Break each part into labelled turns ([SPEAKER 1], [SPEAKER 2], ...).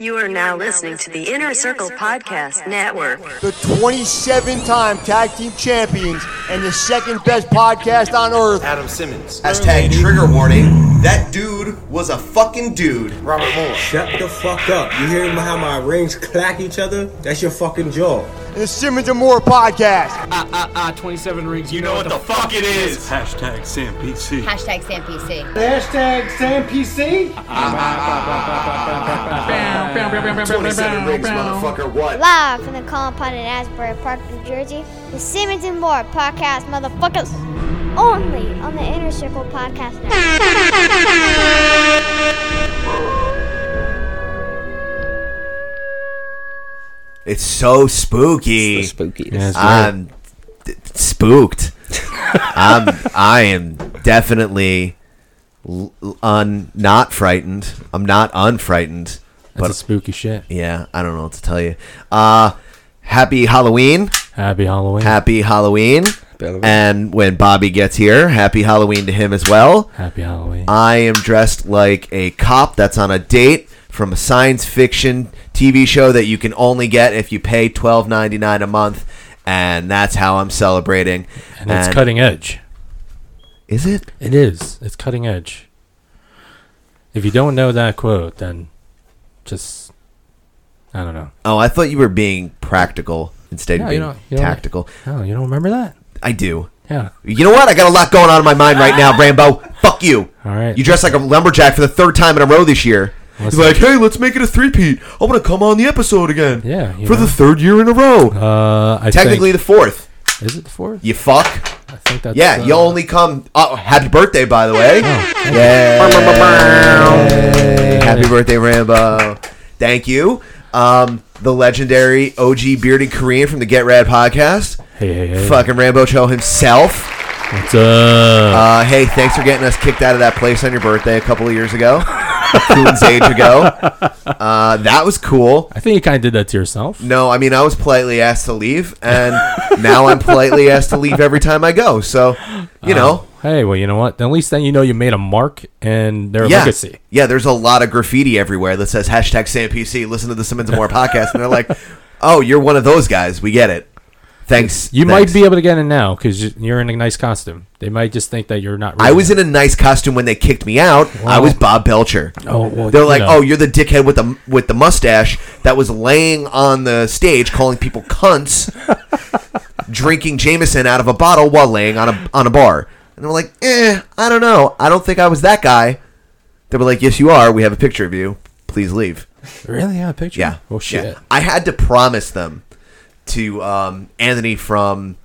[SPEAKER 1] You are now listening to the Inner Circle Podcast Network.
[SPEAKER 2] the 27 time tag team champions and the second best podcast on earth.
[SPEAKER 3] Adam Simmons.
[SPEAKER 4] Hashtag trigger warning. That dude was a fucking dude.
[SPEAKER 3] Robert Moore.
[SPEAKER 5] Shut the fuck up. You hear how my rings clack each other? That's your fucking jaw.
[SPEAKER 2] The Simmons and Moore podcast.
[SPEAKER 6] Ah, ah, 27 rings. You, know, what the fuck it is.
[SPEAKER 7] Hashtag Sam PC.
[SPEAKER 8] Hashtag Sam PC.
[SPEAKER 6] Hashtag Sam PC.
[SPEAKER 3] 27 rings, motherfucker. What?
[SPEAKER 9] Live from the compound in Asbury Park, New Jersey, the Simmons and Moore podcast, motherfuckers. Only on the Inner Circle Podcast Network.
[SPEAKER 4] It's so spooky.
[SPEAKER 10] spooky.
[SPEAKER 4] I'm d- spooked. I'm I am definitely l- un not frightened. I'm not unfrightened.
[SPEAKER 10] That's
[SPEAKER 4] But
[SPEAKER 10] a spooky shit.
[SPEAKER 4] yeah, I don't know what to tell you. Uh happy Halloween.
[SPEAKER 10] Happy Halloween.
[SPEAKER 4] Happy Halloween.
[SPEAKER 10] Halloween.
[SPEAKER 4] And when Bobby gets here, happy Halloween to him as well.
[SPEAKER 10] Happy Halloween.
[SPEAKER 4] I am dressed like a cop that's on a date from a science fiction TV show that you can only get if you pay twelve ninety nine a month, and that's how I'm celebrating.
[SPEAKER 10] and it's cutting edge.
[SPEAKER 4] Is it?
[SPEAKER 10] It is. It's cutting edge. If you don't know that quote, then just I don't know.
[SPEAKER 4] Oh, I thought you were being practical instead of
[SPEAKER 10] No, you
[SPEAKER 4] being
[SPEAKER 10] don't- you don't-
[SPEAKER 4] tactical.
[SPEAKER 10] Oh, you don't remember that?
[SPEAKER 4] I do.
[SPEAKER 10] Yeah.
[SPEAKER 4] You know what? I got a lot going on in my mind right now, Rambo. Fuck you.
[SPEAKER 10] All right.
[SPEAKER 4] You dress like a lumberjack for the third time in a row this year. He's
[SPEAKER 10] Listen.
[SPEAKER 4] like, hey, let's make it a three-peat. I want to come on the episode again.
[SPEAKER 10] Yeah, you
[SPEAKER 4] For
[SPEAKER 10] know.
[SPEAKER 4] the third year in a row.
[SPEAKER 10] Uh, I
[SPEAKER 4] Technically the fourth.
[SPEAKER 10] think, is it the fourth?
[SPEAKER 4] You fuck.
[SPEAKER 10] I think that's
[SPEAKER 4] Yeah,
[SPEAKER 10] uh,
[SPEAKER 4] you only come. Oh, happy birthday, by the way. Yeah. Happy birthday, Rambo. Thank you. Um, the legendary OG bearded Korean from the Get Rad podcast.
[SPEAKER 10] Hey, hey, hey.
[SPEAKER 4] Fucking Rambo Cho himself.
[SPEAKER 10] What's up?
[SPEAKER 4] Uh, hey, thanks for getting us kicked out of that place on your birthday a couple of years ago. Coons age ago. Uh, that was cool.
[SPEAKER 10] I think you kind of did that to yourself.
[SPEAKER 4] No, I mean, I was politely asked to leave, and now I'm politely asked to leave every time I go. So, you know.
[SPEAKER 10] Hey, well, you know what? At least then you know you made a mark and their
[SPEAKER 4] yeah.
[SPEAKER 10] legacy.
[SPEAKER 4] Yeah, there's a lot of graffiti everywhere that says hashtag SamPC, listen to the Simmons and More podcast. And they're like, oh, you're one of those guys. We get it. Thanks.
[SPEAKER 10] You
[SPEAKER 4] thanks.
[SPEAKER 10] might be able to get it now because you're in a nice costume. They might just think that you're not.
[SPEAKER 4] I
[SPEAKER 10] real.
[SPEAKER 4] was in a nice costume when they kicked me out. I was Bob Belcher.
[SPEAKER 10] Oh, well,
[SPEAKER 4] They're like,
[SPEAKER 10] no.
[SPEAKER 4] "Oh, you're the dickhead with the with the mustache that was laying on the stage calling people cunts, drinking Jameson out of a bottle while laying on a on a bar." And I'm like, "Eh, I don't know. I don't think I was that guy." They were like, "Yes, you are. We have a picture of you. Please leave."
[SPEAKER 10] Really? Yeah, a picture.
[SPEAKER 4] Yeah.
[SPEAKER 10] Oh shit.
[SPEAKER 4] Yeah. I had to promise them to um, Anthony from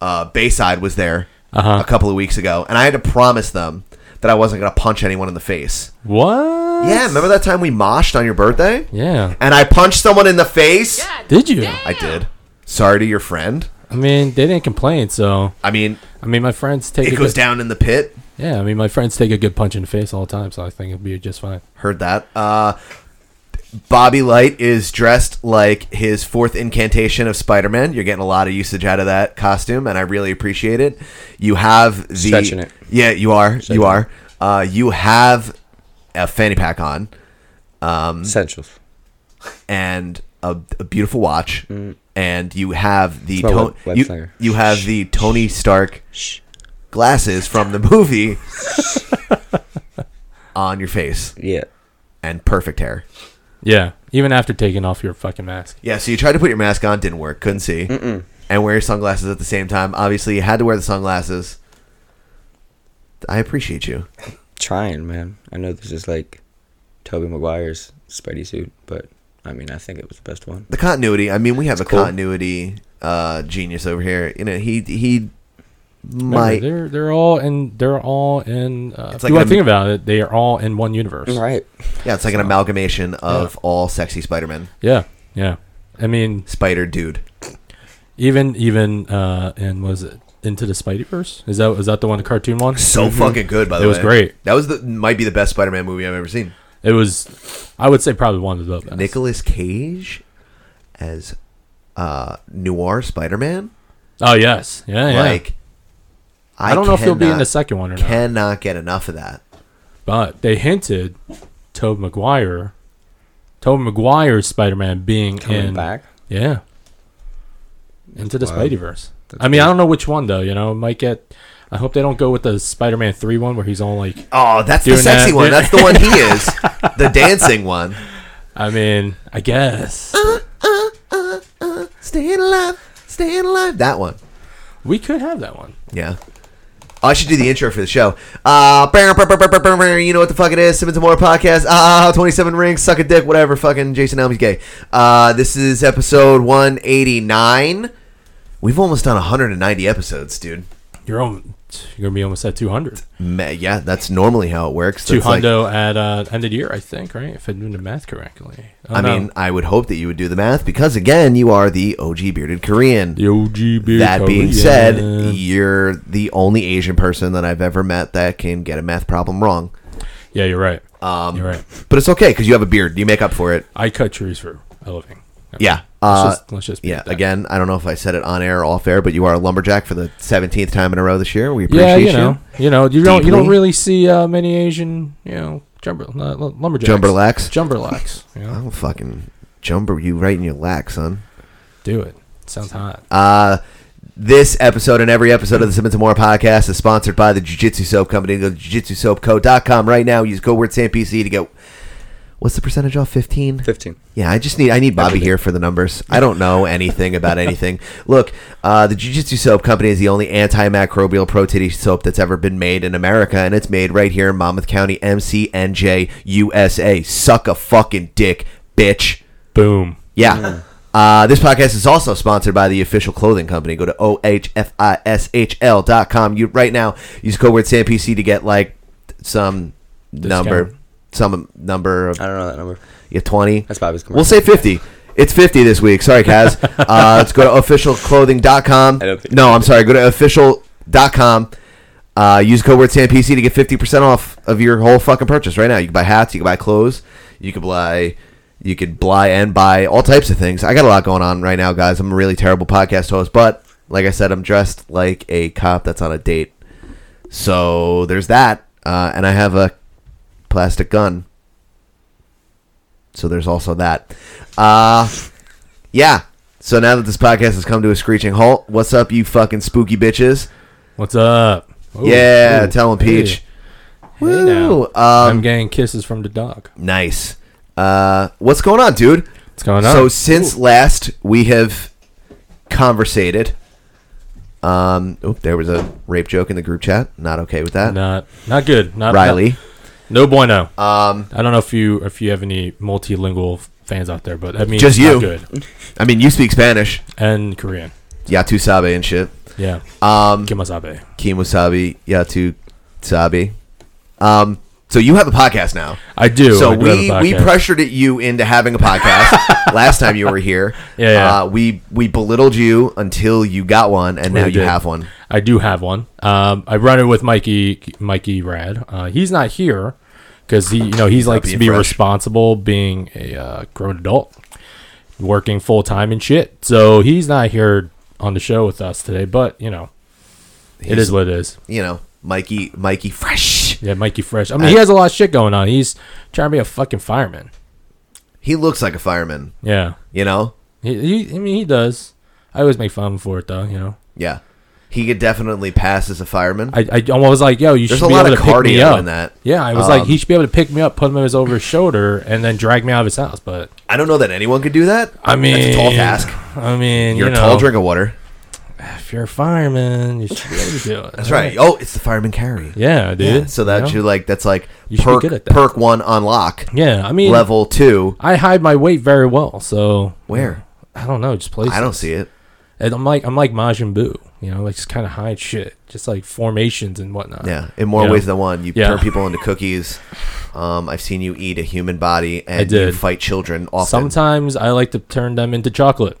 [SPEAKER 4] uh, Bayside was there
[SPEAKER 10] Uh-huh.
[SPEAKER 4] a couple of weeks ago, and I had to promise them that I wasn't going to punch anyone in the face.
[SPEAKER 10] What?
[SPEAKER 4] Yeah, remember that time we moshed on your birthday?
[SPEAKER 10] Yeah.
[SPEAKER 4] And I punched someone in the face?
[SPEAKER 10] Did you?
[SPEAKER 4] I did. Sorry to your friend.
[SPEAKER 10] I mean, they didn't complain, so
[SPEAKER 4] I mean,
[SPEAKER 10] I mean, my friends take
[SPEAKER 4] it
[SPEAKER 10] a
[SPEAKER 4] goes
[SPEAKER 10] good,
[SPEAKER 4] down in the pit.
[SPEAKER 10] Yeah, I mean, my friends take a good punch in the face all the time, so I think it'll be just fine.
[SPEAKER 4] Heard that. Uh, Bobby Light is dressed like his fourth incantation of Spider Man. You're getting a lot of usage out of that costume, and I really appreciate it. You have the
[SPEAKER 10] Stretching it.
[SPEAKER 4] Yeah, you are. you are. Uh, you have a fanny pack on
[SPEAKER 5] Essentials.
[SPEAKER 4] and a, a beautiful watch, and you have the
[SPEAKER 5] Mm. my
[SPEAKER 4] Ton-
[SPEAKER 5] web- web
[SPEAKER 4] you,
[SPEAKER 5] slinger.
[SPEAKER 4] you have the Tony Stark glasses from the movie on your face
[SPEAKER 5] Yeah.
[SPEAKER 4] and perfect hair.
[SPEAKER 10] Yeah, even after taking off your fucking mask.
[SPEAKER 4] Yeah, so you tried to put your mask on, didn't work, couldn't see, and wear your sunglasses at the same time. Obviously, you had to wear the sunglasses. I appreciate you.
[SPEAKER 5] Trying, man. I know this is like Toby Maguire's Spidey suit, but I mean, I think it was the best one.
[SPEAKER 4] The continuity. I mean, we have a
[SPEAKER 5] cool.
[SPEAKER 4] continuity uh, genius over here. You know, he he
[SPEAKER 10] Remember,
[SPEAKER 4] might.
[SPEAKER 10] they're they're all in they're all in. Uh,
[SPEAKER 4] It's
[SPEAKER 10] if
[SPEAKER 4] like
[SPEAKER 10] you want
[SPEAKER 4] an-
[SPEAKER 10] to think about it, they are all in one universe.
[SPEAKER 5] Right.
[SPEAKER 4] Yeah, it's like an amalgamation of all sexy Spider-Man.
[SPEAKER 10] Yeah, yeah. I mean,
[SPEAKER 4] Spider dude.
[SPEAKER 10] even even uh, and was it Into the Spideyverse? Is that was that the one the cartoon one?
[SPEAKER 4] So fucking good, by the
[SPEAKER 10] Mm-hmm.
[SPEAKER 4] way.
[SPEAKER 10] It was great.
[SPEAKER 4] That was the might be the best Spider-Man movie I've ever seen.
[SPEAKER 10] It was, I would say probably one of the best.
[SPEAKER 4] Nicolas Cage as uh noir Spider-Man.
[SPEAKER 10] Oh yes, yeah, yeah.
[SPEAKER 4] Like
[SPEAKER 10] I, don't know if he'll be in
[SPEAKER 4] cannot-
[SPEAKER 10] the second one or not.
[SPEAKER 4] Cannot get enough of that.
[SPEAKER 10] But they hinted Tobey Maguire, Tobey Maguire's Spider-Man being
[SPEAKER 5] Coming
[SPEAKER 10] in
[SPEAKER 5] back.
[SPEAKER 10] Yeah. Into the
[SPEAKER 5] wild.
[SPEAKER 10] Spideyverse.
[SPEAKER 5] That's
[SPEAKER 10] I mean, I
[SPEAKER 5] wild.
[SPEAKER 10] don't know which one though. You know, it might get. I hope they don't go with the Spider-Man three one where he's all like.
[SPEAKER 4] Oh, that's the
[SPEAKER 10] Doing
[SPEAKER 4] sexy
[SPEAKER 10] that.
[SPEAKER 4] one. That's the one he is. the dancing one.
[SPEAKER 10] I mean, I guess
[SPEAKER 4] Staying alive, staying alive. That one.
[SPEAKER 10] we could have that one.
[SPEAKER 4] Yeah. Oh, I should do the intro for the show. Uh, brr, brr, brr, brr, brr, brr, brr, you know what the fuck it is. Simmons and More podcast. Ah, 27 rings, suck a dick, whatever. Fucking Jason Elmy's gay. Uh, this is episode 189. We've almost done 190 episodes, dude.
[SPEAKER 10] You're on. You're gonna be almost at two hundred.
[SPEAKER 4] Ma- Yeah, that's normally how it works.
[SPEAKER 10] Two
[SPEAKER 4] That's like-
[SPEAKER 10] hundo at uh, end of the year, I think. Right, if I'm doing the math correctly. Oh,
[SPEAKER 4] I
[SPEAKER 10] no.
[SPEAKER 4] mean, I would hope that you would do the math because, again, you are the OG bearded Korean.
[SPEAKER 10] the OG beer.
[SPEAKER 4] that being
[SPEAKER 10] Korean.
[SPEAKER 4] said, you're the only Asian person that I've ever met that can get a math problem wrong.
[SPEAKER 10] yeah, you're right.
[SPEAKER 4] um,
[SPEAKER 10] you're right.
[SPEAKER 4] But it's okay because you have a beard. You make up for it.
[SPEAKER 10] I cut trees for a living. Okay.
[SPEAKER 4] Yeah.
[SPEAKER 10] Let's
[SPEAKER 4] Uh,
[SPEAKER 10] just, let's just be
[SPEAKER 4] yeah.
[SPEAKER 10] at that.
[SPEAKER 4] Again, I don't know if I said it on air or off air, but you are a lumberjack for the seventeenth time in a row this year. We appreciate
[SPEAKER 10] Yeah, you know, you know, you don't you don't
[SPEAKER 4] Deeply.
[SPEAKER 10] really see uh, many Asian, you know, jumber uh, lu- lumberjacks,
[SPEAKER 4] Jumberlacks? Oh.
[SPEAKER 10] jumberlacks. You know,
[SPEAKER 4] I'll fucking jumper you right in your lack, son.
[SPEAKER 10] do it. Sounds hot.
[SPEAKER 4] Uh, this episode and every episode of the Simmons and More podcast is sponsored by the Jiu Jitsu Soap Company. Go to jujitsusoapco.com right now. Use code word SAMPC to get what's the percentage off? Fifteen.
[SPEAKER 5] 15.
[SPEAKER 4] Yeah, I just need I need Bobby here for the numbers. I don't know anything about anything. Look, uh, the Jiu Jitsu Soap Company is the only antimicrobial pro titty soap that's ever been made in America, and it's made right here in Monmouth County, MCNJ, USA. Suck a fucking dick, bitch.
[SPEAKER 10] Boom.
[SPEAKER 5] Mm.
[SPEAKER 4] Yeah. Uh, this podcast is also sponsored by the official clothing company. Go to ohfishl dot com. You right now use code word SAMPC to get like some number, some number of
[SPEAKER 5] I don't know that number.
[SPEAKER 4] yeah, 20.
[SPEAKER 5] That's Bobby's
[SPEAKER 4] We'll say 50. It's 50 this week. Sorry, Kaz. uh, let's go to officialclothing.com.
[SPEAKER 5] I don't think-
[SPEAKER 4] No, I'm sorry. Go to official.com. Uh, use code word SAMPC to get 50% off of your whole fucking purchase right now. You can buy hats. You can buy clothes. You can buy... You could buy and buy all types of things. I got a lot going on right now, guys. I'm a really terrible podcast host, but like I said, I'm dressed like a cop that's on a date. So there's that. Uh, and I have a plastic gun. So there's also that. Uh yeah. So now that this podcast has come to a screeching halt, what's up, you fucking spooky bitches?
[SPEAKER 10] What's up? Ooh,
[SPEAKER 4] yeah,
[SPEAKER 10] ooh,
[SPEAKER 4] tell 'em,
[SPEAKER 10] hey.
[SPEAKER 4] Peach.
[SPEAKER 10] Hey
[SPEAKER 4] Woo!
[SPEAKER 10] now.
[SPEAKER 4] Um,
[SPEAKER 10] I'm getting kisses from the dog.
[SPEAKER 4] nice. Uh, what's going on, dude?
[SPEAKER 10] What's going on?
[SPEAKER 4] So since last we have conversated. Um, oop, there was a rape joke in the group chat. Not okay with that.
[SPEAKER 10] not not good. Not
[SPEAKER 4] Riley.
[SPEAKER 10] No, no bueno. Um, I don't know if you if you have any multilingual f- fans out there, but I mean,
[SPEAKER 4] Just
[SPEAKER 10] it's not
[SPEAKER 4] you.
[SPEAKER 10] good
[SPEAKER 4] I mean, you speak Spanish.
[SPEAKER 10] and Korean.
[SPEAKER 4] Yatu Sabe and shit.
[SPEAKER 10] Yeah. Um, Kimasabe.
[SPEAKER 4] Kimosabi, Yatu Sabi. Um, so you have a podcast now.
[SPEAKER 10] I do.
[SPEAKER 4] So
[SPEAKER 10] I do have a
[SPEAKER 4] we we
[SPEAKER 10] podcast.
[SPEAKER 4] pressured it- you into having a podcast last time you were here.
[SPEAKER 10] Yeah, yeah.
[SPEAKER 4] Uh, we we belittled you until you got one, and now
[SPEAKER 10] We
[SPEAKER 4] you
[SPEAKER 10] did.
[SPEAKER 4] have one.
[SPEAKER 10] I do have one. Um, I run it with Mikey, Mikey Rad. Uh, he's not here because he, you know, he's like
[SPEAKER 4] being
[SPEAKER 10] to be
[SPEAKER 4] fresh.
[SPEAKER 10] responsible, being a uh, grown adult, working full time and shit. So he's not here on the show with us today. But you know, it
[SPEAKER 4] He's-
[SPEAKER 10] is what it is.
[SPEAKER 4] You know, Mikey Mikey Fresh.
[SPEAKER 10] Yeah, Mikey Fresh. I mean, he has a lot of shit going on. He's trying to be a fucking fireman.
[SPEAKER 4] He looks like a fireman.
[SPEAKER 10] Yeah,
[SPEAKER 4] You know.
[SPEAKER 10] he, he I mean, he does. I always make fun for it though. You know,
[SPEAKER 4] Yeah. He could definitely pass as a fireman.
[SPEAKER 10] I, I almost was like, yo, you
[SPEAKER 4] There's
[SPEAKER 10] should
[SPEAKER 4] a
[SPEAKER 10] be
[SPEAKER 4] lot
[SPEAKER 10] able
[SPEAKER 4] of
[SPEAKER 10] to pick me
[SPEAKER 4] cardio
[SPEAKER 10] up.
[SPEAKER 4] in that. Um,
[SPEAKER 10] Yeah, I was like, he should be able to pick me up, put him his over his shoulder, and then drag me out of his house. But
[SPEAKER 4] I don't know that anyone could do that.
[SPEAKER 10] I mean,
[SPEAKER 4] that's a tall task.
[SPEAKER 10] I mean,
[SPEAKER 4] You're
[SPEAKER 10] you
[SPEAKER 4] a tall
[SPEAKER 10] know,
[SPEAKER 4] drink of water.
[SPEAKER 10] If you're a fireman, you should be able to do it.
[SPEAKER 4] That's right. Oh, it's the fireman carry.
[SPEAKER 10] Yeah, dude.
[SPEAKER 4] Yeah, so that you
[SPEAKER 10] you. know?
[SPEAKER 4] like that's like
[SPEAKER 10] You should be
[SPEAKER 4] perk
[SPEAKER 10] good at that.
[SPEAKER 4] perk one unlock
[SPEAKER 10] Yeah, I mean,
[SPEAKER 4] level two.
[SPEAKER 10] I hide my weight very well, so
[SPEAKER 4] Where?
[SPEAKER 10] I don't know, just place.
[SPEAKER 4] I don't see it.
[SPEAKER 10] And I'm like, I'm like Majin Buu, you know, like just kind of hide shit, just like formations and whatnot.
[SPEAKER 4] Yeah, in more
[SPEAKER 10] Yeah.
[SPEAKER 4] ways than one. You
[SPEAKER 10] Yeah.
[SPEAKER 4] turn people into cookies. Um, I've seen you eat a human body, and you
[SPEAKER 10] did.
[SPEAKER 4] fight children often.
[SPEAKER 10] Sometimes I like to turn them into chocolate.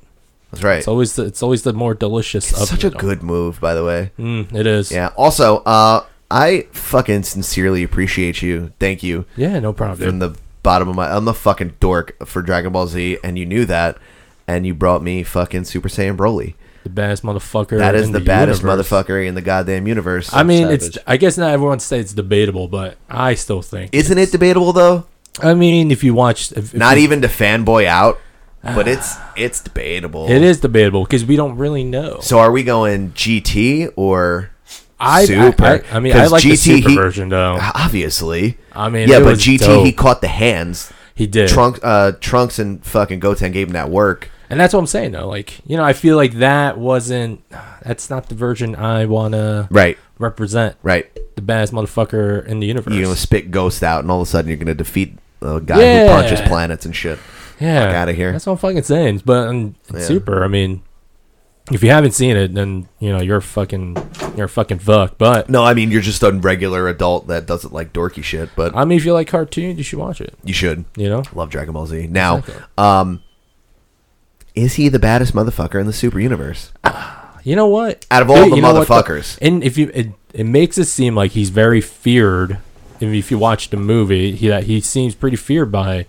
[SPEAKER 4] That's right.
[SPEAKER 10] It's always the, it's always the more delicious of
[SPEAKER 4] Such a
[SPEAKER 10] it all.
[SPEAKER 4] good move, by the way.
[SPEAKER 10] Mm, it is.
[SPEAKER 4] Yeah. Also, uh, I fucking sincerely appreciate you. Thank you
[SPEAKER 10] Yeah, no problem. dude.
[SPEAKER 4] from the bottom of my. I'm the fucking dork for Dragon Ball Z, and you knew that, and you brought me fucking Super Saiyan Broly.
[SPEAKER 10] the baddest motherfucker.
[SPEAKER 4] That is
[SPEAKER 10] in
[SPEAKER 4] the, baddest
[SPEAKER 10] universe.
[SPEAKER 4] motherfucker in the goddamn universe.
[SPEAKER 10] I mean,
[SPEAKER 5] Savage.
[SPEAKER 10] it's. I guess not everyone says it's debatable, but I still think
[SPEAKER 4] isn't it debatable though?
[SPEAKER 10] I mean, if you watch, if, if
[SPEAKER 4] Not
[SPEAKER 10] you-
[SPEAKER 4] even to fanboy out, but it's it's debatable.
[SPEAKER 10] it is debatable because we don't really know.
[SPEAKER 4] So are we going GT or
[SPEAKER 10] I,
[SPEAKER 4] super?
[SPEAKER 10] I, I, I mean, I
[SPEAKER 4] 'Cause
[SPEAKER 10] like the
[SPEAKER 4] GT
[SPEAKER 10] super
[SPEAKER 4] he-
[SPEAKER 10] version though.
[SPEAKER 4] Obviously.
[SPEAKER 10] I mean,
[SPEAKER 4] yeah,
[SPEAKER 10] it
[SPEAKER 4] but
[SPEAKER 10] was
[SPEAKER 4] GT he
[SPEAKER 10] dope.
[SPEAKER 4] caught the hands.
[SPEAKER 10] He did.
[SPEAKER 4] Trunks, uh, Trunks, and fucking Goten gave him that work.
[SPEAKER 10] And that's what I'm saying though. Like, you know, I feel like that wasn't that's not the version I wanna
[SPEAKER 4] Right,
[SPEAKER 10] represent
[SPEAKER 4] right.
[SPEAKER 10] the baddest motherfucker in the universe.
[SPEAKER 4] You're gonna spit ghosts out, and all of a sudden you're gonna defeat a guy
[SPEAKER 10] Yeah.
[SPEAKER 4] who punches planets and shit.
[SPEAKER 10] yeah.
[SPEAKER 4] fuck outta here.
[SPEAKER 10] That's what I'm fucking saying. But um, it's
[SPEAKER 4] Yeah.
[SPEAKER 10] super, I mean if you haven't seen it, then you know, you're a fucking you're a fucking fuck. But
[SPEAKER 4] No, I mean you're just a regular adult that doesn't like dorky shit, but
[SPEAKER 10] I mean if you like cartoons, you should watch it.
[SPEAKER 4] you should.
[SPEAKER 10] You know?
[SPEAKER 4] Love Dragon Ball Z. Now,
[SPEAKER 10] Exactly.
[SPEAKER 4] um, is he the baddest motherfucker in the super universe?
[SPEAKER 10] You know what?
[SPEAKER 4] Out of all the
[SPEAKER 10] you know what, though?
[SPEAKER 4] motherfuckers.
[SPEAKER 10] and if you, it, it makes it seem like he's very feared. If, if you watch the movie, he that he seems pretty feared by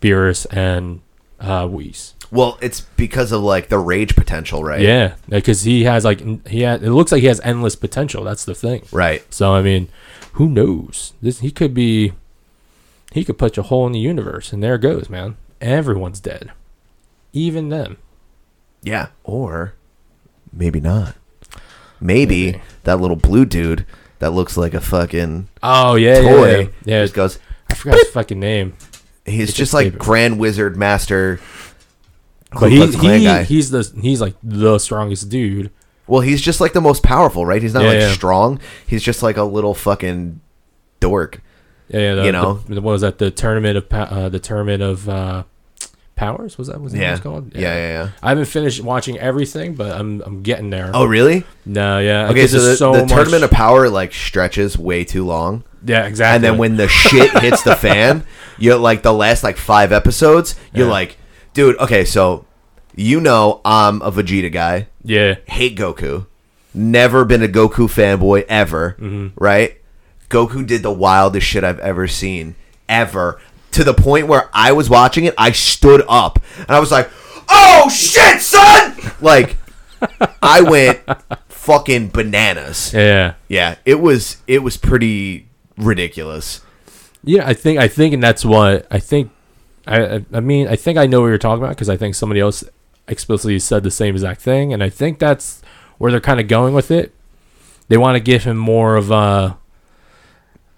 [SPEAKER 10] Beerus and uh, Whis.
[SPEAKER 4] Well, it's because of like the rage potential, right?
[SPEAKER 10] Yeah, because he has like n- he ha it looks like he has endless potential. That's the thing.
[SPEAKER 4] Right.
[SPEAKER 10] So I mean, who knows? This he could be, he could punch a hole in the universe, and there it goes, man. Everyone's dead, even them.
[SPEAKER 4] Yeah. Or maybe not. Maybe, that little blue dude that looks like a fucking
[SPEAKER 10] Oh yeah, yeah,
[SPEAKER 4] toy
[SPEAKER 10] yeah. yeah.
[SPEAKER 4] just goes.
[SPEAKER 10] I forgot his fucking name.
[SPEAKER 4] He's just
[SPEAKER 10] just
[SPEAKER 4] like
[SPEAKER 10] favorite.
[SPEAKER 4] Grand Wizard Master.
[SPEAKER 10] But
[SPEAKER 4] Ku
[SPEAKER 10] he,
[SPEAKER 4] Klux Klan
[SPEAKER 10] he,
[SPEAKER 4] guy.
[SPEAKER 10] he's the he's like the strongest dude.
[SPEAKER 4] Well, he's just like the most powerful, right? He's not
[SPEAKER 10] Yeah,
[SPEAKER 4] like
[SPEAKER 10] yeah.
[SPEAKER 4] strong. He's just like a little fucking dork.
[SPEAKER 10] Yeah, yeah the,
[SPEAKER 4] You know?
[SPEAKER 10] the, the- what was that? The tournament of pa- uh, the tournament of uh, powers was that was
[SPEAKER 4] Yeah.
[SPEAKER 10] it called?
[SPEAKER 4] Yeah, yeah, yeah.
[SPEAKER 10] I haven't finished watching everything, but I'm I'm getting there.
[SPEAKER 4] Oh, really?
[SPEAKER 10] no, yeah.
[SPEAKER 4] Okay,
[SPEAKER 10] because
[SPEAKER 4] so the,
[SPEAKER 10] there's so
[SPEAKER 4] the
[SPEAKER 10] much-
[SPEAKER 4] tournament of power like stretches way too long,
[SPEAKER 10] yeah, exactly.
[SPEAKER 4] and then when the shit hits the fan, you're like the last like five episodes, you're
[SPEAKER 10] Yeah.
[SPEAKER 4] like, dude, okay, so you know I'm a Vegeta guy,
[SPEAKER 10] yeah,
[SPEAKER 4] hate Goku, never been a Goku fanboy ever,
[SPEAKER 10] Mm-hmm.
[SPEAKER 4] right? Goku did the wildest shit I've ever seen ever to the point where I was watching it, I stood up and I was like, "Oh shit, son!" Like I went fucking bananas.
[SPEAKER 10] yeah,
[SPEAKER 4] Yeah, it was it was pretty ridiculous.
[SPEAKER 10] yeah. I think I think and that's what I think. I I- I mean I think I know what you're talking about because I think somebody else explicitly said the same exact thing, and I think that's where they're kind of going with it. They want to give him more of a,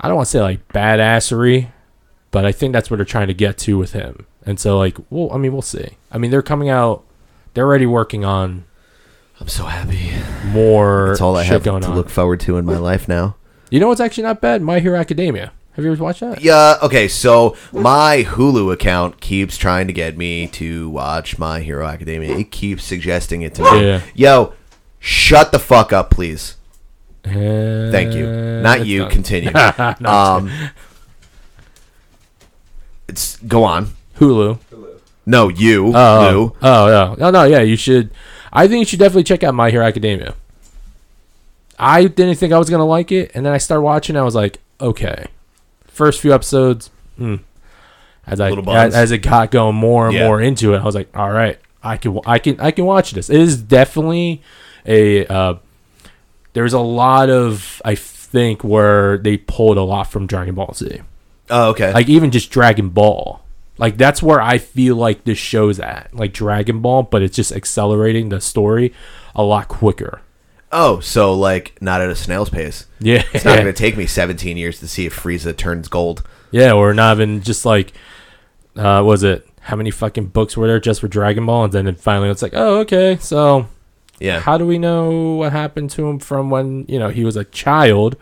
[SPEAKER 10] I don't want to say like badassery, but I think that's what they're trying to get to with him. And so like, well, I mean, we'll see. I mean, they're coming out, they're already working on
[SPEAKER 4] I'm so happy.
[SPEAKER 10] more
[SPEAKER 4] That's all I
[SPEAKER 10] shit
[SPEAKER 4] have to
[SPEAKER 10] going on.
[SPEAKER 4] look forward to in my life now.
[SPEAKER 10] You know what's actually not bad? My Hero Academia. Have you ever watched that?
[SPEAKER 4] Yeah, okay, so my Hulu account keeps trying to get me to watch My Hero Academia. It keeps suggesting it to me.
[SPEAKER 10] Yeah.
[SPEAKER 4] Yo, shut the fuck up, please.
[SPEAKER 10] Uh,
[SPEAKER 4] Thank you. Not
[SPEAKER 10] it's
[SPEAKER 4] you,
[SPEAKER 10] done.
[SPEAKER 4] continue.
[SPEAKER 10] No,
[SPEAKER 4] um It's go on.
[SPEAKER 10] Hulu.
[SPEAKER 4] No, you,
[SPEAKER 10] Oh,
[SPEAKER 4] Lou.
[SPEAKER 10] oh, yeah. No, no, yeah. You should. I think you should definitely check out My Hero Academia. I didn't think I was gonna like it, and then I started watching. I was like, okay. First few episodes, hmm. as I
[SPEAKER 4] Little buns.
[SPEAKER 10] as, as it got going more and
[SPEAKER 4] Yeah.
[SPEAKER 10] more into it, I was like, all right, I can I can I can watch this. It is definitely a. Uh, there's a lot of I think where they pulled a lot from Dragon Ball Z
[SPEAKER 4] Oh, okay.
[SPEAKER 10] like even just Dragon Ball. Like that's where I feel like this show's at, like Dragon Ball, but it's just accelerating the story a lot quicker.
[SPEAKER 4] oh, so like not at a snail's pace.
[SPEAKER 10] Yeah,
[SPEAKER 4] It's not going to take me 17 years to see if Frieza turns gold.
[SPEAKER 10] yeah, or not even just like, uh, was it how many fucking books were there just for Dragon Ball, and then it finally it's like, oh okay, so
[SPEAKER 4] Yeah.
[SPEAKER 10] how do we know what happened to him from when you know he was a child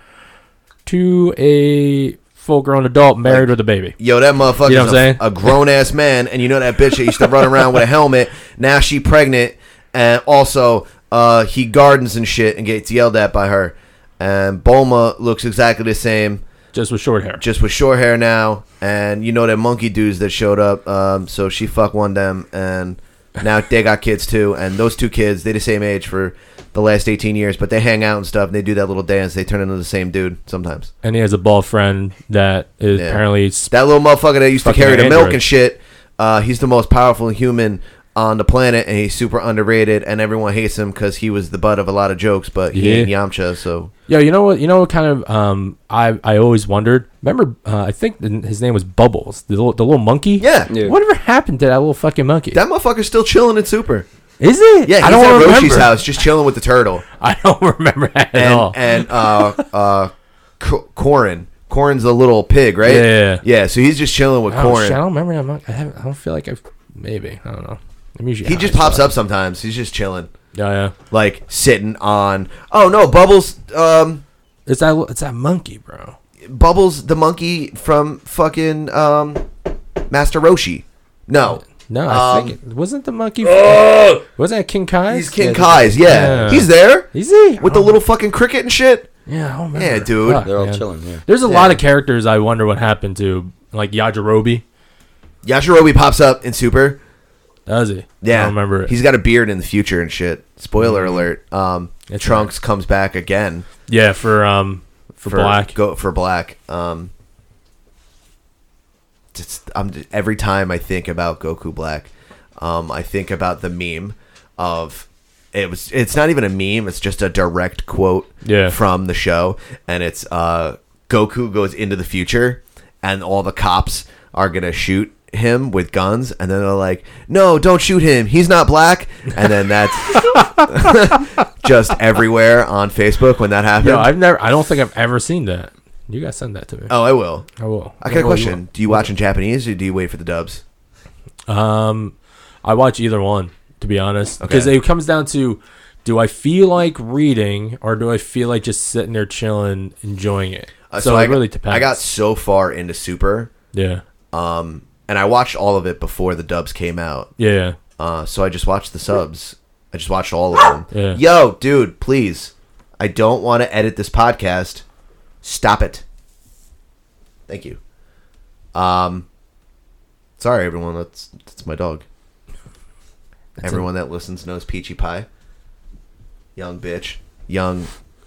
[SPEAKER 10] to a full-grown adult married with a baby?
[SPEAKER 4] Yo, that motherfucker's
[SPEAKER 10] You know what I'm
[SPEAKER 4] a-
[SPEAKER 10] saying?
[SPEAKER 4] a, grown ass man, and you know that bitch that used to run around with a helmet. Now she pregnant, and also uh, he gardens and shit and gets yelled at by her. And Bulma looks exactly the same,
[SPEAKER 10] Just with short hair.
[SPEAKER 4] just with short hair now. And you know that monkey dudes that showed up. Um, so she fucked one of them, and now they got kids too. And those two kids, they the same age for the last 18 years, but they hang out and stuff. And they do that little dance. They turn into the same dude sometimes.
[SPEAKER 10] and he has a bald friend that is
[SPEAKER 4] Yeah.
[SPEAKER 10] apparently sp-
[SPEAKER 4] That little motherfucker that used to
[SPEAKER 10] Fucking
[SPEAKER 4] carry the milk
[SPEAKER 10] Android.
[SPEAKER 4] and shit. Uh, he's the most powerful human on the planet, and he's super underrated, and everyone hates him because he was the butt of a lot of jokes, but he ain't
[SPEAKER 10] Yeah.
[SPEAKER 4] Yamcha, so
[SPEAKER 10] Yo, you know what? You know what kind of um I I always wondered. Remember, uh, I think the, his name was Bubbles, the little, the little monkey.
[SPEAKER 4] Yeah.
[SPEAKER 5] Yeah.
[SPEAKER 10] Whatever happened to that little fucking monkey?
[SPEAKER 4] that motherfucker's still chilling in Super.
[SPEAKER 10] Is it?
[SPEAKER 4] Yeah, he's
[SPEAKER 10] I don't
[SPEAKER 4] at
[SPEAKER 10] remember.
[SPEAKER 4] Roshi's house, just chilling with the turtle,
[SPEAKER 10] I don't remember that at all.
[SPEAKER 4] and and uh uh, Co- Corin. Corin's the little pig, right?
[SPEAKER 10] Yeah.
[SPEAKER 4] yeah. So he's just chilling with
[SPEAKER 10] oh,
[SPEAKER 4] Corin.
[SPEAKER 10] shit, I don't remember that monkey. I, haven't, I don't feel like I've maybe. I don't know. I'm usually
[SPEAKER 4] He
[SPEAKER 10] high,
[SPEAKER 4] just
[SPEAKER 10] so-
[SPEAKER 4] pops up sometimes. He's just chilling,
[SPEAKER 10] Yeah, yeah.
[SPEAKER 4] like sitting on. Oh no, Bubbles! Um,
[SPEAKER 10] It's that it's that monkey, bro.
[SPEAKER 4] Bubbles the monkey from fucking um, Master Roshi. No,
[SPEAKER 10] No, I think it wasn't the monkey. wasn't it King Kai?
[SPEAKER 4] Um, he's King
[SPEAKER 10] Yeah,
[SPEAKER 4] Kai's. Yeah.
[SPEAKER 10] yeah.
[SPEAKER 4] he's there
[SPEAKER 10] Is he? Oh,
[SPEAKER 4] with the little fucking cricket and shit.
[SPEAKER 10] Yeah, I don't remember.
[SPEAKER 4] Yeah, dude.
[SPEAKER 10] Fuck,
[SPEAKER 5] They're all
[SPEAKER 10] man.
[SPEAKER 5] chilling. Yeah.
[SPEAKER 10] There's a lot of characters I wonder what happened to, like Yajirobe.
[SPEAKER 4] Yajirobe pops up in Super.
[SPEAKER 10] Does he?
[SPEAKER 4] Yeah,
[SPEAKER 10] I don't remember it. Mm-hmm.
[SPEAKER 4] He's got a beard in the future and shit. Spoiler alert. Um,
[SPEAKER 10] That's
[SPEAKER 4] Trunks comes back again
[SPEAKER 10] yeah, for um for, Black.
[SPEAKER 4] Go for black. Um, just, I'm just- every time I think about Goku Black, um, I think about the meme of it was. It's not even a meme. It's just a direct quote
[SPEAKER 10] Yeah.
[SPEAKER 4] from the show, and it's uh, Goku goes into the future, and all the cops are gonna shoot him with guns and then they're like no don't shoot him he's not black and then that's just everywhere on facebook when that happened
[SPEAKER 10] Yo, I've never. I don't think I've ever seen that. You guys send that to me.
[SPEAKER 4] Oh, I will.
[SPEAKER 10] I will.
[SPEAKER 4] I got a
[SPEAKER 10] Well, you
[SPEAKER 4] question. Do you watch in Japanese or do you wait for the dubs?
[SPEAKER 10] Um, I watch either one to be honest, because
[SPEAKER 4] Okay.
[SPEAKER 10] it comes down to, do I feel like reading or do I feel like just sitting there chilling, enjoying it?
[SPEAKER 4] Uh,
[SPEAKER 10] so,
[SPEAKER 4] I,
[SPEAKER 10] it really depends.
[SPEAKER 4] I got so far into Super,
[SPEAKER 10] yeah,
[SPEAKER 4] and I watched all of it before the dubs came out.
[SPEAKER 10] yeah,
[SPEAKER 4] Uh, so I just watched the subs. I just watched all of them.
[SPEAKER 10] Yeah.
[SPEAKER 4] Yo, dude, please. I don't want to edit this podcast. Stop it. Thank you. Um, sorry, everyone. That's that's my dog. everyone that listens knows Peachy Pie. Young bitch. Young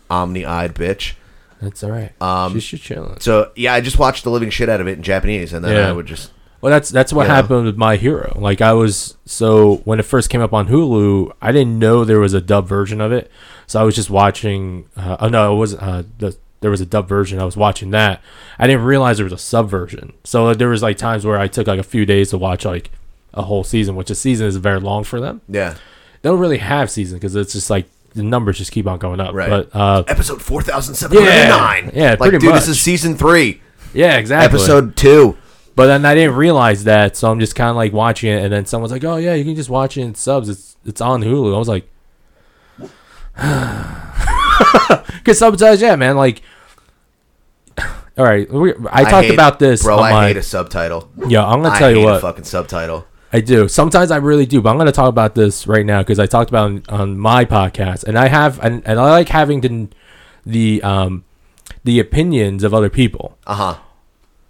[SPEAKER 4] omni-eyed bitch.
[SPEAKER 10] that's all right.
[SPEAKER 4] Um,
[SPEAKER 10] just just chilling.
[SPEAKER 4] So yeah, I just watched the living shit out of it in Japanese, and then
[SPEAKER 10] Yeah.
[SPEAKER 4] I would just
[SPEAKER 10] Well, that's that's what
[SPEAKER 4] Yeah.
[SPEAKER 10] happened with My Hero. Like I was so when it first came up on Hulu, I didn't know there was a dub version of it, so I was just watching. Uh, oh no, it wasn't. Uh, the, there was a dub version. I was watching that. I didn't realize there was a sub version. So like, there was like times where I took like a few days to watch like a whole season, which a season is very long for them.
[SPEAKER 4] yeah.
[SPEAKER 10] They don't really have seasons because it's just like the numbers just keep on going up.
[SPEAKER 4] Right.
[SPEAKER 10] But uh,
[SPEAKER 4] Episode four thousand seven hundred nine.
[SPEAKER 10] Yeah, yeah,
[SPEAKER 4] like
[SPEAKER 10] pretty
[SPEAKER 4] dude, this
[SPEAKER 10] much.
[SPEAKER 4] is season three,
[SPEAKER 10] yeah, exactly.
[SPEAKER 4] episode two.
[SPEAKER 10] But then I didn't realize that, so I'm just kind of like watching it, and then someone's like, "Oh yeah, you can just watch it in subs. It's it's on Hulu." I was like, "Cause sometimes, yeah, man, like." All right, we, I talked
[SPEAKER 4] hate-
[SPEAKER 10] about this.
[SPEAKER 4] bro.
[SPEAKER 10] on
[SPEAKER 4] I
[SPEAKER 10] my-
[SPEAKER 4] hate a subtitle.
[SPEAKER 10] Yeah, I'm gonna
[SPEAKER 4] I
[SPEAKER 10] tell
[SPEAKER 4] hate
[SPEAKER 10] you
[SPEAKER 4] a
[SPEAKER 10] what
[SPEAKER 4] fucking subtitle.
[SPEAKER 10] I do. Sometimes I really do, but I'm gonna talk about this right now because I talked about it on, on my podcast, and I have, and, and I like having the the um the opinions of other people.
[SPEAKER 4] Uh huh.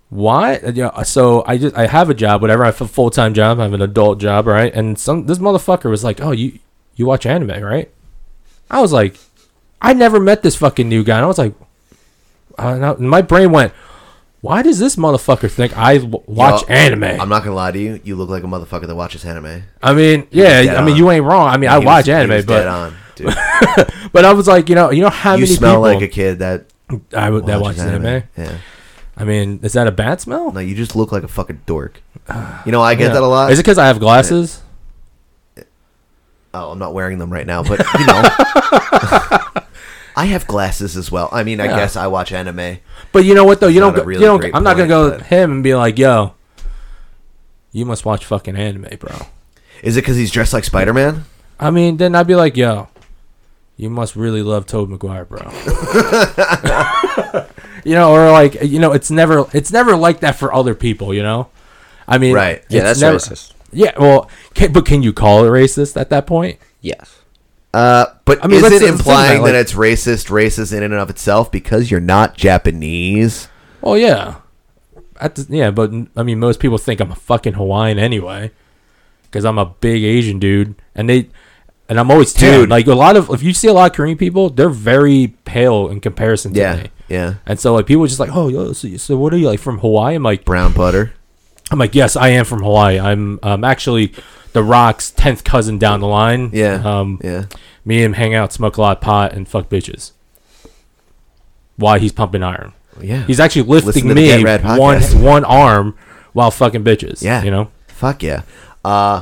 [SPEAKER 10] Why? Uh, Yeah. So I just I have a job, whatever. I have a full time job. I have an adult job, right? And some this motherfucker was like, "Oh, you you watch anime, right?" I was like, "I never met this fucking new guy." And I was like, I don't know. And my brain went, "Why does this motherfucker think I w- watch
[SPEAKER 4] Yo,
[SPEAKER 10] anime?"
[SPEAKER 4] I'm not gonna lie to you. You look like a motherfucker that watches anime.
[SPEAKER 10] I mean,
[SPEAKER 4] dead
[SPEAKER 10] yeah. I mean,
[SPEAKER 4] on.
[SPEAKER 10] you ain't wrong. I mean, I
[SPEAKER 4] He was-
[SPEAKER 10] watch
[SPEAKER 4] he was
[SPEAKER 10] anime,
[SPEAKER 4] dead
[SPEAKER 10] but
[SPEAKER 4] on, dude.
[SPEAKER 10] but I was like, you know, you know how
[SPEAKER 4] you
[SPEAKER 10] many
[SPEAKER 4] smell
[SPEAKER 10] people
[SPEAKER 4] like a kid that
[SPEAKER 10] I would- that
[SPEAKER 4] watches
[SPEAKER 10] watches anime.
[SPEAKER 4] Yeah.
[SPEAKER 10] I mean, is that a bad smell?
[SPEAKER 4] No, you just look like a fucking dork. You know, I get
[SPEAKER 10] Yeah.
[SPEAKER 4] that a lot.
[SPEAKER 10] Is it because I have glasses?
[SPEAKER 4] Oh, I'm not wearing them right now, but you know. I have glasses as well. I mean, I
[SPEAKER 10] Yeah.
[SPEAKER 4] guess I watch anime.
[SPEAKER 10] But you know what though? You
[SPEAKER 4] That's not
[SPEAKER 10] don't.
[SPEAKER 4] a
[SPEAKER 10] Go,
[SPEAKER 4] really
[SPEAKER 10] you don't.
[SPEAKER 4] great
[SPEAKER 10] I'm not gonna
[SPEAKER 4] point,
[SPEAKER 10] go
[SPEAKER 4] but-
[SPEAKER 10] with him and be like, "Yo, you must watch fucking anime, bro."
[SPEAKER 4] Is it because he's dressed like Spider Man?
[SPEAKER 10] I mean, then I'd be like, "Yo, you must really love Tobey Maguire, bro." you know, or like, you know, it's never, it's never like that for other people. You know, I mean,
[SPEAKER 4] Right.
[SPEAKER 5] Yeah,
[SPEAKER 10] it's
[SPEAKER 5] that's
[SPEAKER 10] never-
[SPEAKER 5] racist.
[SPEAKER 10] Yeah, well, can, but can you call it racist at that point?
[SPEAKER 5] Yes.
[SPEAKER 4] Uh, but
[SPEAKER 10] I mean,
[SPEAKER 4] is
[SPEAKER 10] let's-
[SPEAKER 4] it
[SPEAKER 10] let's think
[SPEAKER 4] implying
[SPEAKER 10] about it,
[SPEAKER 4] that
[SPEAKER 10] like-
[SPEAKER 4] it's racist, racist in and of itself because you're not Japanese?
[SPEAKER 10] Oh yeah, at the, yeah, but I mean, most people think I'm a fucking Hawaiian anyway, because I'm a big Asian dude, and they, and I'm always tan.
[SPEAKER 4] Dude.
[SPEAKER 10] Like a lot of, if you see a lot of Korean people, they're very pale in comparison to
[SPEAKER 4] Yeah,
[SPEAKER 10] me.
[SPEAKER 4] yeah.
[SPEAKER 10] And so like people are just like, oh, yo, so, so what are you like from Hawaii? I'm like,
[SPEAKER 4] Brown butter.
[SPEAKER 10] I'm like, yes, I am from Hawaii. I'm um, actually The Rock's tenth cousin down the line.
[SPEAKER 4] Yeah.
[SPEAKER 10] Um,
[SPEAKER 4] yeah.
[SPEAKER 10] Me and him hang out, smoke a lot of pot, and fuck bitches. Why he's pumping iron?
[SPEAKER 4] Yeah.
[SPEAKER 10] He's actually lifting
[SPEAKER 4] to the
[SPEAKER 10] me
[SPEAKER 4] Get Rad podcast.
[SPEAKER 10] one one arm while fucking bitches.
[SPEAKER 4] Yeah.
[SPEAKER 10] You know.
[SPEAKER 4] Fuck yeah. Uh,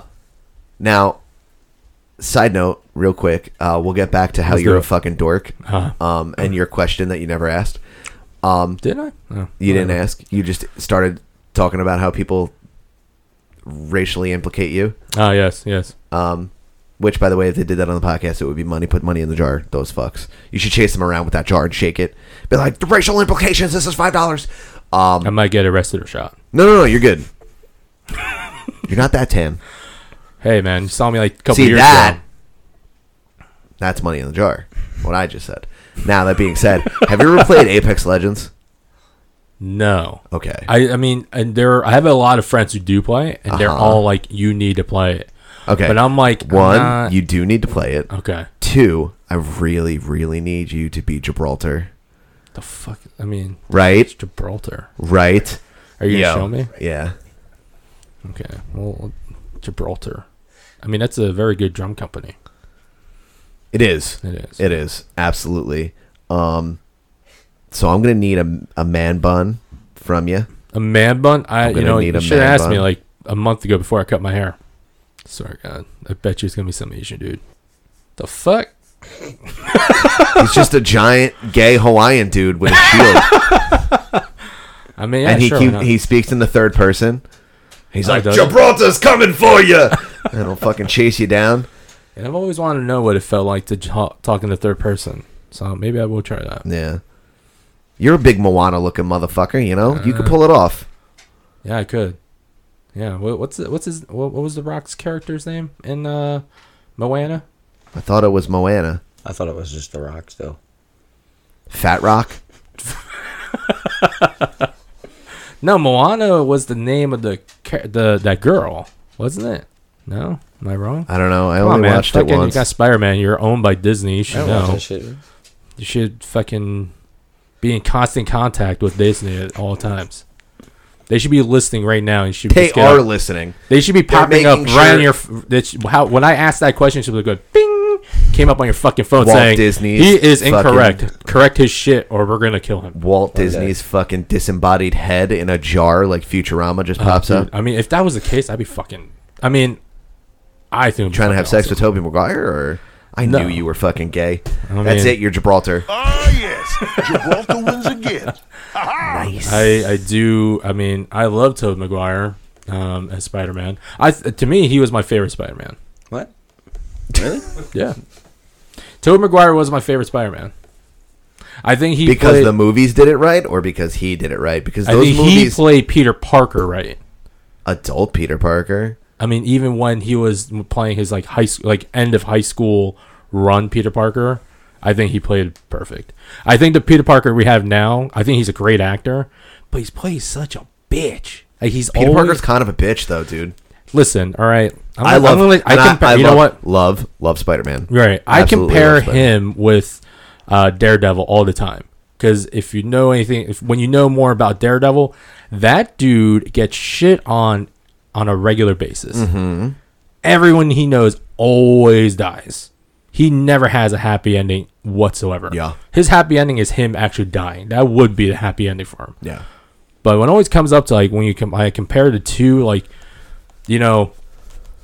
[SPEAKER 4] now, side note, real quick, uh, we'll get back to how
[SPEAKER 10] Let's
[SPEAKER 4] you're
[SPEAKER 10] do
[SPEAKER 4] a
[SPEAKER 10] it.
[SPEAKER 4] fucking dork
[SPEAKER 10] Uh-huh.
[SPEAKER 4] um, and your question that you never asked. Um,
[SPEAKER 10] Did I? No.
[SPEAKER 4] you didn't ask. You just started talking about how people racially implicate you.
[SPEAKER 10] Ah, yes, yes.
[SPEAKER 4] Which, by the way, if they did that on the podcast, it would be money. Put money in the jar. Those fucks. You should chase them around with that jar and shake it. Be like, the racial implications. This is five dollars. Um,
[SPEAKER 10] I might get arrested or shot.
[SPEAKER 4] no, no, no. You're good. you're not that tan.
[SPEAKER 10] Hey, man, you saw me like a couple
[SPEAKER 4] See
[SPEAKER 10] years
[SPEAKER 4] that?
[SPEAKER 10] ago.
[SPEAKER 4] That's money in the jar. What I just said. Now that being said, have you ever played Apex Legends?
[SPEAKER 10] No.
[SPEAKER 4] Okay.
[SPEAKER 10] I, I mean, and there I have a lot of friends who do play, it, and they're
[SPEAKER 4] Uh-huh.
[SPEAKER 10] all like, "You need to play it."
[SPEAKER 4] okay.
[SPEAKER 10] But I'm like, I'm
[SPEAKER 4] one,
[SPEAKER 10] not- Uh-huh.
[SPEAKER 4] you do need to play it.
[SPEAKER 10] Okay.
[SPEAKER 4] Two, I really, really need you to be Gibraltar.
[SPEAKER 10] The fuck? I mean,
[SPEAKER 4] Right?
[SPEAKER 10] it's Gibraltar.
[SPEAKER 4] Right?
[SPEAKER 10] Are you
[SPEAKER 4] Yo.
[SPEAKER 10] gonna show me?
[SPEAKER 4] Yeah.
[SPEAKER 10] Okay. Well, Gibraltar. I mean, that's a very good drum company.
[SPEAKER 4] It is.
[SPEAKER 10] It is.
[SPEAKER 4] It is absolutely. Um, so I'm gonna need a, a man bun from you.
[SPEAKER 10] A man bun. I you
[SPEAKER 4] gonna
[SPEAKER 10] know
[SPEAKER 4] need
[SPEAKER 10] you
[SPEAKER 4] a
[SPEAKER 10] should
[SPEAKER 4] man
[SPEAKER 10] ask me
[SPEAKER 4] bun.
[SPEAKER 10] like a month ago before I cut my hair. Sorry, God. I bet you it's gonna be some Asian dude. The fuck?
[SPEAKER 4] He's just a giant gay Hawaiian dude with a shield,
[SPEAKER 10] I mean, yeah,
[SPEAKER 4] and he
[SPEAKER 10] sure, why
[SPEAKER 4] keep,
[SPEAKER 10] not?
[SPEAKER 4] he speaks in the third person. He's
[SPEAKER 10] Oh,
[SPEAKER 4] like
[SPEAKER 10] does he?
[SPEAKER 4] Gibraltar's coming for you, and he'll fucking chase you down.
[SPEAKER 10] And I've always wanted to know what it felt like to j- talk, talk in the third person. So maybe I will try that.
[SPEAKER 4] Yeah, you're a big Moana looking motherfucker. You know you could
[SPEAKER 10] Uh.
[SPEAKER 4] pull it off.
[SPEAKER 10] Yeah, I could. Yeah. What, what's the, what's his what, what was the Rock's character's name in uh, Moana?
[SPEAKER 4] I thought it was Moana,
[SPEAKER 5] I thought it was just the rocks though.
[SPEAKER 4] Fat Rock.
[SPEAKER 10] No, Moana was the name of the cha- the that girl, wasn't it? No, am I wrong?
[SPEAKER 4] I don't know. I
[SPEAKER 10] Come on,
[SPEAKER 4] only
[SPEAKER 10] man.
[SPEAKER 4] watched it
[SPEAKER 10] fucking,
[SPEAKER 4] once.
[SPEAKER 10] You got Spider Man. You're owned by Disney. You
[SPEAKER 5] I
[SPEAKER 10] should
[SPEAKER 5] don't watch
[SPEAKER 10] know.
[SPEAKER 5] that shit.
[SPEAKER 10] You should fucking be in constant contact with Disney at all times. They should be listening right now. And should
[SPEAKER 4] they
[SPEAKER 10] just get
[SPEAKER 4] are
[SPEAKER 10] up-
[SPEAKER 4] listening.
[SPEAKER 10] They should be popping up
[SPEAKER 4] making
[SPEAKER 10] right on
[SPEAKER 4] sure-
[SPEAKER 10] your. f- That sh- how when I asked that question, she was like, "Bing!" Came up on your fucking phone
[SPEAKER 4] Walt
[SPEAKER 10] saying,
[SPEAKER 4] Disney's
[SPEAKER 10] "He is
[SPEAKER 4] fucking-
[SPEAKER 10] incorrect. Correct his shit, or we're gonna kill him."
[SPEAKER 4] Walt Disney's fucking disembodied head in a jar like Futurama just pops
[SPEAKER 10] Oh, Dude,
[SPEAKER 4] up.
[SPEAKER 10] I mean, if that was the case, I'd be fucking. I mean, I think I'm
[SPEAKER 4] trying to have sex with Toby Maguire or I
[SPEAKER 10] No.
[SPEAKER 4] knew you were fucking gay.
[SPEAKER 10] I
[SPEAKER 4] That's
[SPEAKER 10] mean-
[SPEAKER 4] it, you're Gibraltar.
[SPEAKER 8] Ah,
[SPEAKER 10] I I do. I mean, I love Tobey Maguire um, as Spider Man. I th- to me, he was my favorite Spider Man.
[SPEAKER 5] What? Really?
[SPEAKER 10] Yeah, Tobey Maguire was my favorite Spider Man. I think he
[SPEAKER 4] Because
[SPEAKER 10] played,
[SPEAKER 4] the movies did it right or because he did it right? Because
[SPEAKER 10] I
[SPEAKER 4] those
[SPEAKER 10] think he
[SPEAKER 4] movies
[SPEAKER 10] played Peter Parker right.
[SPEAKER 4] adult Peter Parker.
[SPEAKER 10] I mean, even when he was playing his like high school, like end of high school run, Peter Parker, I think he played perfect. I think the Peter Parker we have now, I think he's a great actor, but he's playing such a bitch. Like he's
[SPEAKER 4] Peter
[SPEAKER 10] always
[SPEAKER 4] Parker's kind of a bitch though, dude.
[SPEAKER 10] listen. All right, I'm
[SPEAKER 4] i
[SPEAKER 10] not-
[SPEAKER 4] love
[SPEAKER 10] I'm gonna- I
[SPEAKER 4] and
[SPEAKER 10] compare. you
[SPEAKER 4] love,
[SPEAKER 10] know what?
[SPEAKER 4] Love, love Spider Man.
[SPEAKER 10] Right. I compare him with uh, Daredevil all the time. Because if you know anything, if, when you know more about Daredevil, that dude gets shit on on a regular basis. Everyone he knows always dies. He never has a happy ending whatsoever.
[SPEAKER 4] Yeah.
[SPEAKER 10] His happy ending is him actually dying. That would be the happy ending for him.
[SPEAKER 4] Yeah.
[SPEAKER 10] But when it always comes up to like when you com- I compare the two, like you know,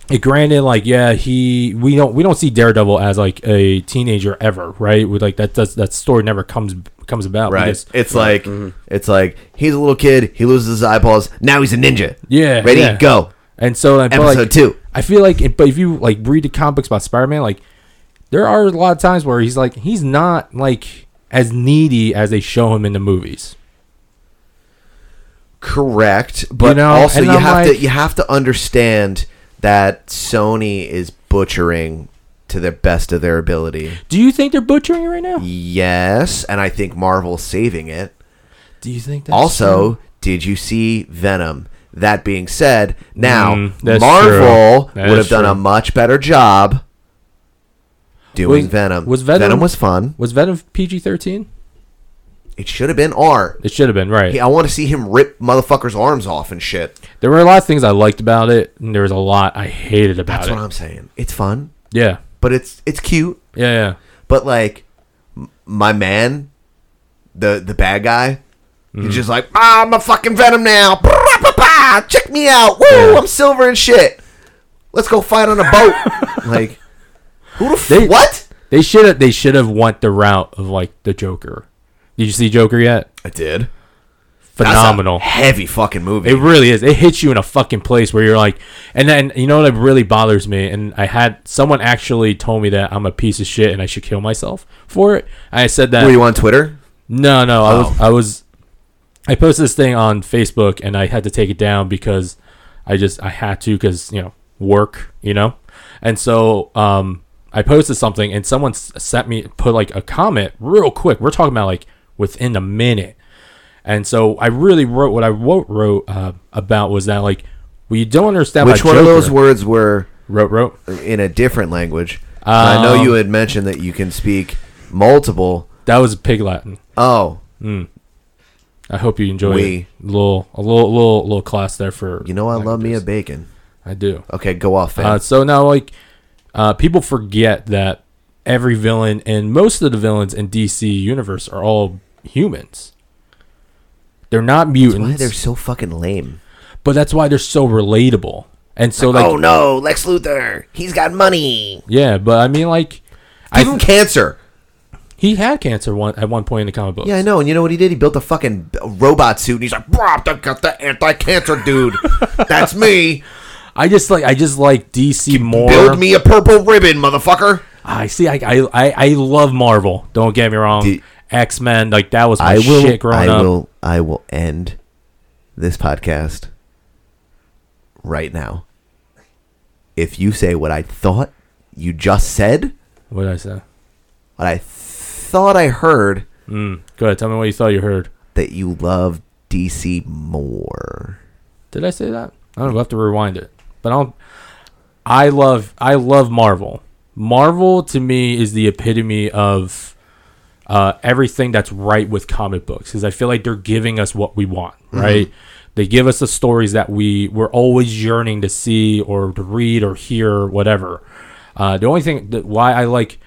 [SPEAKER 10] it granted like yeah he we don't we don't see Daredevil as like a teenager ever right with like that that's, that story never comes comes about
[SPEAKER 4] Right.
[SPEAKER 10] because-
[SPEAKER 4] it's like
[SPEAKER 10] Mm-hmm.
[SPEAKER 4] it's like he's a little kid, he loses his eyeballs, now he's a ninja.
[SPEAKER 10] Yeah,
[SPEAKER 4] Ready,
[SPEAKER 10] yeah.
[SPEAKER 4] go.
[SPEAKER 10] and so like, but,
[SPEAKER 4] Episode
[SPEAKER 10] like,
[SPEAKER 4] two.
[SPEAKER 10] I feel like it- but if you like read the comic books about Spider Man like there are a lot of times where he's like he's not like as needy as they show him in the movies
[SPEAKER 4] Correct, but
[SPEAKER 10] know,
[SPEAKER 4] also
[SPEAKER 10] and
[SPEAKER 4] you
[SPEAKER 10] I'm
[SPEAKER 4] have to
[SPEAKER 10] like-
[SPEAKER 4] you have to understand that Sony is butchering to the best of their ability.
[SPEAKER 10] do you think they're butchering it right now
[SPEAKER 4] Yes, and I think Marvel's saving it.
[SPEAKER 10] do you think that's
[SPEAKER 4] Also, did you see Venom? That being said, now
[SPEAKER 10] Mm, that's
[SPEAKER 4] Marvel
[SPEAKER 10] true. That
[SPEAKER 4] would
[SPEAKER 10] is
[SPEAKER 4] have done a
[SPEAKER 10] true.
[SPEAKER 4] much better job doing
[SPEAKER 10] Was-
[SPEAKER 4] Venom.
[SPEAKER 10] was Venom-
[SPEAKER 4] was fun.
[SPEAKER 10] was Venom PG thirteen
[SPEAKER 4] It should have been R.
[SPEAKER 10] It should have been right.
[SPEAKER 4] Hey, I want to see him rip motherfuckers' arms off and shit.
[SPEAKER 10] There were a lot of things I liked about it, and there was a lot I hated about
[SPEAKER 4] That's
[SPEAKER 10] it.
[SPEAKER 4] what I'm saying. It's fun,
[SPEAKER 10] yeah,
[SPEAKER 4] but it's it's cute.
[SPEAKER 10] yeah, yeah.
[SPEAKER 4] But like, m- my man, the the bad guy,
[SPEAKER 10] Mm-hmm.
[SPEAKER 4] he's just like, ah, I'm a fucking Venom now. Brrrr-pa-pa! Check me out. Woo,
[SPEAKER 10] Yeah.
[SPEAKER 4] I'm silver and shit. Let's go fight on a boat. like, who the f-
[SPEAKER 10] They-
[SPEAKER 4] what?
[SPEAKER 10] They should have. They should have went the route of like the Joker. Did you see Joker yet?
[SPEAKER 4] I did. That's a
[SPEAKER 10] Phenomenal.
[SPEAKER 4] heavy fucking movie.
[SPEAKER 10] It really is. It hits you in a fucking place where you're like, and then you know what really bothers me. And I had someone actually told me that I'm a piece of shit and I should kill myself for it. I said that.
[SPEAKER 4] Were you on Twitter?
[SPEAKER 10] No, no, I
[SPEAKER 4] Oh.
[SPEAKER 10] was, I was, I posted this thing on Facebook and I had to take it down because I just I had to because you know work, you know, and so um I posted something and someone s- sent me put like a comment real quick. We're talking about like within a minute, and so I really wrote what I wrote wrote uh, about was that like well you don't understand
[SPEAKER 4] Which
[SPEAKER 10] about
[SPEAKER 4] one of
[SPEAKER 10] Joker.
[SPEAKER 4] those words were
[SPEAKER 10] wrote wrote
[SPEAKER 4] in a different language? I know
[SPEAKER 10] Um,
[SPEAKER 4] you had mentioned that you can speak multiple.
[SPEAKER 10] that was pig Latin.
[SPEAKER 4] Oh,
[SPEAKER 10] I hope you enjoyed
[SPEAKER 4] We.
[SPEAKER 10] it. little a little little little class there for
[SPEAKER 4] you know I love me a
[SPEAKER 10] languages.
[SPEAKER 4] bacon.
[SPEAKER 10] I do.
[SPEAKER 4] Okay, go off. Fam.
[SPEAKER 10] Uh, so now, like, uh, people forget that every villain and most of the villains in DC universe are all humans. They're not mutants,
[SPEAKER 4] Why they're so fucking lame?
[SPEAKER 10] but that's why they're so relatable. And so, like,
[SPEAKER 4] oh no, Lex Luthor, he's got money.
[SPEAKER 10] yeah, but I mean, like, I
[SPEAKER 4] Give him cancer.
[SPEAKER 10] he had cancer one at one point in the comic book.
[SPEAKER 4] Yeah, I know. And you know what he did? He built a fucking b- robot suit, and he's like, "Bro, I got the anti-cancer dude. That's me.
[SPEAKER 10] I just like, I just like DC more.
[SPEAKER 4] Build me a purple ribbon, motherfucker."
[SPEAKER 10] I see. I, I, I, I love Marvel. Don't get me wrong.
[SPEAKER 4] Dude.
[SPEAKER 10] X Men, like that was my
[SPEAKER 4] I will.
[SPEAKER 10] shit growing
[SPEAKER 4] I
[SPEAKER 10] up.
[SPEAKER 4] will. I will end this podcast right now. If you say what I thought you just said,
[SPEAKER 10] What did I say?
[SPEAKER 4] what I thought I heard,
[SPEAKER 10] Go ahead. Tell me what you thought you heard.
[SPEAKER 4] that you love DC more.
[SPEAKER 10] Did I say that? I don't know. We'll have to rewind it. But I'll, I love I love Marvel. Marvel to me is the epitome of uh, everything that's right with comic books because I feel like they're giving us what we want. Right? They give us the stories that we we're always yearning to see or to read or hear or whatever. Uh, the only thing that why I like.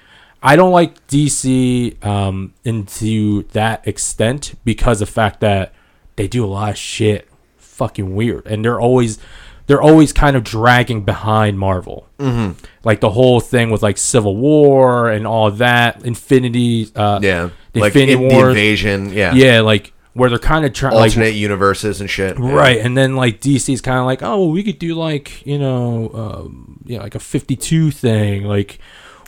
[SPEAKER 10] I don't like DC um, into that extent because of the fact that they do a lot of shit fucking weird and they're always they're always kind of dragging behind marvel mm-hmm. like the whole thing with like civil war and all that infinity uh the infinity war
[SPEAKER 4] invasion. Yeah,
[SPEAKER 10] yeah like where they're kind of trying like
[SPEAKER 4] universes and shit.
[SPEAKER 10] right and then like dc's kind of like oh well, we could do like you know um you know like a 52 thing like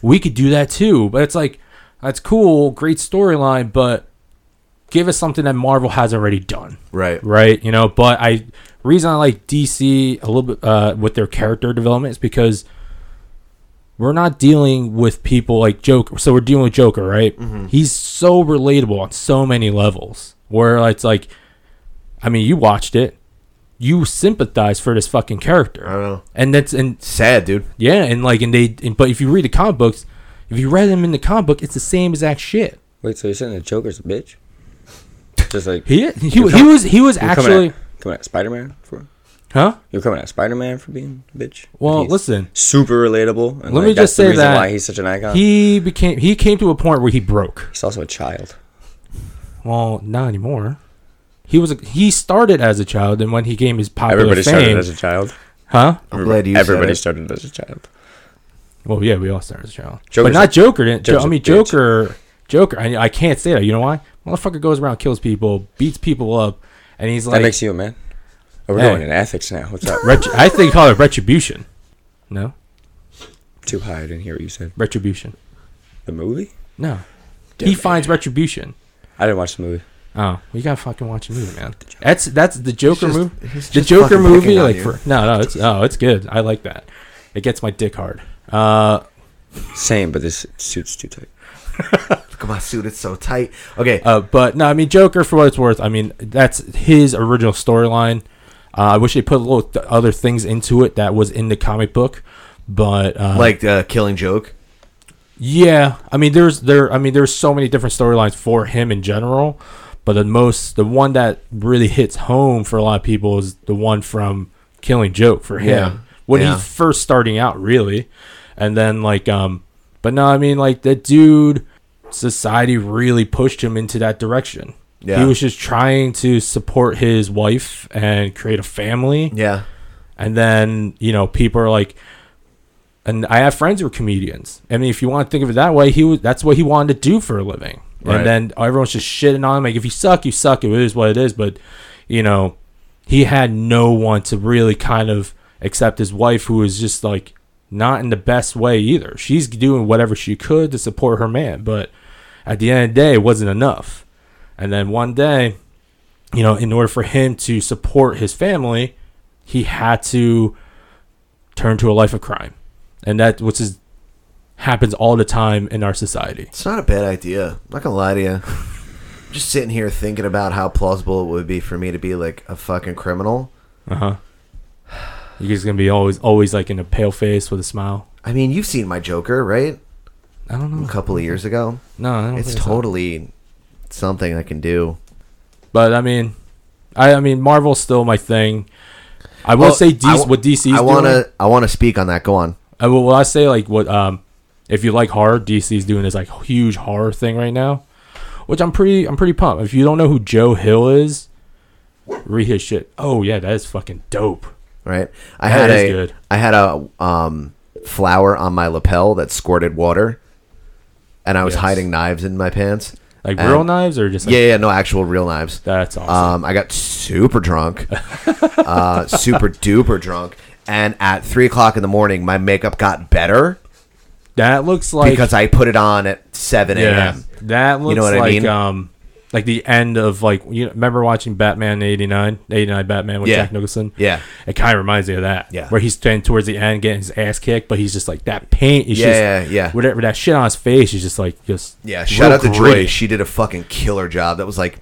[SPEAKER 10] we could do that too but it's like that's cool great storyline but give us something that marvel has already done
[SPEAKER 4] right,
[SPEAKER 10] right? You know, but I reason I like DC a little bit uh, with their character development is because we're not dealing with people like Joker. So we're dealing with Joker, right? He's so relatable on so many levels. Where it's like, I mean, you watched it, you sympathize for this fucking character, I
[SPEAKER 4] know.
[SPEAKER 10] and that's and
[SPEAKER 4] Sad, dude.
[SPEAKER 10] yeah, and like and they and, but if you read the comic books, if you read them in the comic book, it's the same exact shit.
[SPEAKER 5] Wait, so you're saying the Joker's a bitch? Just like
[SPEAKER 10] He he, he
[SPEAKER 5] You're coming-
[SPEAKER 10] was he was
[SPEAKER 5] you're coming
[SPEAKER 10] actually
[SPEAKER 5] at, coming at Spider-Man for
[SPEAKER 10] huh.
[SPEAKER 5] you're coming at Spider-Man for being a bitch.
[SPEAKER 10] Well,
[SPEAKER 5] He's
[SPEAKER 10] listen.
[SPEAKER 5] super relatable. And
[SPEAKER 10] Let
[SPEAKER 5] like,
[SPEAKER 10] me
[SPEAKER 5] that's
[SPEAKER 10] just
[SPEAKER 5] the
[SPEAKER 10] say
[SPEAKER 5] reason
[SPEAKER 10] that
[SPEAKER 5] why he's such an icon.
[SPEAKER 10] He became he came to a point where he broke.
[SPEAKER 5] he's also a child.
[SPEAKER 10] Well, not anymore. He was a, he started as a child, and when he gained his popular
[SPEAKER 5] Everybody
[SPEAKER 10] fame,
[SPEAKER 5] started as a child.
[SPEAKER 10] huh?
[SPEAKER 4] I'm glad you said
[SPEAKER 5] Everybody
[SPEAKER 4] it.
[SPEAKER 5] started as a child.
[SPEAKER 10] Well, yeah, we all started as a child,
[SPEAKER 5] Joker's
[SPEAKER 10] but not
[SPEAKER 5] a-
[SPEAKER 10] Joker. Didn't, Jo-
[SPEAKER 5] Joker's
[SPEAKER 10] I
[SPEAKER 5] a
[SPEAKER 10] mean,
[SPEAKER 5] bitch.
[SPEAKER 10] Joker, Joker. I, I can't say that. You know why? Motherfucker goes around, kills people, beats people up, and he's
[SPEAKER 5] That
[SPEAKER 10] like,
[SPEAKER 5] makes you a man. Oh, we're
[SPEAKER 10] Hey.
[SPEAKER 5] going in ethics now. What's up?
[SPEAKER 10] retri- I think call it retribution. No,
[SPEAKER 5] Too high. I didn't hear what you said.
[SPEAKER 10] retribution.
[SPEAKER 5] The movie?
[SPEAKER 10] No, he finds retribution.
[SPEAKER 5] I didn't watch the movie.
[SPEAKER 10] Oh, we gotta fucking watch a movie, man. That's that's the Joker
[SPEAKER 4] just-
[SPEAKER 10] movie.
[SPEAKER 4] he's
[SPEAKER 10] The
[SPEAKER 4] just
[SPEAKER 10] Joker
[SPEAKER 4] fucking picking
[SPEAKER 10] movie,
[SPEAKER 4] on
[SPEAKER 10] like
[SPEAKER 4] you.
[SPEAKER 10] for no, no, it's oh, it's good. I like that. It gets my dick hard. Uh,
[SPEAKER 5] Same, but this suit's too tight.
[SPEAKER 4] Look at my suit; it's so tight. Okay,
[SPEAKER 10] uh, but no, I mean Joker for what it's worth. I mean that's his original storyline. Uh, I wish they put a little th- other things into it that was in the comic book, but uh,
[SPEAKER 4] like uh, Killing Joke.
[SPEAKER 10] yeah, I mean there's there, I mean there's so many different storylines for him in general, But the most, the one that really hits home for a lot of people is the one from Killing Joke for him
[SPEAKER 4] Yeah.
[SPEAKER 10] when
[SPEAKER 4] Yeah.
[SPEAKER 10] he's first starting out, really. And then like, um, but no, I mean like that dude, society really pushed him into that direction.
[SPEAKER 4] Yeah.
[SPEAKER 10] He was just trying to support his wife and create a family.
[SPEAKER 4] Yeah.
[SPEAKER 10] And then, you know, people are like, and I have friends who are comedians. I mean, if you want to think of it that way, he was, that's what he wanted to do for a living.
[SPEAKER 4] Right.
[SPEAKER 10] And then everyone's just shitting on him. Like, if you suck, you suck. It is what it is. But, you know, he had no one to really kind of accept his wife, who was just like not in the best way either. She's doing whatever she could to support her man. But at the end of the day, it wasn't enough. And then one day, you know, in order for him to support his family, he had to turn to a life of crime, and that which is happens all the time in our society.
[SPEAKER 4] It's not a bad idea. I'm not gonna lie to you. Just sitting here thinking about how plausible it would be for me to be like a fucking criminal.
[SPEAKER 10] Uh huh. You're just gonna be always, always like in a pale face with a smile.
[SPEAKER 4] I mean, you've seen my Joker, right?
[SPEAKER 10] I don't
[SPEAKER 4] A
[SPEAKER 10] know.
[SPEAKER 4] couple of years ago.
[SPEAKER 10] No, I don't
[SPEAKER 4] It's
[SPEAKER 10] think so.
[SPEAKER 4] totally something I can do.
[SPEAKER 10] But I mean, I I mean, Marvel's still my thing. I will say DC,
[SPEAKER 4] I wa-
[SPEAKER 10] what DC's
[SPEAKER 4] I
[SPEAKER 10] doing.
[SPEAKER 4] wanna I wanna speak on that. Go on.
[SPEAKER 10] I will, will I say like what um if you like horror, DC's doing this like huge horror thing right now, which I'm pretty I'm pretty pumped. If you don't know who Joe Hill is, read his shit. Oh yeah, that is fucking dope.
[SPEAKER 4] Right. I
[SPEAKER 10] That
[SPEAKER 4] had
[SPEAKER 10] is
[SPEAKER 4] a I
[SPEAKER 10] good.
[SPEAKER 4] had a um flower on my lapel that squirted water, and I was
[SPEAKER 10] Yes.
[SPEAKER 4] hiding knives in my pants.
[SPEAKER 10] Like
[SPEAKER 4] And-
[SPEAKER 10] real knives or just like,
[SPEAKER 4] Yeah, yeah, no actual real knives.
[SPEAKER 10] That's
[SPEAKER 4] Um,
[SPEAKER 10] awesome.
[SPEAKER 4] I got super drunk, uh, super duper drunk, and at three o'clock in the morning, my makeup got better
[SPEAKER 10] that looks like
[SPEAKER 4] because I put it on at seven a.m.
[SPEAKER 10] yeah, that looks
[SPEAKER 4] You know what I
[SPEAKER 10] like
[SPEAKER 4] mean?
[SPEAKER 10] um like the end of like you know, remember watching Batman 89, 89 Batman with
[SPEAKER 4] Yeah.
[SPEAKER 10] Jack Nicholson.
[SPEAKER 4] Yeah.
[SPEAKER 10] it kind of reminds me of that.
[SPEAKER 4] Yeah.
[SPEAKER 10] where he's standing towards the end getting his ass kicked, but he's just like that paint. Is
[SPEAKER 4] Yeah,
[SPEAKER 10] just,
[SPEAKER 4] yeah, yeah.
[SPEAKER 10] Whatever that shit on his face is just like just
[SPEAKER 4] Yeah, shout out to Joy.
[SPEAKER 10] Drake.
[SPEAKER 4] She did a fucking killer job. That was like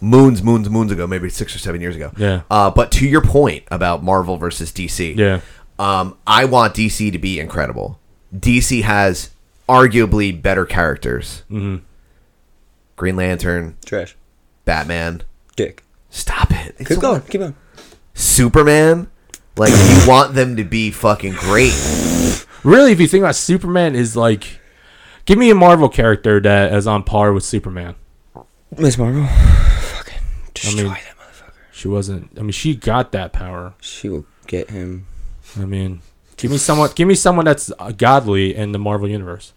[SPEAKER 4] moons, moons, moons ago, maybe six or seven years ago.
[SPEAKER 10] Yeah.
[SPEAKER 4] Uh, but to your point about Marvel versus DC,
[SPEAKER 10] Yeah.
[SPEAKER 4] um, I want DC to be incredible. DC has arguably better characters. Mm-hmm. Green Lantern,
[SPEAKER 5] Trash.
[SPEAKER 4] Batman.
[SPEAKER 5] Dick.
[SPEAKER 4] Stop it. It's
[SPEAKER 5] Keep
[SPEAKER 4] a
[SPEAKER 5] going.
[SPEAKER 4] lot.
[SPEAKER 5] Keep going.
[SPEAKER 4] Superman. Like you want them to be fucking great.
[SPEAKER 10] Really, if you think about Superman, is like, give me a Marvel character that is on par with Superman.
[SPEAKER 5] Miss Marvel. Fucking destroy
[SPEAKER 10] mean-
[SPEAKER 5] that motherfucker.
[SPEAKER 10] She wasn't. I mean, she got that power.
[SPEAKER 5] She will get him.
[SPEAKER 10] I mean, give me someone. Give me someone that's uh, godly in the Marvel universe.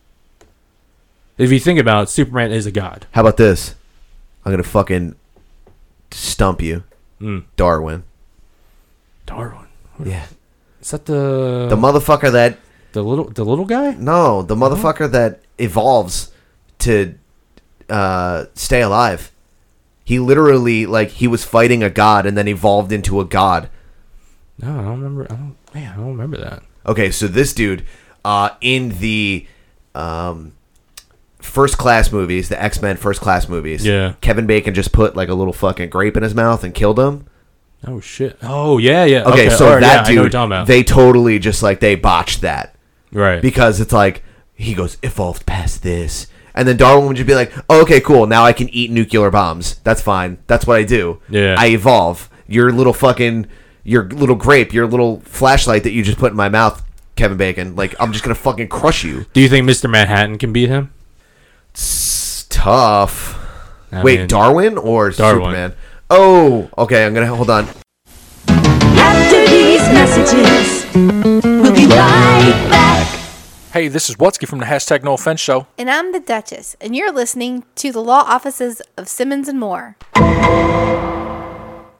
[SPEAKER 10] If you think about it, Superman is a god.
[SPEAKER 4] How about this? I'm gonna fucking stump you,
[SPEAKER 5] Mm.
[SPEAKER 4] Darwin.
[SPEAKER 10] Darwin.
[SPEAKER 4] Yeah.
[SPEAKER 10] Is that the
[SPEAKER 4] The
[SPEAKER 10] the,
[SPEAKER 4] motherfucker that
[SPEAKER 10] little the little guy?
[SPEAKER 4] No,
[SPEAKER 10] Mm-hmm.
[SPEAKER 4] the motherfucker that evolves to uh, stay alive. He literally like he was fighting a god and then evolved into a god.
[SPEAKER 10] No, I don't remember. I don't. Man, I don't remember that.
[SPEAKER 4] Okay, so this dude uh, in the um, first class movies, the X Men first class movies,
[SPEAKER 10] Yeah.
[SPEAKER 4] Kevin Bacon just put like a little fucking grape in his mouth and killed him.
[SPEAKER 10] Oh shit. Oh yeah, yeah.
[SPEAKER 4] Okay, so
[SPEAKER 10] alright, yeah,
[SPEAKER 4] that
[SPEAKER 10] I know what you're
[SPEAKER 4] dude,
[SPEAKER 10] talking about.
[SPEAKER 4] they totally just like they botched that.
[SPEAKER 10] right.
[SPEAKER 4] because it's like he goes evolved past this and then darwin would just be like oh, okay cool now i can eat nuclear bombs that's fine that's what i do
[SPEAKER 10] Yeah.
[SPEAKER 4] i evolve your little fucking your little grape your little flashlight that you just put in my mouth kevin bacon like i'm just gonna fucking crush you
[SPEAKER 10] Do you think Mr. Manhattan can beat him?
[SPEAKER 4] it's tough
[SPEAKER 10] I
[SPEAKER 4] wait
[SPEAKER 10] mean,
[SPEAKER 4] darwin or
[SPEAKER 10] Darwin.
[SPEAKER 4] superman oh okay i'm gonna hold on
[SPEAKER 1] After these messages, we'll be right back.
[SPEAKER 7] Hey, this is Wutzke from the hashtag No Offense Show.
[SPEAKER 8] And I'm the Duchess, and you're listening to the Law Offices of Simmons and Moore.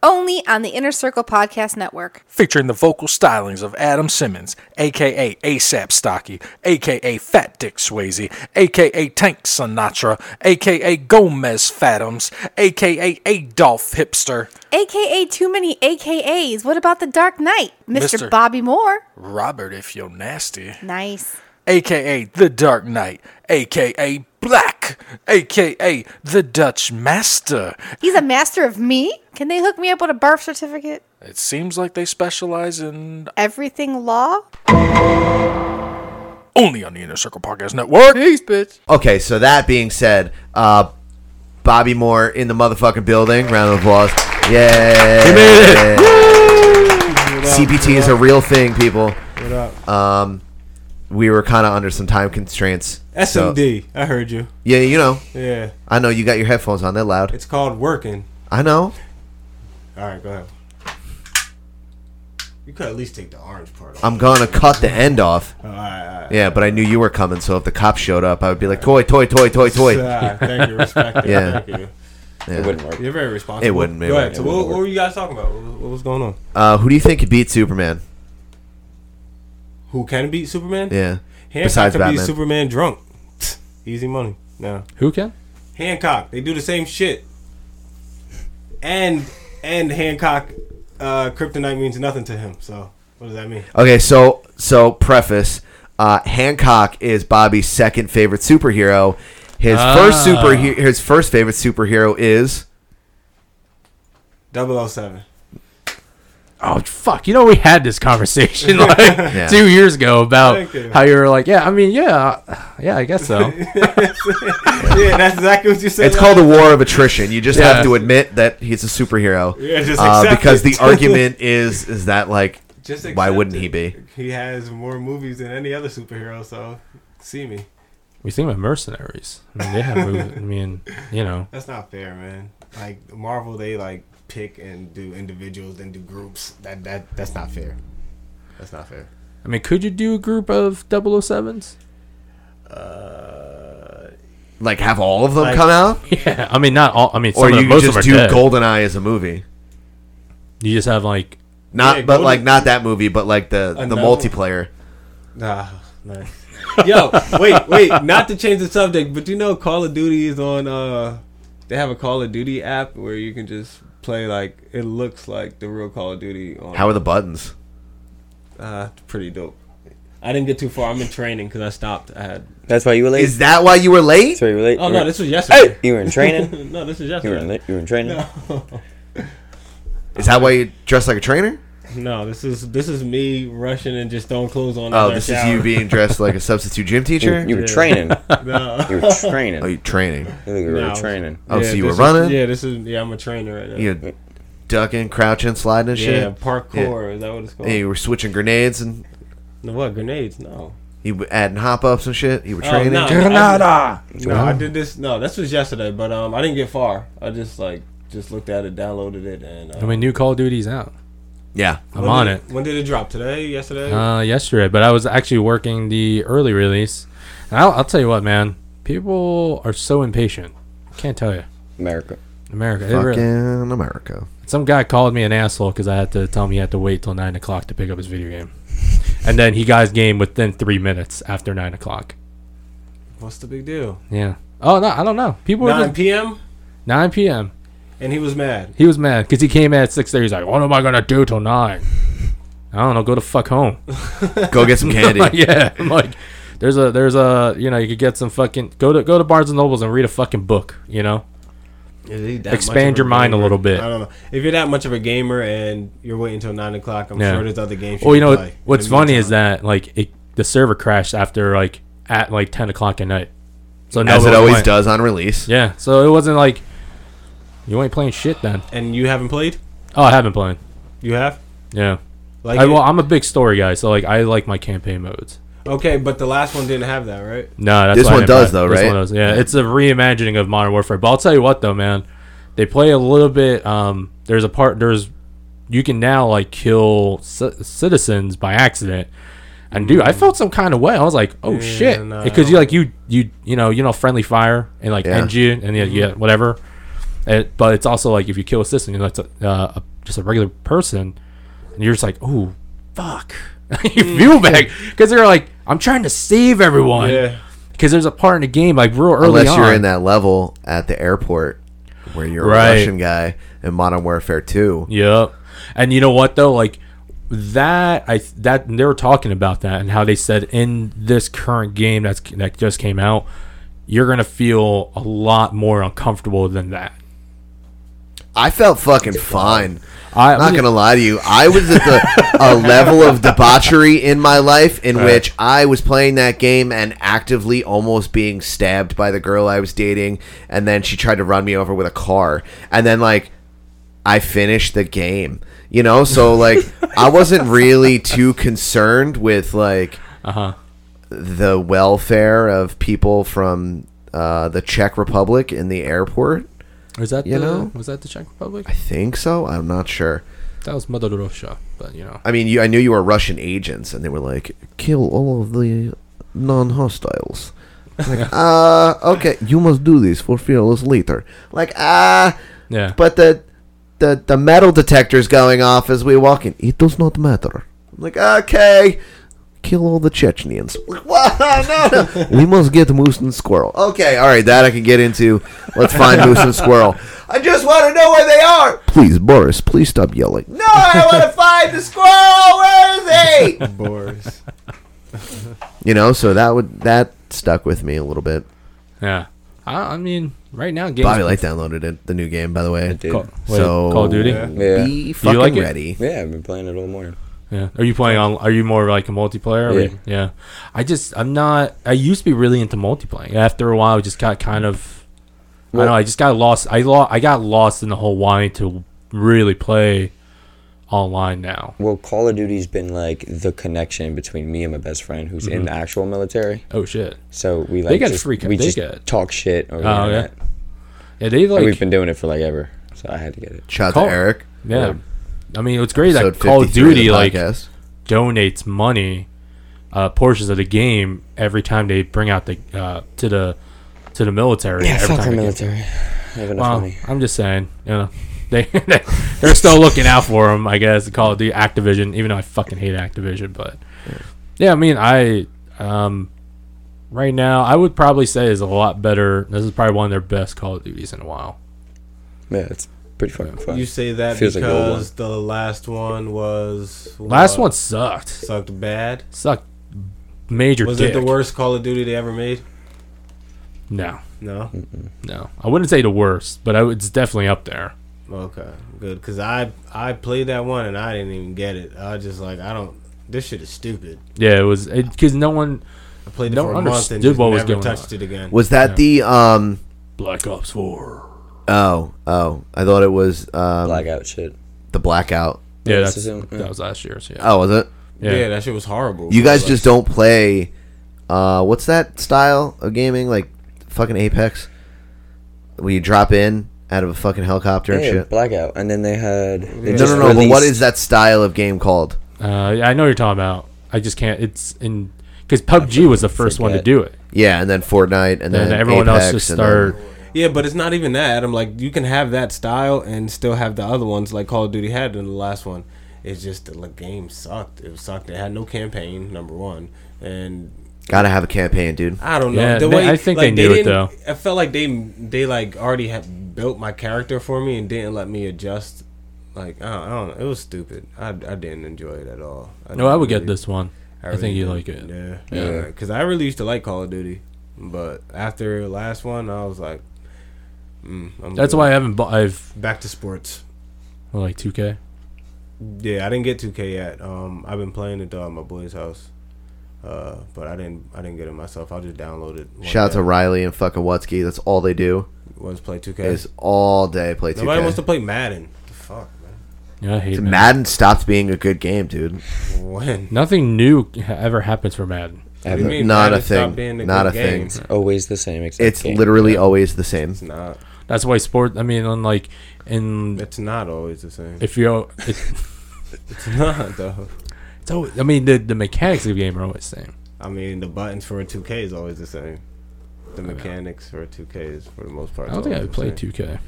[SPEAKER 8] Only on the Inner Circle Podcast Network.
[SPEAKER 7] featuring the vocal stylings of Adam Simmons, aka ASAP Stocky, aka Fat Dick Swayze, aka Tank Sinatra, aka Gomez Fathoms, aka Adolf Hipster,
[SPEAKER 8] AKA Too Many AKAs. What about the Dark Knight? Mr.
[SPEAKER 7] Mr.
[SPEAKER 8] Bobby Moore.
[SPEAKER 7] Robert if you're nasty,
[SPEAKER 8] Nice.
[SPEAKER 7] aka The Dark Knight, aka Black, aka The Dutch Master.
[SPEAKER 8] He's a master of me. Can they hook me up with a birth certificate?
[SPEAKER 7] It seems like they specialize in
[SPEAKER 8] Everything law?
[SPEAKER 7] only on the Inner Circle Podcast Network.
[SPEAKER 4] Okay, so that being said, uh, Bobby Moore in the motherfucking building. Round of applause. Yeah.
[SPEAKER 11] He made it.
[SPEAKER 4] CPT is a real thing, people.
[SPEAKER 11] What up?
[SPEAKER 4] Um, we were kind of under some time constraints. so-
[SPEAKER 11] SMD. I heard you.
[SPEAKER 4] yeah, you know.
[SPEAKER 11] Yeah.
[SPEAKER 4] I know you got your headphones on. They're loud.
[SPEAKER 11] It's called working.
[SPEAKER 4] I know.
[SPEAKER 11] All right, go ahead. You could at least take the orange part.
[SPEAKER 4] I'm gonna cut the end off.
[SPEAKER 11] All right, all right.
[SPEAKER 4] Yeah, but I knew you were coming, so if the cops showed up, I would be like, toy, toy, toy, toy, toy.
[SPEAKER 11] Ah, thank you, respect it,
[SPEAKER 4] Yeah.
[SPEAKER 11] thank you.
[SPEAKER 4] Yeah.
[SPEAKER 5] It wouldn't work.
[SPEAKER 11] You're very responsible.
[SPEAKER 4] It wouldn't, it
[SPEAKER 11] Go ahead.
[SPEAKER 4] wouldn't,
[SPEAKER 11] So
[SPEAKER 4] it wouldn't
[SPEAKER 11] what, what were you guys talking about? What was, what was going on?
[SPEAKER 4] Uh, who do you think could beat Superman?
[SPEAKER 11] Who can beat Superman?
[SPEAKER 4] Yeah.
[SPEAKER 11] Hancock
[SPEAKER 4] Besides
[SPEAKER 11] can beat
[SPEAKER 4] Batman.
[SPEAKER 11] Superman drunk. Easy money. No.
[SPEAKER 10] Who can?
[SPEAKER 11] Hancock. They do the same shit. And and Hancock, uh, kryptonite means nothing to him. So what does that mean?
[SPEAKER 4] Okay, so so preface. Uh, Hancock is Bobby's second favorite superhero. His
[SPEAKER 11] Ah.
[SPEAKER 4] first super his first favorite superhero is
[SPEAKER 11] 007.
[SPEAKER 10] Oh fuck! You know we had this conversation like
[SPEAKER 11] Yeah.
[SPEAKER 10] two years ago about
[SPEAKER 11] Thank you.
[SPEAKER 10] how you were like, yeah, I mean, yeah, uh, yeah, I guess so.
[SPEAKER 11] yeah, that's exactly what you said.
[SPEAKER 4] it's called the war of attrition. You just
[SPEAKER 10] Yeah.
[SPEAKER 4] have to admit that he's a superhero.
[SPEAKER 11] Yeah, just
[SPEAKER 4] uh,
[SPEAKER 11] accept
[SPEAKER 4] because
[SPEAKER 11] it.
[SPEAKER 4] the argument is is that like
[SPEAKER 11] Just
[SPEAKER 4] why
[SPEAKER 11] accept
[SPEAKER 4] wouldn't
[SPEAKER 11] it.
[SPEAKER 4] he be?
[SPEAKER 11] He has more movies than any other superhero. So see me.
[SPEAKER 10] We think about mercenaries. I mean, they have. Movies. I mean, you know,
[SPEAKER 11] That's not fair, man. Like Marvel, they like pick and do individuals, then do groups. That that that's not fair. That's not fair.
[SPEAKER 10] I mean, could you do a group of 007s?
[SPEAKER 4] Like have all of them
[SPEAKER 10] Like-
[SPEAKER 4] come out?
[SPEAKER 10] Yeah, I mean, not all. I mean, some
[SPEAKER 4] or
[SPEAKER 10] of them-
[SPEAKER 4] you
[SPEAKER 10] most of
[SPEAKER 4] just
[SPEAKER 10] them
[SPEAKER 4] do
[SPEAKER 10] are dead.
[SPEAKER 4] GoldenEye as a movie.
[SPEAKER 10] You just have like
[SPEAKER 4] Not,
[SPEAKER 11] Yeah,
[SPEAKER 4] but
[SPEAKER 11] Golden-
[SPEAKER 4] like not that movie, but like the the
[SPEAKER 11] Another-
[SPEAKER 4] multiplayer.
[SPEAKER 11] Ah, nice. Yo, wait, wait. Not to change the subject, but you know, Call of Duty is on. uh They have a Call of Duty app where you can just play like it looks like the real Call of Duty. On,
[SPEAKER 4] How are the buttons?
[SPEAKER 11] Uh, it's pretty dope. I didn't get too far. I'm in training because I stopped. I had.
[SPEAKER 5] That's why you were late.
[SPEAKER 4] Is that why you were late?
[SPEAKER 5] That's why you were late.
[SPEAKER 11] Oh
[SPEAKER 5] You
[SPEAKER 11] no,
[SPEAKER 5] were-
[SPEAKER 11] this was yesterday.
[SPEAKER 5] Hey! You were in training.
[SPEAKER 11] no, this was
[SPEAKER 5] You were
[SPEAKER 11] yesterday.
[SPEAKER 5] in, you were in training.
[SPEAKER 11] No.
[SPEAKER 4] Is that why you dress like a trainer?
[SPEAKER 11] No, this is this is me rushing and just throwing clothes on.
[SPEAKER 4] Oh,
[SPEAKER 11] as I
[SPEAKER 4] this is
[SPEAKER 11] shower.
[SPEAKER 4] you being dressed like a substitute gym teacher.
[SPEAKER 11] Oh,
[SPEAKER 5] You, you were training.
[SPEAKER 11] No.
[SPEAKER 5] You were training.
[SPEAKER 4] Oh, you training?
[SPEAKER 5] You were
[SPEAKER 11] No.
[SPEAKER 5] training.
[SPEAKER 4] Oh, so you were
[SPEAKER 11] this is-
[SPEAKER 4] running?
[SPEAKER 11] yeah, this is yeah. I'm a trainer right now.
[SPEAKER 4] You ducking, crouching, sliding, and shit.
[SPEAKER 11] Yeah, parkour, is that what it's called?
[SPEAKER 4] Yeah, you were switching grenades and
[SPEAKER 11] No, what grenades? No.
[SPEAKER 4] you were adding hop ups and shit. You were
[SPEAKER 11] Oh,
[SPEAKER 4] training.
[SPEAKER 11] no, I-
[SPEAKER 10] Granada.
[SPEAKER 11] No, I did this. No, this was yesterday, but um, I didn't get far. I just like just looked at it, downloaded it, and. Uh,
[SPEAKER 10] I mean, new Call of Duty's out.
[SPEAKER 4] Yeah.
[SPEAKER 10] I'm
[SPEAKER 11] when
[SPEAKER 10] on
[SPEAKER 11] did
[SPEAKER 10] it.
[SPEAKER 11] When did it drop? Today? Yesterday?
[SPEAKER 10] Uh, yesterday, but I was actually working the early release. And I'll, I'll tell you what, man, people are so impatient. Can't tell you,
[SPEAKER 5] America.
[SPEAKER 10] America. they really-
[SPEAKER 4] Fucking America.
[SPEAKER 10] Some guy called me an asshole because I had to tell him he had to wait till nine o'clock to pick up his video game, and then he got his game within three minutes after nine o'clock.
[SPEAKER 11] What's the big deal?
[SPEAKER 10] Yeah. Oh no, I don't know. People were
[SPEAKER 11] 9
[SPEAKER 10] just,
[SPEAKER 11] p.m.
[SPEAKER 10] nine p.m.
[SPEAKER 11] and he was mad.
[SPEAKER 10] He was mad because he came at six thirty. He's like, "What am I gonna do till nine? I don't know. Go to fuck home.
[SPEAKER 4] Go get some candy.
[SPEAKER 10] yeah. I'm like, there's a there's a you know you could get some fucking go to go to Barnes and Nobles and read a fucking book. You know.
[SPEAKER 11] Is he that much
[SPEAKER 10] Expand
[SPEAKER 11] of
[SPEAKER 10] your mind a
[SPEAKER 11] gamer?
[SPEAKER 10] little bit.
[SPEAKER 11] I don't know. If you're that much of a gamer and you're waiting until nine o'clock, I'm
[SPEAKER 10] Yeah.
[SPEAKER 11] sure there's other games.
[SPEAKER 10] Well, you know
[SPEAKER 11] can play.
[SPEAKER 10] what's
[SPEAKER 11] In the
[SPEAKER 10] funny
[SPEAKER 11] meantime.
[SPEAKER 10] is that like it, the server crashed after like at like ten o'clock at night. So
[SPEAKER 4] As it
[SPEAKER 10] nobody
[SPEAKER 4] always
[SPEAKER 10] went.
[SPEAKER 4] does on release.
[SPEAKER 10] Yeah. So it wasn't like you ain't playing shit then.
[SPEAKER 11] And you haven't played?
[SPEAKER 10] Oh, I haven't played.
[SPEAKER 11] You have?
[SPEAKER 10] Yeah.
[SPEAKER 11] Like
[SPEAKER 10] I,
[SPEAKER 11] it?
[SPEAKER 10] well, I'm a big story guy, so like I like my campaign modes.
[SPEAKER 11] Okay, but the last one didn't have that, right?
[SPEAKER 10] No, that's
[SPEAKER 4] This
[SPEAKER 10] why I
[SPEAKER 4] one
[SPEAKER 10] didn't
[SPEAKER 4] does,
[SPEAKER 10] buy it.
[SPEAKER 4] though,
[SPEAKER 10] This
[SPEAKER 4] right?
[SPEAKER 10] one does. Yeah, it's a reimagining of Modern Warfare. But I'll tell you what, though, man, they play a little bit. Um, there's a part. There's you can now like kill c- citizens by accident. And dude,
[SPEAKER 4] Hmm.
[SPEAKER 10] I felt some kind of way. I was like, "Oh shit,"
[SPEAKER 11] no, I
[SPEAKER 10] because you like you you you know you know friendly fire and like
[SPEAKER 4] Yeah. Hmm.
[SPEAKER 10] end you and yeah, yeah whatever. It, but it's also like if you kill a citizen, you know, it's a, uh, a, just a regular person, and you're just like, "Oh fuck," you feel bad because they're like, "I'm trying to save everyone."
[SPEAKER 11] Yeah.
[SPEAKER 10] because there's a part in the game like real early
[SPEAKER 4] Unless
[SPEAKER 10] on.
[SPEAKER 4] you're in that level at the airport where you're
[SPEAKER 10] Right.
[SPEAKER 4] a Russian guy in Modern Warfare 2.
[SPEAKER 10] Yep. And you know what though, like that I that they were talking about that and how they said in this current game that's that just came out, you're gonna feel a lot more uncomfortable than that.
[SPEAKER 4] I felt fucking fine.
[SPEAKER 10] I,
[SPEAKER 4] am not gonna lie to you. I was at the a level of debauchery in my life in
[SPEAKER 10] Right.
[SPEAKER 4] which I was playing that game and actively almost being stabbed by the girl I was dating, and then she tried to run me over with a car, and then like I finished the game. You know, so like I wasn't really too concerned with like the welfare of people from uh, the Czech Republic in the airport.
[SPEAKER 10] Or is that
[SPEAKER 4] you
[SPEAKER 10] the,
[SPEAKER 4] know?
[SPEAKER 10] was that the Czech Republic?
[SPEAKER 4] I think so. I'm not sure.
[SPEAKER 10] That was Mother Russia, but you know.
[SPEAKER 4] I mean, you, I knew you were Russian agents, and they were like, "Kill all of the non-hostiles." Like, uh, okay, you must do this for fearless later. Like, ah,
[SPEAKER 10] Yeah.
[SPEAKER 4] But the the the metal detector's going off as we walk in. It does not matter. I'm like, okay, kill all the Chechens. Like, what? No, no. we must get moose and squirrel. Okay, all right, that I can get into. Let's find moose and squirrel. I just want to know where they are. Please, Boris, please stop yelling. No, I want to find the squirrel. Where is he?
[SPEAKER 11] Boris.
[SPEAKER 4] You know, so that would that stuck with me a little bit.
[SPEAKER 10] Yeah. I, I mean, right now, games.
[SPEAKER 4] Bobby Light downloaded it, the new game, by the way.
[SPEAKER 5] did.
[SPEAKER 10] Call, wait,
[SPEAKER 4] So
[SPEAKER 10] Call of Duty.
[SPEAKER 5] Yeah.
[SPEAKER 4] be
[SPEAKER 5] You
[SPEAKER 4] fucking
[SPEAKER 10] like it?
[SPEAKER 4] ready.
[SPEAKER 5] Yeah, I've been playing it all morning.
[SPEAKER 10] Yeah. Are you playing on? Are you more like a multiplayer? Or-
[SPEAKER 5] Yeah.
[SPEAKER 10] yeah. I just I'm not. I used to be really into multiplayer. After a while, I just got kind of. I don't know. I just got lost. I lo- I got lost in the whole wanting to really play online now.
[SPEAKER 5] Well, Call of Duty's been like the connection between me and my best friend, who's in the actual military.
[SPEAKER 10] Oh shit.
[SPEAKER 5] So we like
[SPEAKER 10] They got
[SPEAKER 5] just,
[SPEAKER 10] free co-
[SPEAKER 5] we
[SPEAKER 10] they
[SPEAKER 5] just
[SPEAKER 10] got-
[SPEAKER 5] talk shit over
[SPEAKER 10] Oh,
[SPEAKER 5] the
[SPEAKER 10] yeah.
[SPEAKER 5] internet.
[SPEAKER 10] Yeah, they
[SPEAKER 5] And
[SPEAKER 10] like.
[SPEAKER 5] we've been doing it for like ever, so I had to get it.
[SPEAKER 4] Shout out
[SPEAKER 10] Call-
[SPEAKER 4] to Eric.
[SPEAKER 10] yeah.
[SPEAKER 5] Yeah.
[SPEAKER 10] I mean, it's great that
[SPEAKER 4] Episode
[SPEAKER 10] Call of
[SPEAKER 4] 53 of the
[SPEAKER 10] Duty like
[SPEAKER 4] podcast.
[SPEAKER 10] donates money, uh, portions of the game every time they bring out the uh, to the to the military.
[SPEAKER 5] Yeah,
[SPEAKER 10] every
[SPEAKER 5] fuck
[SPEAKER 10] time
[SPEAKER 5] our
[SPEAKER 10] they give-
[SPEAKER 5] military. I have enough
[SPEAKER 10] Well,
[SPEAKER 5] money.
[SPEAKER 10] I'm just saying, you know, they they're still looking out for him. I guess Call of Duty, Activision, even though I fucking hate Activision, but yeah, I mean, I um, right now I would probably say is a lot better. This is probably one of their best Call of Duties in a while.
[SPEAKER 5] Yeah, it's pretty fucking fun.
[SPEAKER 11] You say that
[SPEAKER 5] Feels like gold
[SPEAKER 11] because the last one was
[SPEAKER 10] Last
[SPEAKER 11] what?
[SPEAKER 10] one sucked,
[SPEAKER 11] sucked bad.
[SPEAKER 10] sucked major.
[SPEAKER 11] Was
[SPEAKER 10] dick.
[SPEAKER 11] it the worst Call of Duty they ever made?
[SPEAKER 10] No,
[SPEAKER 11] No.
[SPEAKER 10] no, I wouldn't say the worst, but I, would- it's definitely up there.
[SPEAKER 11] Okay, good. Cause I I played that one and I didn't even get it. I was just like I don't. This shit is stupid.
[SPEAKER 10] Yeah, it was because no one
[SPEAKER 11] I played it
[SPEAKER 10] Don't
[SPEAKER 11] for a month and
[SPEAKER 10] understood
[SPEAKER 11] just
[SPEAKER 10] what was
[SPEAKER 11] never
[SPEAKER 10] going
[SPEAKER 11] touched it again.
[SPEAKER 4] Was that the um?
[SPEAKER 10] Black Ops Four.
[SPEAKER 4] Oh, oh, I thought it was um,
[SPEAKER 5] Blackout shit.
[SPEAKER 4] the blackout.
[SPEAKER 10] Yeah,
[SPEAKER 5] This
[SPEAKER 10] that's,
[SPEAKER 5] isn't-
[SPEAKER 10] that was last year's. Yeah.
[SPEAKER 4] Oh, was it?
[SPEAKER 11] yeah.
[SPEAKER 10] yeah.
[SPEAKER 11] that shit was horrible.
[SPEAKER 4] You guys
[SPEAKER 11] Like,
[SPEAKER 4] just don't play. Uh, what's that style of gaming? Like fucking Apex, where you drop in out of a fucking helicopter and
[SPEAKER 5] yeah,
[SPEAKER 4] Oh, shit.
[SPEAKER 5] Blackout. And then they had. They
[SPEAKER 4] No,
[SPEAKER 5] just
[SPEAKER 4] no, no. But what
[SPEAKER 5] released-
[SPEAKER 4] is that style of game called?
[SPEAKER 10] Uh, yeah, I know what you're talking about. I just can't. It's in because PUBG was the first one to
[SPEAKER 5] forget.
[SPEAKER 10] do it,
[SPEAKER 4] Yeah, and then Fortnite, and then
[SPEAKER 10] and everyone
[SPEAKER 4] Apex,
[SPEAKER 10] else just
[SPEAKER 4] and then-
[SPEAKER 10] started.
[SPEAKER 11] Yeah, but it's not even that. I'm like, you can have that style and still have the other ones like Call of Duty had in the last one. It's just the like, game sucked. It sucked. It had no campaign, number one, and
[SPEAKER 4] Gotta have a campaign, dude.
[SPEAKER 11] I don't know.
[SPEAKER 10] Yeah,
[SPEAKER 11] the
[SPEAKER 10] they-
[SPEAKER 11] way,
[SPEAKER 10] I think they knew it,
[SPEAKER 11] didn't-
[SPEAKER 10] though.
[SPEAKER 11] I felt like they they like already had built my character for me and didn't let me adjust. Like I don't, I don't know. It was stupid. I, I didn't enjoy it at all.
[SPEAKER 10] No, I would get
[SPEAKER 11] really-
[SPEAKER 10] this one. I
[SPEAKER 11] really
[SPEAKER 10] think you
[SPEAKER 11] didn't.
[SPEAKER 10] like it.
[SPEAKER 11] Yeah, yeah. Because I really used to like Call of Duty, but after last one, I was like, mm, I'm
[SPEAKER 10] That's
[SPEAKER 11] good.
[SPEAKER 10] why I haven't. bought I've
[SPEAKER 11] back to sports.
[SPEAKER 10] well, like 2K.
[SPEAKER 11] Yeah, I didn't get 2K yet. Um, I've been playing it though at my boy's house, uh, but I didn't I didn't get it myself. I just downloaded. one
[SPEAKER 4] Shout out
[SPEAKER 11] day.
[SPEAKER 4] to Riley and fucking Wutsky. That's all they do
[SPEAKER 11] was play 2K.
[SPEAKER 4] is all day play 2K.
[SPEAKER 11] Nobody wants to play Madden. The fuck, man.
[SPEAKER 10] Yeah, I hate Madden.
[SPEAKER 4] Madden stopped being a good game, dude.
[SPEAKER 11] When?
[SPEAKER 10] Nothing new ha- ever happens for Madden.
[SPEAKER 11] What do you mean?
[SPEAKER 4] Not a
[SPEAKER 11] Madden stopped
[SPEAKER 4] thing.
[SPEAKER 11] being
[SPEAKER 4] Not
[SPEAKER 11] good
[SPEAKER 4] a thing.
[SPEAKER 11] game?
[SPEAKER 5] Always the same. Exact
[SPEAKER 4] It's
[SPEAKER 5] game.
[SPEAKER 4] literally always the same.
[SPEAKER 11] It's not.
[SPEAKER 10] That's why sport. I mean, unlike in
[SPEAKER 11] It's not always the same.
[SPEAKER 10] if you're, it's,
[SPEAKER 11] It's not though.
[SPEAKER 10] it's always, I mean, the the mechanics of the game are always the same.
[SPEAKER 11] I mean, the buttons for a 2K is always the same. The mechanics for a 2K is for the most part.
[SPEAKER 10] Oh, I don't think I
[SPEAKER 11] always the
[SPEAKER 10] played
[SPEAKER 11] same.
[SPEAKER 10] 2K.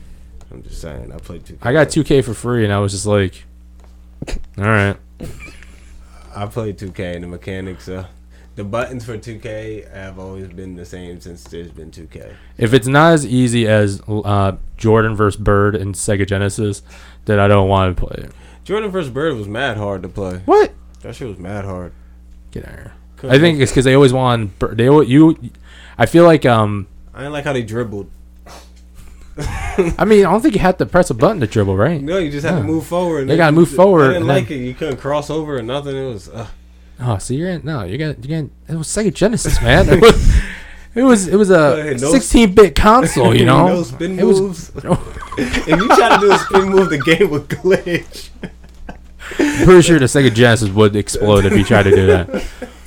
[SPEAKER 11] I'm just saying. I played 2K.
[SPEAKER 10] I got 2K for free, and I was just like, all right.
[SPEAKER 11] I played 2K and the mechanics. Uh, the buttons for 2K have always been the same since there's been 2K.
[SPEAKER 10] If it's not as easy as uh, Jordan versus Bird in Sega Genesis, then I don't want to play it.
[SPEAKER 11] Jordan vs. Bird was mad hard to play.
[SPEAKER 10] What?
[SPEAKER 11] That shit was mad hard.
[SPEAKER 10] Get out of here. I think it's because they always want Bird. They al- you. I feel like um
[SPEAKER 11] I didn't like how they dribbled.
[SPEAKER 10] I mean, I don't think you had to press a button to dribble, right?
[SPEAKER 11] No, you just have to
[SPEAKER 10] No.
[SPEAKER 11] move forward.
[SPEAKER 10] They got to move
[SPEAKER 11] I
[SPEAKER 10] forward.
[SPEAKER 11] didn't
[SPEAKER 10] and
[SPEAKER 11] like
[SPEAKER 10] then-
[SPEAKER 11] it. You couldn't cross over or nothing. It was. Uh,
[SPEAKER 10] Oh, so you're in? No, you're getting. You're getting. It was Sega Genesis, man. It was. It was. It was a
[SPEAKER 11] Hey, no-
[SPEAKER 10] 16-bit console. You know.
[SPEAKER 11] no spin
[SPEAKER 10] It was-
[SPEAKER 11] moves. if you try to do a spin move, the game would glitch.
[SPEAKER 10] I'm pretty sure the Sega Genesis would explode if you tried to do that.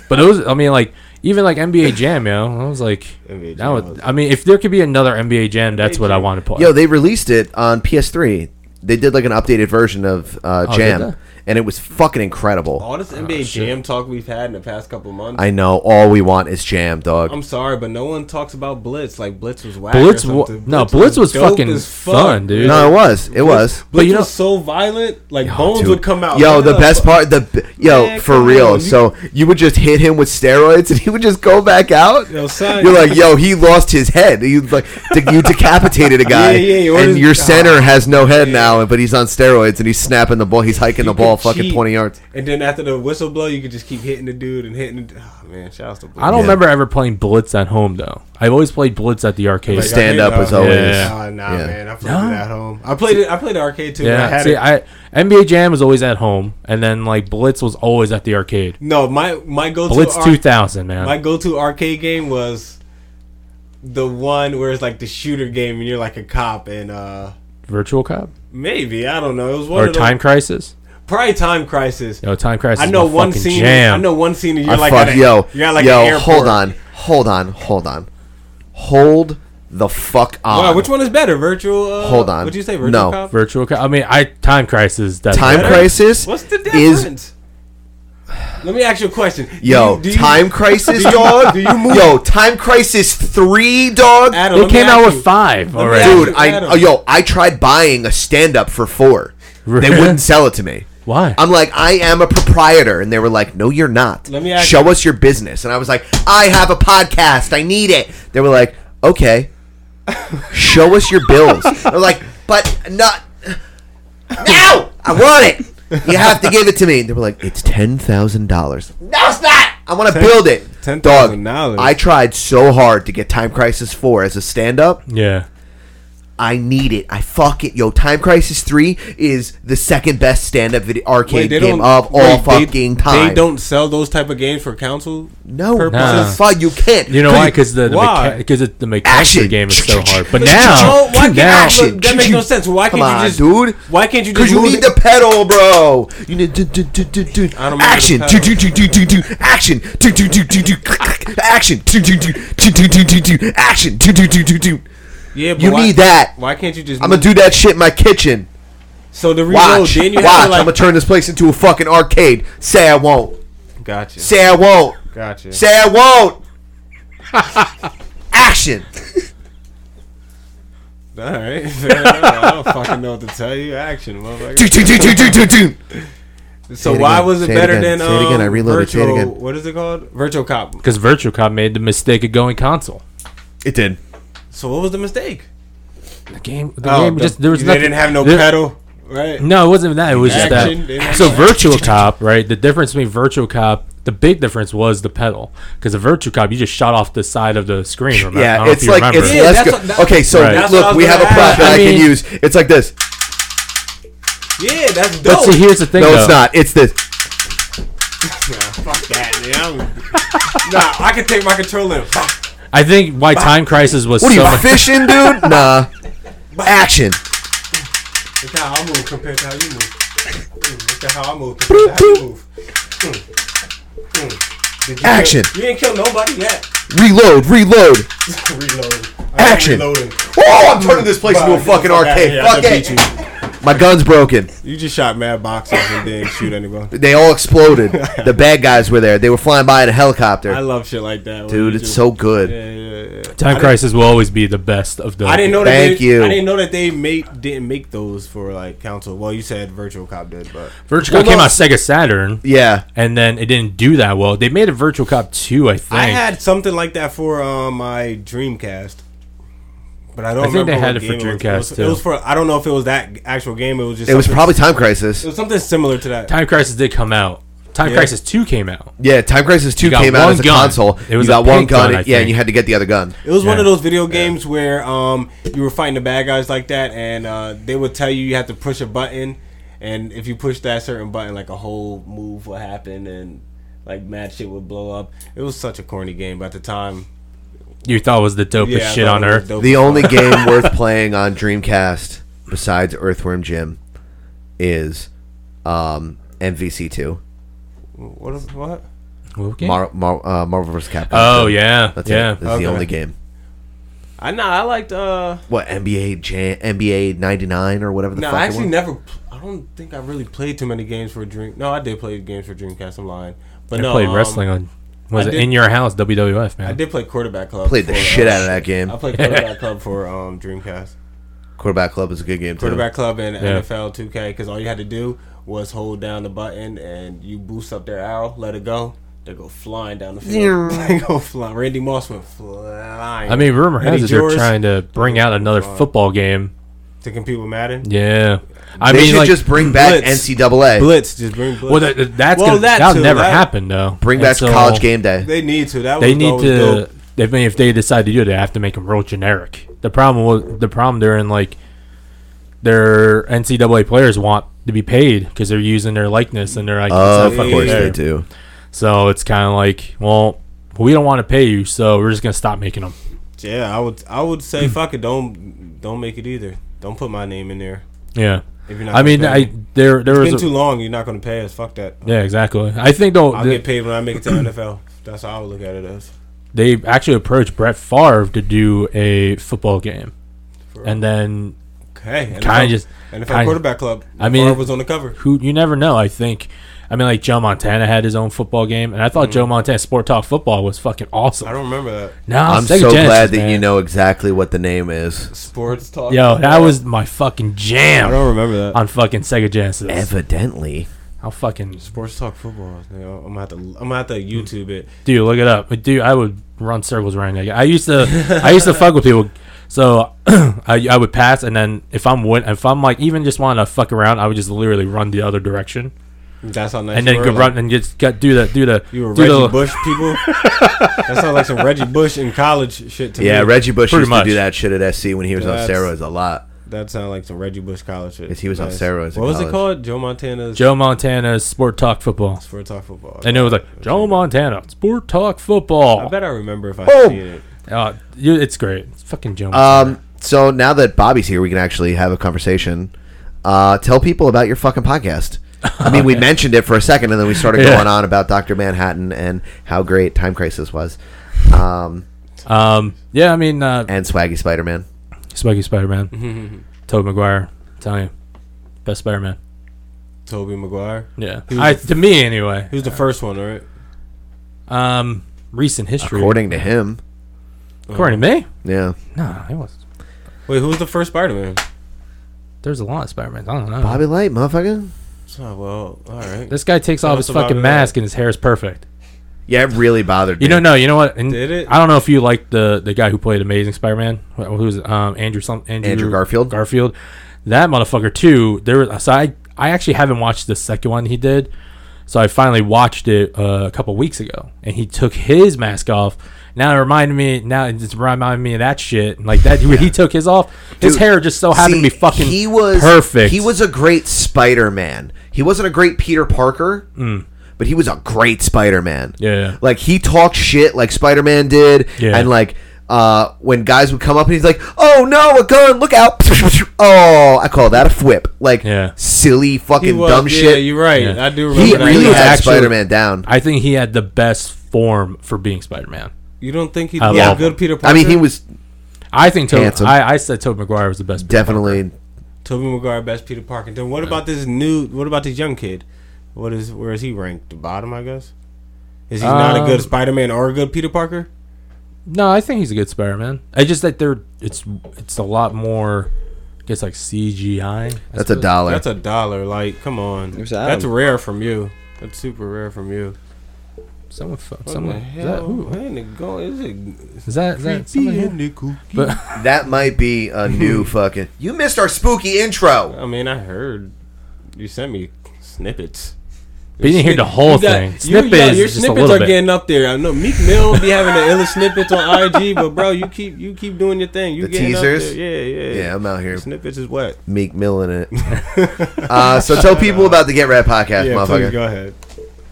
[SPEAKER 10] But it was, I mean, like even like NBA Jam, yo. I was like, that would, I mean, if there could be another NBA Jam, that's what I want to play.
[SPEAKER 4] Yo, they released it on PS3. They did like an updated version of uh,
[SPEAKER 10] Oh, did
[SPEAKER 4] Jam,
[SPEAKER 10] they?
[SPEAKER 4] and it was fucking incredible.
[SPEAKER 11] All
[SPEAKER 10] Ah,
[SPEAKER 11] this NBA Jam talk we've had in the past couple months.
[SPEAKER 4] I know. All we want is Jam, dog.
[SPEAKER 11] I'm sorry, but no one talks about Blitz. Like Blitz was whack.
[SPEAKER 10] Blitz,
[SPEAKER 11] or
[SPEAKER 10] wa-
[SPEAKER 11] something.
[SPEAKER 10] no, Blitz was
[SPEAKER 11] dope
[SPEAKER 10] fucking
[SPEAKER 11] as fuck.
[SPEAKER 10] fun, dude.
[SPEAKER 4] No, it was. It was.
[SPEAKER 11] Blitz was so violent, like bones
[SPEAKER 4] Dude.
[SPEAKER 11] would come out.
[SPEAKER 4] Yo,
[SPEAKER 11] Look
[SPEAKER 4] the
[SPEAKER 11] it up.
[SPEAKER 4] best part, the b- yo
[SPEAKER 11] Man,
[SPEAKER 4] for
[SPEAKER 11] come
[SPEAKER 4] real.
[SPEAKER 11] on, you-
[SPEAKER 4] so you would just hit him with steroids, and he would just go back out.
[SPEAKER 11] Yo, son.
[SPEAKER 4] You're like, yo, he lost his head. You like, de- you decapitated a guy,
[SPEAKER 11] Yeah, yeah, you
[SPEAKER 4] and
[SPEAKER 11] ordered-
[SPEAKER 4] your center has no head now, but he's on steroids, and he's snapping the ball. He's hiking the
[SPEAKER 11] You
[SPEAKER 4] ball
[SPEAKER 11] could
[SPEAKER 4] fucking
[SPEAKER 11] cheat,
[SPEAKER 4] twenty yards.
[SPEAKER 11] And then after the whistle blow, you could just keep hitting the dude and hitting. The, oh man, shout out to Blitz.
[SPEAKER 10] I don't remember ever playing Blitz at home though. I've always played Blitz at the arcade.
[SPEAKER 11] Like, Stand up was
[SPEAKER 4] always-
[SPEAKER 11] Nah, nah, man, I played
[SPEAKER 10] No?
[SPEAKER 11] it at home. I played it. I played the arcade too. and I
[SPEAKER 10] Yeah,
[SPEAKER 11] had
[SPEAKER 10] see,
[SPEAKER 11] it.
[SPEAKER 10] I NBA Jam was always at home, and then like Blitz was always at the arcade.
[SPEAKER 11] No, my my go to
[SPEAKER 10] Blitz 2000, man.
[SPEAKER 11] My go to arcade game was the one where it's like the shooter game and you're like a cop and uh
[SPEAKER 10] Virtual Cop
[SPEAKER 11] maybe I don't know. It was one
[SPEAKER 10] or
[SPEAKER 11] of those-
[SPEAKER 10] Time Crisis.
[SPEAKER 11] probably Time Crisis.
[SPEAKER 10] Yo, Time Crisis.
[SPEAKER 11] I know
[SPEAKER 10] is my
[SPEAKER 11] one
[SPEAKER 10] fucking
[SPEAKER 11] scene.
[SPEAKER 10] Jam.
[SPEAKER 11] I know one scene. and You're
[SPEAKER 4] I
[SPEAKER 11] like
[SPEAKER 4] fuck,
[SPEAKER 11] at a,
[SPEAKER 4] yo,
[SPEAKER 11] You're at like
[SPEAKER 4] yo,
[SPEAKER 11] an airport.
[SPEAKER 4] hold on, hold on, hold on, hold the fuck on.
[SPEAKER 11] Wow, which one is better, virtual? Uh,
[SPEAKER 4] Um, Hold on.
[SPEAKER 11] Would you say virtual
[SPEAKER 4] No.
[SPEAKER 11] cop?
[SPEAKER 10] Virtual Cop. I mean, I Time Crisis. That's
[SPEAKER 4] Time
[SPEAKER 10] better.
[SPEAKER 4] Crisis
[SPEAKER 11] What's the
[SPEAKER 4] is
[SPEAKER 11] difference? Let me ask you a question. Do
[SPEAKER 4] Yo,
[SPEAKER 11] you- do you-
[SPEAKER 4] Time Crisis,
[SPEAKER 11] do you-
[SPEAKER 4] dog.
[SPEAKER 11] Do you move?
[SPEAKER 4] Yo, Time Crisis three, dog.
[SPEAKER 11] Adam, They let me came out ask with you.
[SPEAKER 10] five
[SPEAKER 11] Let me already. ask
[SPEAKER 4] Dude,
[SPEAKER 11] you,
[SPEAKER 4] I
[SPEAKER 11] Adam.
[SPEAKER 4] oh, yo, I tried buying a stand up for four. They wouldn't sell Um, it to me.
[SPEAKER 10] Why?
[SPEAKER 4] I'm like, I am a proprietor, and they were like, No, you're not.
[SPEAKER 11] Let me ask
[SPEAKER 4] Show us your business. And I was like, I have a podcast. I need it. They were like, Okay, show us your bills. They're like, But not now. I want it. You have to give it to me. They were like, It's ten thousand dollars. No, it's not. I want to
[SPEAKER 11] Ten-
[SPEAKER 4] build it.
[SPEAKER 11] ten
[SPEAKER 4] Dog,
[SPEAKER 11] thousand dollars.
[SPEAKER 4] I tried so hard to get Time Crisis 4 as a stand up.
[SPEAKER 10] Yeah.
[SPEAKER 4] I need it. I fuck it. Yo, Time Crisis 3 is the second best stand up video arcade game of all
[SPEAKER 11] wait, they-
[SPEAKER 4] fucking time.
[SPEAKER 11] They don't sell those type of games for council.
[SPEAKER 4] No,
[SPEAKER 10] Nah.
[SPEAKER 4] purposes. fuck, you can't.
[SPEAKER 10] You know why? Because the
[SPEAKER 11] Why?
[SPEAKER 10] because the, mecha- 'cause it- the mechanics of the
[SPEAKER 4] Action.
[SPEAKER 10] game is so hard. But
[SPEAKER 11] Oh,
[SPEAKER 10] now,
[SPEAKER 11] why can't
[SPEAKER 10] now
[SPEAKER 11] you- look, that makes no sense. Why
[SPEAKER 4] Come
[SPEAKER 11] can't you
[SPEAKER 4] on,
[SPEAKER 11] just,
[SPEAKER 4] dude.
[SPEAKER 11] Why can't you
[SPEAKER 4] Because
[SPEAKER 11] just
[SPEAKER 4] you
[SPEAKER 11] move
[SPEAKER 4] need
[SPEAKER 11] it?
[SPEAKER 4] the pedal, bro. You need do, do, do, do, do.
[SPEAKER 11] I don't remember the
[SPEAKER 4] action. Do,
[SPEAKER 11] pedal.
[SPEAKER 4] do, do, do, do, do. Action. Do, do, do, do, do. Action. Do, do, do, do, do, do, do, do. Action. Do, do, do, do, do.
[SPEAKER 11] Yeah, but
[SPEAKER 4] You
[SPEAKER 11] why,
[SPEAKER 4] need that.
[SPEAKER 11] Why can't you just?
[SPEAKER 4] I'm gonna
[SPEAKER 11] move-
[SPEAKER 4] do that shit in my kitchen.
[SPEAKER 11] So the reload.
[SPEAKER 4] Watch.
[SPEAKER 11] Then you
[SPEAKER 4] Watch.
[SPEAKER 11] have to
[SPEAKER 4] I'm gonna
[SPEAKER 11] like.
[SPEAKER 4] turn this place into a fucking arcade. Say I won't.
[SPEAKER 11] Gotcha.
[SPEAKER 4] Say I won't.
[SPEAKER 11] Gotcha.
[SPEAKER 4] Say I won't. Action.
[SPEAKER 11] All right. fair enough. I don't fucking know what to tell you. Action, motherfucker.
[SPEAKER 4] Do, do, do, do, do, do, do.
[SPEAKER 11] So
[SPEAKER 4] Say it
[SPEAKER 11] why
[SPEAKER 4] again.
[SPEAKER 11] was it
[SPEAKER 4] Say it
[SPEAKER 11] better
[SPEAKER 4] again.
[SPEAKER 11] than
[SPEAKER 4] Say it
[SPEAKER 11] um,
[SPEAKER 4] again. I reloaded. Say it
[SPEAKER 11] virtual?
[SPEAKER 4] again.
[SPEAKER 11] What is it called? Virtual cop.
[SPEAKER 10] because Virtual Cop made the mistake of going console.
[SPEAKER 4] It did.
[SPEAKER 11] So what was the mistake?
[SPEAKER 10] The game, the
[SPEAKER 11] Oh,
[SPEAKER 10] game
[SPEAKER 11] the-
[SPEAKER 10] just there was
[SPEAKER 11] they
[SPEAKER 10] nothing.
[SPEAKER 11] didn't have no
[SPEAKER 10] there-
[SPEAKER 11] pedal, right?
[SPEAKER 10] No, it wasn't that. It was
[SPEAKER 11] Action,
[SPEAKER 10] just
[SPEAKER 11] didn't
[SPEAKER 10] that.
[SPEAKER 11] have
[SPEAKER 10] So
[SPEAKER 11] that.
[SPEAKER 10] Virtual Cop, right? The difference between Virtual Cop, the big difference was the pedal, because the Virtual Cop you just shot off the side of the screen. Remember? I
[SPEAKER 4] Yeah,
[SPEAKER 10] don't know if
[SPEAKER 4] it's
[SPEAKER 10] you
[SPEAKER 4] like
[SPEAKER 10] remember.
[SPEAKER 4] it's
[SPEAKER 11] Yeah,
[SPEAKER 4] let's
[SPEAKER 11] that's
[SPEAKER 4] go.
[SPEAKER 11] what- that-
[SPEAKER 4] okay, so
[SPEAKER 10] Right.
[SPEAKER 11] that's what I
[SPEAKER 4] look,
[SPEAKER 11] was
[SPEAKER 4] we have
[SPEAKER 11] gonna
[SPEAKER 4] a prop
[SPEAKER 11] ask.
[SPEAKER 4] that I,
[SPEAKER 10] I
[SPEAKER 4] can
[SPEAKER 10] mean-
[SPEAKER 4] use. It's like this.
[SPEAKER 11] Yeah, that's dope.
[SPEAKER 10] But see, here's the thing.
[SPEAKER 4] no, it's
[SPEAKER 10] though.
[SPEAKER 4] not. It's this.
[SPEAKER 11] Nah, fuck that, man. I'm- nah, I can take my controller. and
[SPEAKER 10] I think why Time Crisis was
[SPEAKER 4] What are
[SPEAKER 10] so.
[SPEAKER 4] you
[SPEAKER 10] much-
[SPEAKER 4] fishing, dude? Nah. Action.
[SPEAKER 11] Look at how I move compared to how you move. Mm, Look at how I move compared to how you move. Mm, mm. Did you
[SPEAKER 4] Action.
[SPEAKER 11] Kill, you ain't killed nobody yet.
[SPEAKER 4] Reload. Reload.
[SPEAKER 11] Reload.
[SPEAKER 4] Action.
[SPEAKER 11] Reloading.
[SPEAKER 4] Oh, I'm turning this place into a
[SPEAKER 11] Get the
[SPEAKER 4] fucking
[SPEAKER 11] fuck outta
[SPEAKER 4] arcade.
[SPEAKER 11] here. I
[SPEAKER 4] Fuck
[SPEAKER 11] done
[SPEAKER 4] it.
[SPEAKER 11] beat
[SPEAKER 4] My gun's broken.
[SPEAKER 11] You. you just shot mad boxes and didn't shoot anyone.
[SPEAKER 4] They all exploded. the bad guys were there. They were flying by in a helicopter.
[SPEAKER 11] I love shit like that. where
[SPEAKER 4] Dude,
[SPEAKER 11] you
[SPEAKER 4] it's
[SPEAKER 11] just-
[SPEAKER 4] so good.
[SPEAKER 11] Yeah, yeah, yeah.
[SPEAKER 10] Time Crisis will always be the best of the.
[SPEAKER 11] I didn't know that.
[SPEAKER 4] Thank
[SPEAKER 11] they,
[SPEAKER 4] you.
[SPEAKER 11] I didn't know that they made didn't make those for like console. Well, you said Virtual Cop did, but
[SPEAKER 10] Virtual Cop came out Sega Saturn.
[SPEAKER 4] Yeah.
[SPEAKER 10] and then it didn't do that well. They made a Virtual Cop 2, I think.
[SPEAKER 11] I had something like that for uh, my Dreamcast. But I
[SPEAKER 10] I
[SPEAKER 11] don't.
[SPEAKER 10] think they
[SPEAKER 11] remember
[SPEAKER 10] had
[SPEAKER 11] what
[SPEAKER 10] it for
[SPEAKER 11] game
[SPEAKER 10] Dreamcast,
[SPEAKER 11] was. It was,
[SPEAKER 10] too.
[SPEAKER 11] it was for. I don't know if it was that actual game. It was just.
[SPEAKER 4] It was
[SPEAKER 11] something-
[SPEAKER 4] probably Time Crisis.
[SPEAKER 11] It was something similar to that.
[SPEAKER 10] Time Crisis did come out. Time
[SPEAKER 4] Yeah.
[SPEAKER 10] Crisis Two came out.
[SPEAKER 4] Yeah, Time Crisis Two
[SPEAKER 10] You got
[SPEAKER 4] came out
[SPEAKER 10] one
[SPEAKER 4] as a
[SPEAKER 10] gun.
[SPEAKER 4] console.
[SPEAKER 10] It was
[SPEAKER 4] you
[SPEAKER 10] a
[SPEAKER 4] got one
[SPEAKER 10] pink
[SPEAKER 4] gun.
[SPEAKER 10] gun, I
[SPEAKER 4] yeah, and
[SPEAKER 10] think.
[SPEAKER 4] you had to get the other gun.
[SPEAKER 11] It was one
[SPEAKER 10] Yeah.
[SPEAKER 11] of those video games where um, you were fighting the bad guys like that, and uh, they would tell you you had to push a button, and if you push that certain button, like a whole move would happen, and like mad shit would blow up. It was such a corny game, but at the time,
[SPEAKER 10] You thought it was the dopest
[SPEAKER 11] Yeah, I
[SPEAKER 10] shit
[SPEAKER 11] thought
[SPEAKER 10] on
[SPEAKER 11] it was
[SPEAKER 10] earth.
[SPEAKER 11] dope.
[SPEAKER 4] The only game worth playing on Dreamcast besides Earthworm Jim is um, MVC Two.
[SPEAKER 11] what? if- What?
[SPEAKER 10] What game?
[SPEAKER 4] Mar- Mar- uh, Marvel vs. Capcom.
[SPEAKER 10] Oh,
[SPEAKER 4] two.
[SPEAKER 10] yeah,
[SPEAKER 4] that's
[SPEAKER 10] yeah.
[SPEAKER 4] It. That's
[SPEAKER 11] Okay.
[SPEAKER 4] the only game.
[SPEAKER 11] I know. I liked. uh
[SPEAKER 4] What NBA Jam, NBA '99 or whatever the
[SPEAKER 11] No,
[SPEAKER 4] fuck.
[SPEAKER 11] I
[SPEAKER 4] it
[SPEAKER 11] actually
[SPEAKER 4] was?
[SPEAKER 11] never. pl- I don't think I really played too many games for a drink. No, I did play games for Dreamcast. I'm lying, but
[SPEAKER 10] I
[SPEAKER 11] no,
[SPEAKER 10] played
[SPEAKER 11] um,
[SPEAKER 10] wrestling on.
[SPEAKER 11] I
[SPEAKER 10] Was it
[SPEAKER 11] did-
[SPEAKER 10] in your house? WWF man.
[SPEAKER 11] I did play quarterback club.
[SPEAKER 4] Played the
[SPEAKER 11] for, uh,
[SPEAKER 4] shit out of that game.
[SPEAKER 11] I played quarterback club for um, Dreamcast.
[SPEAKER 4] Quarterback Club is a good game too.
[SPEAKER 11] quarterback club and
[SPEAKER 10] Yeah.
[SPEAKER 11] NFL 2K because all you had to do was hold down the button and you boost up their arrow, let it go. They go flying down the field. they go flying. Randy Moss went flying.
[SPEAKER 10] I mean, rumor
[SPEAKER 11] Randy
[SPEAKER 10] has it they're
[SPEAKER 11] Jordan
[SPEAKER 10] trying to bring out another
[SPEAKER 11] Uh,
[SPEAKER 10] football game.
[SPEAKER 11] to compete with Madden.
[SPEAKER 10] Yeah, I
[SPEAKER 4] they
[SPEAKER 10] mean,
[SPEAKER 4] should
[SPEAKER 10] like,
[SPEAKER 4] just bring back
[SPEAKER 11] Blitz.
[SPEAKER 4] NCAA.
[SPEAKER 11] Blitz, just bring Blitz.
[SPEAKER 10] well, that, that's
[SPEAKER 11] Well,
[SPEAKER 10] gonna,
[SPEAKER 11] that
[SPEAKER 10] that'll
[SPEAKER 11] too,
[SPEAKER 10] never
[SPEAKER 11] that-
[SPEAKER 10] happen though.
[SPEAKER 4] Bring
[SPEAKER 10] And
[SPEAKER 4] back
[SPEAKER 10] so
[SPEAKER 4] College Game Day.
[SPEAKER 11] They need to. That
[SPEAKER 10] They
[SPEAKER 11] was
[SPEAKER 10] need
[SPEAKER 11] always
[SPEAKER 10] to.
[SPEAKER 11] dope.
[SPEAKER 10] If they, if they decide to do it, they have to make them real generic. The problem was the problem they're in like their NCAA players want to be paid because they're using their likeness and they're like,
[SPEAKER 4] of
[SPEAKER 10] "It's not fucking
[SPEAKER 4] course
[SPEAKER 10] fair."
[SPEAKER 4] they do.
[SPEAKER 10] So it's kind of like, well, we don't want to pay you, so we're just gonna stop making them.
[SPEAKER 11] Yeah, I would. I would
[SPEAKER 10] Hmm.
[SPEAKER 11] say fuck it. Don't don't make it either. Don't put my name in there.
[SPEAKER 10] Yeah,
[SPEAKER 11] If you're not
[SPEAKER 10] I mean,
[SPEAKER 11] gonna pay
[SPEAKER 10] I
[SPEAKER 11] me.
[SPEAKER 10] there there
[SPEAKER 11] It's
[SPEAKER 10] was
[SPEAKER 11] been
[SPEAKER 10] a,
[SPEAKER 11] too long. You're not gonna pay us. Fuck that.
[SPEAKER 10] yeah exactly. I think though
[SPEAKER 11] I'll
[SPEAKER 10] the-
[SPEAKER 11] get paid when I make it to NFL. That's how I would look at it as.
[SPEAKER 10] they actually approached Brett Favre to do a football game, and then
[SPEAKER 11] Hey, NFL,
[SPEAKER 10] Kinda just-
[SPEAKER 11] NFL
[SPEAKER 10] kinda-
[SPEAKER 11] quarterback club.
[SPEAKER 10] I mean-
[SPEAKER 11] Favre was on the cover.
[SPEAKER 10] who you never know. I think, I mean, like Joe Montana had his own football game, and I thought
[SPEAKER 4] Mm-hmm.
[SPEAKER 10] Joe Montana Sport Talk Football was fucking awesome.
[SPEAKER 11] I don't remember that.
[SPEAKER 10] No,
[SPEAKER 4] I'm
[SPEAKER 10] Sega
[SPEAKER 4] so
[SPEAKER 10] Genesis,
[SPEAKER 4] glad that you
[SPEAKER 10] man.
[SPEAKER 4] know exactly what the name is.
[SPEAKER 11] Sports talk.
[SPEAKER 10] Yo, that was my fucking
[SPEAKER 11] I
[SPEAKER 10] jam
[SPEAKER 11] don't remember that.
[SPEAKER 10] on fucking Sega Genesis.
[SPEAKER 4] Evidently,
[SPEAKER 10] I'll fucking
[SPEAKER 11] Sports talk football. You know, I'm gonna have to. I'm gonna have to YouTube it.
[SPEAKER 10] dude, look it up. But dude, I would run circles around that. guy. I used to, I used to fuck with people. So I, I would pass, and then if I'm win, if I'm like even just wanting to fuck around, I would just literally run the other direction.
[SPEAKER 11] That's how nice.
[SPEAKER 10] and then
[SPEAKER 11] you
[SPEAKER 10] go
[SPEAKER 11] were, like,
[SPEAKER 10] run and just got do the do the
[SPEAKER 11] You were
[SPEAKER 10] do
[SPEAKER 11] Reggie
[SPEAKER 10] the-
[SPEAKER 11] Bush people. that sounds like some Reggie Bush in college shit to
[SPEAKER 4] yeah,
[SPEAKER 11] me.
[SPEAKER 4] Reggie Bush
[SPEAKER 10] Pretty
[SPEAKER 4] used
[SPEAKER 10] much.
[SPEAKER 4] to do that shit at SC when he was on
[SPEAKER 11] That's-
[SPEAKER 4] steroids a lot.
[SPEAKER 11] That sounds like some Reggie Bush college shit.
[SPEAKER 4] Yes, he was on steroids in
[SPEAKER 11] What was it
[SPEAKER 4] college.
[SPEAKER 11] called? Joe Montana's
[SPEAKER 10] Joe Montana's Sport Talk Football.
[SPEAKER 11] Sports talk football.
[SPEAKER 10] And it was like Joe Montana Sport Talk
[SPEAKER 11] I
[SPEAKER 10] Football.
[SPEAKER 11] bet I remember if I seen it.
[SPEAKER 10] Uh, you- it's great. It's fucking Joe. Montana.
[SPEAKER 4] Um, so now that Bobby's here, we can actually have a conversation. Uh, tell people about your fucking podcast. I mean, we mentioned it for a second, and then we started
[SPEAKER 10] Yeah.
[SPEAKER 4] going on about Doctor Manhattan and how great Time Crisis was, um,
[SPEAKER 10] Um, yeah, I mean, uh,
[SPEAKER 4] and Swaggy Spider Man.
[SPEAKER 10] Spiky Spider Man, Tobey Maguire, I'm telling you, best Spider Man.
[SPEAKER 11] Toby Maguire.
[SPEAKER 10] Yeah,
[SPEAKER 11] was
[SPEAKER 10] I,
[SPEAKER 11] the
[SPEAKER 10] to me anyway.
[SPEAKER 11] He was the first one, right?
[SPEAKER 10] Um, recent history.
[SPEAKER 4] According to him,
[SPEAKER 10] according to me,
[SPEAKER 4] yeah,
[SPEAKER 10] no, it was.
[SPEAKER 11] Wait, who was the first Spider Man?
[SPEAKER 10] There's a lot of Spider Mans. I don't know.
[SPEAKER 4] Bobby Light, motherfucker.
[SPEAKER 11] Oh, well, all right.
[SPEAKER 10] This guy takes off
[SPEAKER 11] us
[SPEAKER 10] his
[SPEAKER 11] about
[SPEAKER 10] fucking
[SPEAKER 11] it.
[SPEAKER 10] mask and his hair is perfect.
[SPEAKER 4] Yeah, it really bothered me.
[SPEAKER 10] You don't know. You know what? And
[SPEAKER 11] Did it?
[SPEAKER 10] I don't know if you like the the guy who played Amazing Spider-Man, wh- who's um Andrew some Andrew,
[SPEAKER 4] Andrew Garfield?
[SPEAKER 10] Garfield, that motherfucker too. There was so I I actually haven't watched the second one he did, so I finally watched it uh, a couple weeks ago, and he took his mask off. Now it reminded me. Now it just reminded me of that shit. Like that, when he took his off. His
[SPEAKER 4] Dude,
[SPEAKER 10] hair just so happened
[SPEAKER 4] See,
[SPEAKER 10] to be fucking.
[SPEAKER 4] he was
[SPEAKER 10] perfect.
[SPEAKER 4] He was a great Spider Man. He wasn't a great Peter Parker, but he was a great Spider Man.
[SPEAKER 10] Mm. Yeah.
[SPEAKER 4] like he talked shit like Spider Man did,
[SPEAKER 10] Yeah.
[SPEAKER 4] and like. Uh, when guys would come up and he's like, "Oh no, a gun! Look out!" Oh, I call that a whip. Like
[SPEAKER 10] Yeah.
[SPEAKER 4] silly
[SPEAKER 11] He
[SPEAKER 4] fucking
[SPEAKER 11] was-
[SPEAKER 4] dumb
[SPEAKER 11] yeah,
[SPEAKER 4] shit.
[SPEAKER 11] you're right.
[SPEAKER 10] Yeah.
[SPEAKER 11] I do remember
[SPEAKER 4] he
[SPEAKER 11] that.
[SPEAKER 4] really
[SPEAKER 10] was
[SPEAKER 4] had
[SPEAKER 10] actually-
[SPEAKER 4] Spider Man down.
[SPEAKER 10] I think he had the best form for being Spider-Man.
[SPEAKER 11] You don't think he
[SPEAKER 10] I
[SPEAKER 11] did
[SPEAKER 10] love
[SPEAKER 11] a good Peter Parker?
[SPEAKER 4] I mean, he was
[SPEAKER 10] I think. Tobey
[SPEAKER 4] Handsome.
[SPEAKER 10] I, I said Tobey Maguire was the best. Peter
[SPEAKER 4] definitely
[SPEAKER 11] Toby Maguire best Peter Parker. Then what about this new? What about this young kid? What is where is he ranked? The bottom, I guess. Is he not a
[SPEAKER 10] Um,
[SPEAKER 11] good Spider Man or a good Peter Parker?
[SPEAKER 10] No, I think he's a good Spider Man. I just that they're it's it's a lot more. I guess like CGI. I
[SPEAKER 4] that's a
[SPEAKER 10] suppose.
[SPEAKER 4] dollar.
[SPEAKER 11] That's a dollar. Like, come on.
[SPEAKER 5] Who's Adam?
[SPEAKER 11] That's rare from you. That's super rare from you.
[SPEAKER 10] Someone fuck
[SPEAKER 11] What the
[SPEAKER 10] someone. Is that,
[SPEAKER 11] hell?
[SPEAKER 10] who?
[SPEAKER 11] Man, it go- is it-
[SPEAKER 10] Is that is that someone here? But
[SPEAKER 4] that might be a new fucking. You
[SPEAKER 10] Oh,
[SPEAKER 4] missed our spooky intro.
[SPEAKER 11] I mean, I heard you sent me snippets.
[SPEAKER 10] But you didn't hear the whole thing. Snippets,
[SPEAKER 11] Your, your
[SPEAKER 10] is just a
[SPEAKER 11] snippets
[SPEAKER 10] little
[SPEAKER 11] are
[SPEAKER 10] bit.
[SPEAKER 11] getting up there. I know Meek Mill be having the illest snippets on IG, but bro, you keep you keep doing your thing. You
[SPEAKER 4] The
[SPEAKER 11] getting
[SPEAKER 4] teasers?
[SPEAKER 11] Up there. Yeah, yeah,
[SPEAKER 4] Yeah, I'm out here.
[SPEAKER 11] Snippets is wet.
[SPEAKER 4] Meek Mill in it. uh, so tell people about the Get Rap podcast, motherfucker.
[SPEAKER 11] ahead.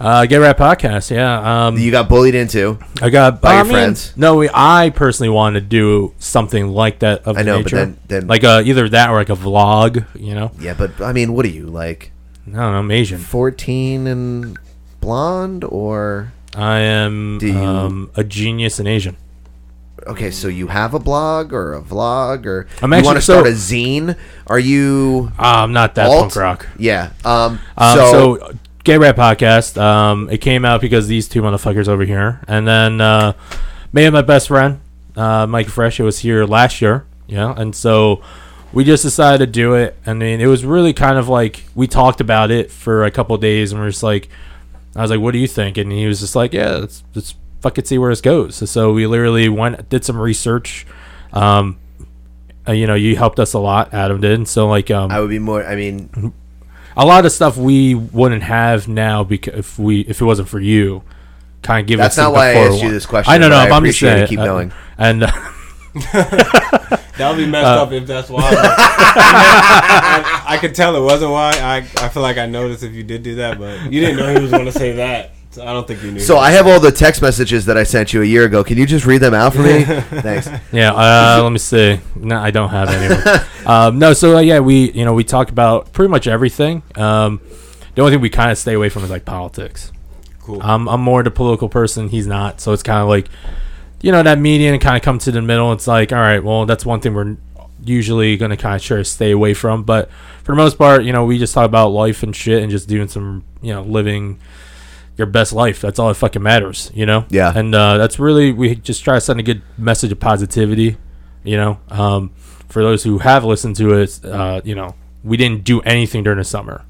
[SPEAKER 10] Uh, Get Rap Podcast, yeah. Um,
[SPEAKER 4] you got bullied into.
[SPEAKER 10] I got
[SPEAKER 4] By
[SPEAKER 10] I
[SPEAKER 4] your
[SPEAKER 10] mean,
[SPEAKER 4] friends.
[SPEAKER 10] No, we, I personally wanted to do something like that of
[SPEAKER 4] I
[SPEAKER 10] the
[SPEAKER 4] know, but
[SPEAKER 10] nature.
[SPEAKER 4] then- then-
[SPEAKER 10] like uh, either that or like a vlog, you know.
[SPEAKER 4] Yeah, but I mean, what are you like?
[SPEAKER 10] I don't know, I'm Asian.
[SPEAKER 4] Fourteen and blonde, or
[SPEAKER 10] I am
[SPEAKER 4] Do you-
[SPEAKER 10] um, a genius in Asian.
[SPEAKER 4] okay, so you have a blog or a vlog, or
[SPEAKER 10] I'm
[SPEAKER 4] you
[SPEAKER 10] actually-
[SPEAKER 4] want to start
[SPEAKER 10] so-
[SPEAKER 4] a zine? Are you?
[SPEAKER 10] Ah, I'm not that
[SPEAKER 4] alt?
[SPEAKER 10] punk rock.
[SPEAKER 4] Yeah. Um.
[SPEAKER 10] Um,
[SPEAKER 4] so,
[SPEAKER 10] so, Gay Rap Podcast. Um, it came out because these two motherfuckers over here, and then uh, me and my best friend uh, Mike Fresh. It was here last year, yeah, and so we just decided to do it. I mean, it was really kind of like we talked about it for a couple days, and we are just like, I was like, "What do you think?" And he was just like, "Yeah, let's let's fucking see where this goes." So, so we literally went did some research. Um, uh, you know, you helped us a lot, Adam did. And so like, um,
[SPEAKER 4] I would be more. I mean,
[SPEAKER 10] a lot of stuff we wouldn't have now because if we if it wasn't for you, kind of give
[SPEAKER 4] That's
[SPEAKER 10] us
[SPEAKER 4] not
[SPEAKER 10] the
[SPEAKER 4] why I
[SPEAKER 10] before
[SPEAKER 4] asked you
[SPEAKER 10] one.
[SPEAKER 4] this question,
[SPEAKER 10] I don't know.
[SPEAKER 4] but I
[SPEAKER 10] if I'm just
[SPEAKER 4] appreciate it.
[SPEAKER 10] saying,
[SPEAKER 4] Keep
[SPEAKER 10] uh,
[SPEAKER 4] going.
[SPEAKER 10] And
[SPEAKER 11] That would be messed
[SPEAKER 10] Uh,
[SPEAKER 11] up if that's why. I, I could tell it wasn't why. I I feel like I noticed if you did do that, but you didn't know he was going to say that. So I don't think you knew.
[SPEAKER 4] so I have all the text messages that I sent you a year ago. Can you just read them out for me? Thanks.
[SPEAKER 10] yeah, uh, let me see. No, I don't have any. of 'em. um, no, so uh, yeah, we you know we talk about pretty much everything. Um, the only thing we kind of stay away from is like politics.
[SPEAKER 11] Cool.
[SPEAKER 10] I'm I'm more the political person. He's not. So it's kind of like, you know, that median kind of come to the middle. It's like, all right, well, that's one thing we're usually going to kind of try to stay away from. But for the most part, you know, we just talk about life and shit and just doing some, you know, living your best life. That's all that fucking matters, you know?
[SPEAKER 4] Yeah.
[SPEAKER 10] And uh, that's really, we just try to send a good message of positivity, you know? Um, for those who have listened to it, uh, you know, we didn't do anything during the summer.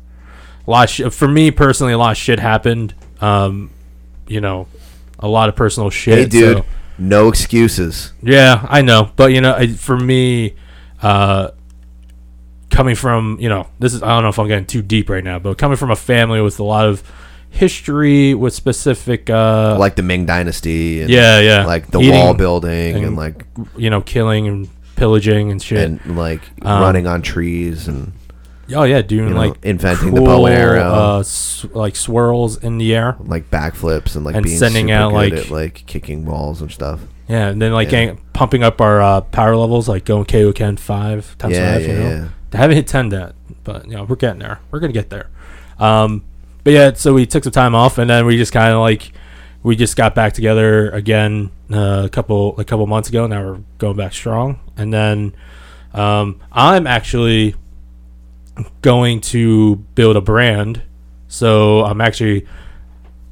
[SPEAKER 10] A lot of shi- for me personally, a lot of shit happened. Um, you know, a lot of personal shit.
[SPEAKER 4] Hey, dude.
[SPEAKER 10] so-
[SPEAKER 4] No excuses.
[SPEAKER 10] yeah, I know, but you know, I, for me, uh, coming from you know, this is I don't know if I'm getting too deep right now, but coming from a family with a lot of history with specific, uh,
[SPEAKER 4] like the Ming Dynasty. And
[SPEAKER 10] yeah, yeah,
[SPEAKER 4] Like the
[SPEAKER 10] eating
[SPEAKER 4] wall building and, like
[SPEAKER 10] you know, killing and pillaging and shit,
[SPEAKER 4] and like
[SPEAKER 10] Um,
[SPEAKER 4] running on trees and
[SPEAKER 10] Oh yeah, doing
[SPEAKER 4] you know,
[SPEAKER 10] like
[SPEAKER 4] inventing the bow
[SPEAKER 10] cool,
[SPEAKER 4] arrow.
[SPEAKER 10] uh, s- like swirls in the air.
[SPEAKER 4] like backflips and like
[SPEAKER 10] and
[SPEAKER 4] being
[SPEAKER 10] sending
[SPEAKER 4] super
[SPEAKER 10] out,
[SPEAKER 4] good
[SPEAKER 10] like-
[SPEAKER 4] at like kicking balls and stuff.
[SPEAKER 10] Yeah, and then like
[SPEAKER 4] Yeah.
[SPEAKER 10] gang- pumping up our uh, power levels, like going KOKen five times
[SPEAKER 4] Yeah,
[SPEAKER 10] five. you
[SPEAKER 4] yeah,
[SPEAKER 10] know,
[SPEAKER 4] yeah.
[SPEAKER 10] I haven't hit ten yet, but you know we're getting there. We're gonna get there. Um, but yeah, so we took some time off, and then we just kind of like we just got back together again uh, a couple a couple months ago. Now we're going back strong, and then um, I'm actually going to build a brand. So I'm actually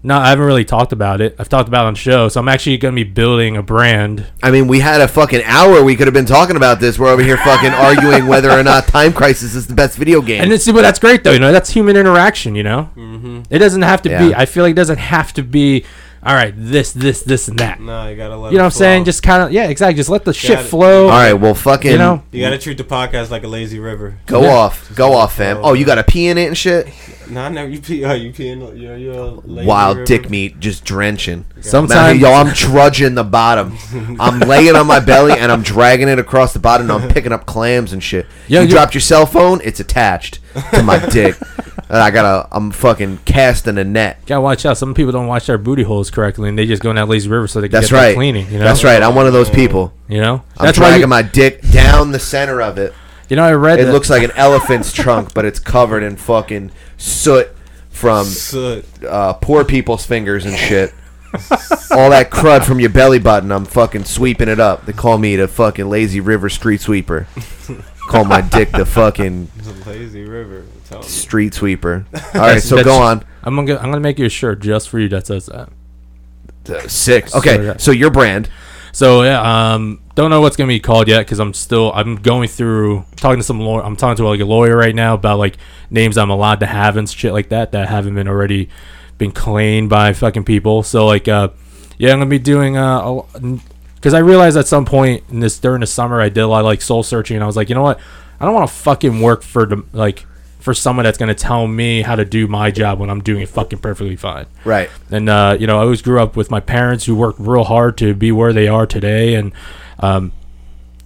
[SPEAKER 10] no, I haven't really talked about it. I've talked about it on the show, so I'm actually going to be building a brand.
[SPEAKER 4] I mean, we had a fucking hour. We could have been talking about this. We're over here fucking arguing whether or not Time Crisis is the best video game.
[SPEAKER 10] And then see, but that's great though. You know, that's human interaction. You know, it doesn't have to be.
[SPEAKER 4] Mm-hmm. Yeah.
[SPEAKER 10] I feel like it doesn't have to be. All right, this, this, this, and that.
[SPEAKER 11] No, you gotta let.
[SPEAKER 10] you know what
[SPEAKER 11] it
[SPEAKER 10] I'm saying?
[SPEAKER 11] flow.
[SPEAKER 10] Just kind of yeah, exactly. Just let the shit
[SPEAKER 11] it.
[SPEAKER 10] flow.
[SPEAKER 4] All right, well, fucking
[SPEAKER 10] you know,
[SPEAKER 11] you gotta treat the podcast like a lazy river.
[SPEAKER 4] go
[SPEAKER 10] Yeah.
[SPEAKER 4] off, go off, fam. Oh, you got to pee in it and shit.
[SPEAKER 11] Nah, I never. You pee. Oh, you peeing. You're, you're a lazy
[SPEAKER 4] Wild
[SPEAKER 11] river.
[SPEAKER 4] dick meat, just drenching.
[SPEAKER 10] Sometimes-
[SPEAKER 4] yo, I'm trudging the bottom. I'm laying on my belly and I'm dragging it across the bottom. and I'm picking up clams and shit.
[SPEAKER 10] Yo,
[SPEAKER 4] you
[SPEAKER 10] you-
[SPEAKER 4] dropped your cell phone; it's attached to my dick. And I gotta, I'm fucking casting a net.
[SPEAKER 10] gotta watch out. Some people don't watch their booty holes correctly, and they just go in that lazy river so they can
[SPEAKER 4] That's
[SPEAKER 10] get their
[SPEAKER 4] right.
[SPEAKER 10] cleaning. You know,
[SPEAKER 4] That's right. I'm one of those people.
[SPEAKER 10] You know,
[SPEAKER 4] I'm
[SPEAKER 10] that's why
[SPEAKER 4] dragging
[SPEAKER 10] you,
[SPEAKER 4] my dick down the center of it.
[SPEAKER 10] you know I read
[SPEAKER 4] It
[SPEAKER 10] that-
[SPEAKER 4] looks like an elephant's trunk, but it's covered in fucking soot from
[SPEAKER 11] Soot.
[SPEAKER 4] uh, poor people's fingers and shit. All that crud from your belly button, I'm fucking sweeping it up. They call me the fucking lazy river street sweeper. call my dick the fucking
[SPEAKER 11] It's a lazy river. I'm telling you.
[SPEAKER 4] street sweeper. All right, so
[SPEAKER 10] that's-
[SPEAKER 4] go on.
[SPEAKER 10] I'm gonna I'm gonna make you a shirt just for you that says that.
[SPEAKER 4] Uh, Six. Okay, so your brand.
[SPEAKER 10] So yeah, um, don't know what's gonna be called yet because I'm still I'm going through talking to some lawyer. I'm talking to like a lawyer right now about like names I'm allowed to have and shit like that that haven't been already been claimed by fucking people. So like, uh, yeah, I'm gonna be doing uh, because I realized at some point in this during the summer I did a lot of like soul searching and I was like, you know what, I don't want to fucking work for the like for someone that's going to tell me how to do my job when I'm doing it fucking perfectly fine.
[SPEAKER 4] Right.
[SPEAKER 10] And uh, you know, I always grew up with my parents who worked real hard to be where they are today, and um,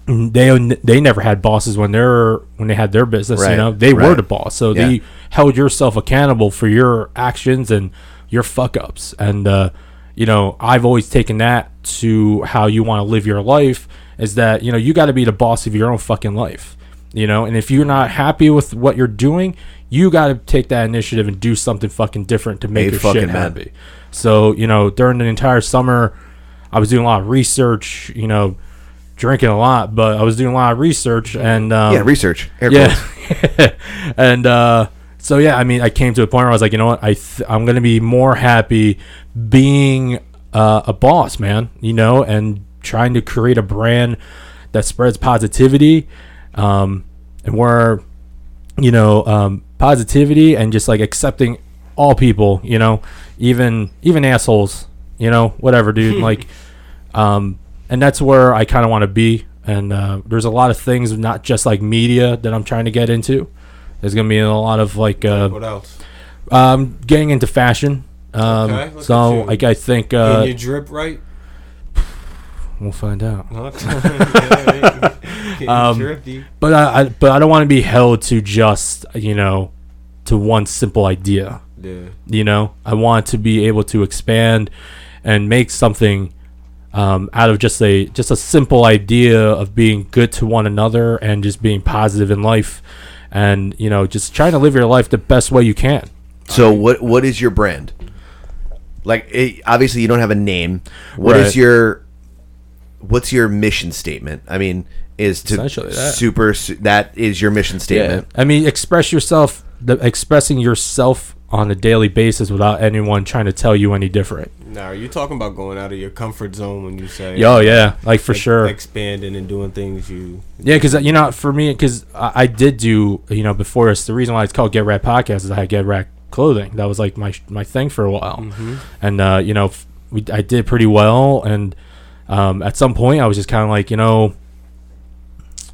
[SPEAKER 10] they they never had bosses when they're when they had their business.
[SPEAKER 4] Right.
[SPEAKER 10] You know, they were
[SPEAKER 4] Right.
[SPEAKER 10] the boss, so
[SPEAKER 4] Yeah.
[SPEAKER 10] they held yourself accountable for your actions and your fuck ups. And uh, you know, I've always taken that to how you want to live your life is that you know you got to be the boss of your own fucking life. You know, and if you're not happy with what you're doing, you got to take that initiative and do something fucking different to make
[SPEAKER 4] Made
[SPEAKER 10] your
[SPEAKER 4] fucking
[SPEAKER 10] shit
[SPEAKER 4] men.
[SPEAKER 10] happy. So you know, during the entire summer, I was doing a lot of research. You know, drinking a lot, but I was doing a lot of research and um,
[SPEAKER 4] Yeah, research. Air
[SPEAKER 10] yeah, and uh, so yeah, I mean, I came to a point where I was like, you know what, I th- I'm gonna be more happy being uh, a boss, man. You know, and trying to create a brand that spreads positivity, um, and where you know um, positivity and just like accepting all people you know even even assholes you know whatever dude like um, and that's where i kind of want to be and uh, there's a lot of things not just like media that i'm trying to get into there's gonna be a lot of like uh,
[SPEAKER 11] What else?
[SPEAKER 10] um, getting into fashion um,
[SPEAKER 11] Okay, look at
[SPEAKER 10] so
[SPEAKER 11] you.
[SPEAKER 10] like i think uh,
[SPEAKER 11] Can you drip right?
[SPEAKER 10] we'll find out
[SPEAKER 11] Okay.
[SPEAKER 10] Um,
[SPEAKER 11] Drifty.
[SPEAKER 10] but I, I but I don't want to be held to just you know to one simple idea.
[SPEAKER 11] Yeah.
[SPEAKER 10] You know, I want to be able to expand and make something um, out of just a just a simple idea of being good to one another and just being positive in life, and you know, just trying to live your life the best way you can.
[SPEAKER 4] So what what is your brand? Like it, obviously you don't have a name. What is
[SPEAKER 10] Right.
[SPEAKER 4] your what's your mission statement? I mean, is to
[SPEAKER 10] Essentially that.
[SPEAKER 4] super su- that is your mission statement.
[SPEAKER 10] I mean, express yourself, the, expressing yourself on a daily basis without anyone trying to tell you any different.
[SPEAKER 11] Now, are you talking about going out of your comfort zone when you say?
[SPEAKER 10] Yo, Oh, yeah, like, for
[SPEAKER 11] ex-
[SPEAKER 10] sure.
[SPEAKER 11] Expanding and doing things you.
[SPEAKER 10] Yeah, because you know, for me, because I, I did do you know before it's the reason why it's called Get Rat Podcast is I had Get Rat clothing that was like my my thing for a while,
[SPEAKER 11] Mhm.
[SPEAKER 10] and uh, you know f- we, I did pretty well, and um, at some point I was just kind of like you know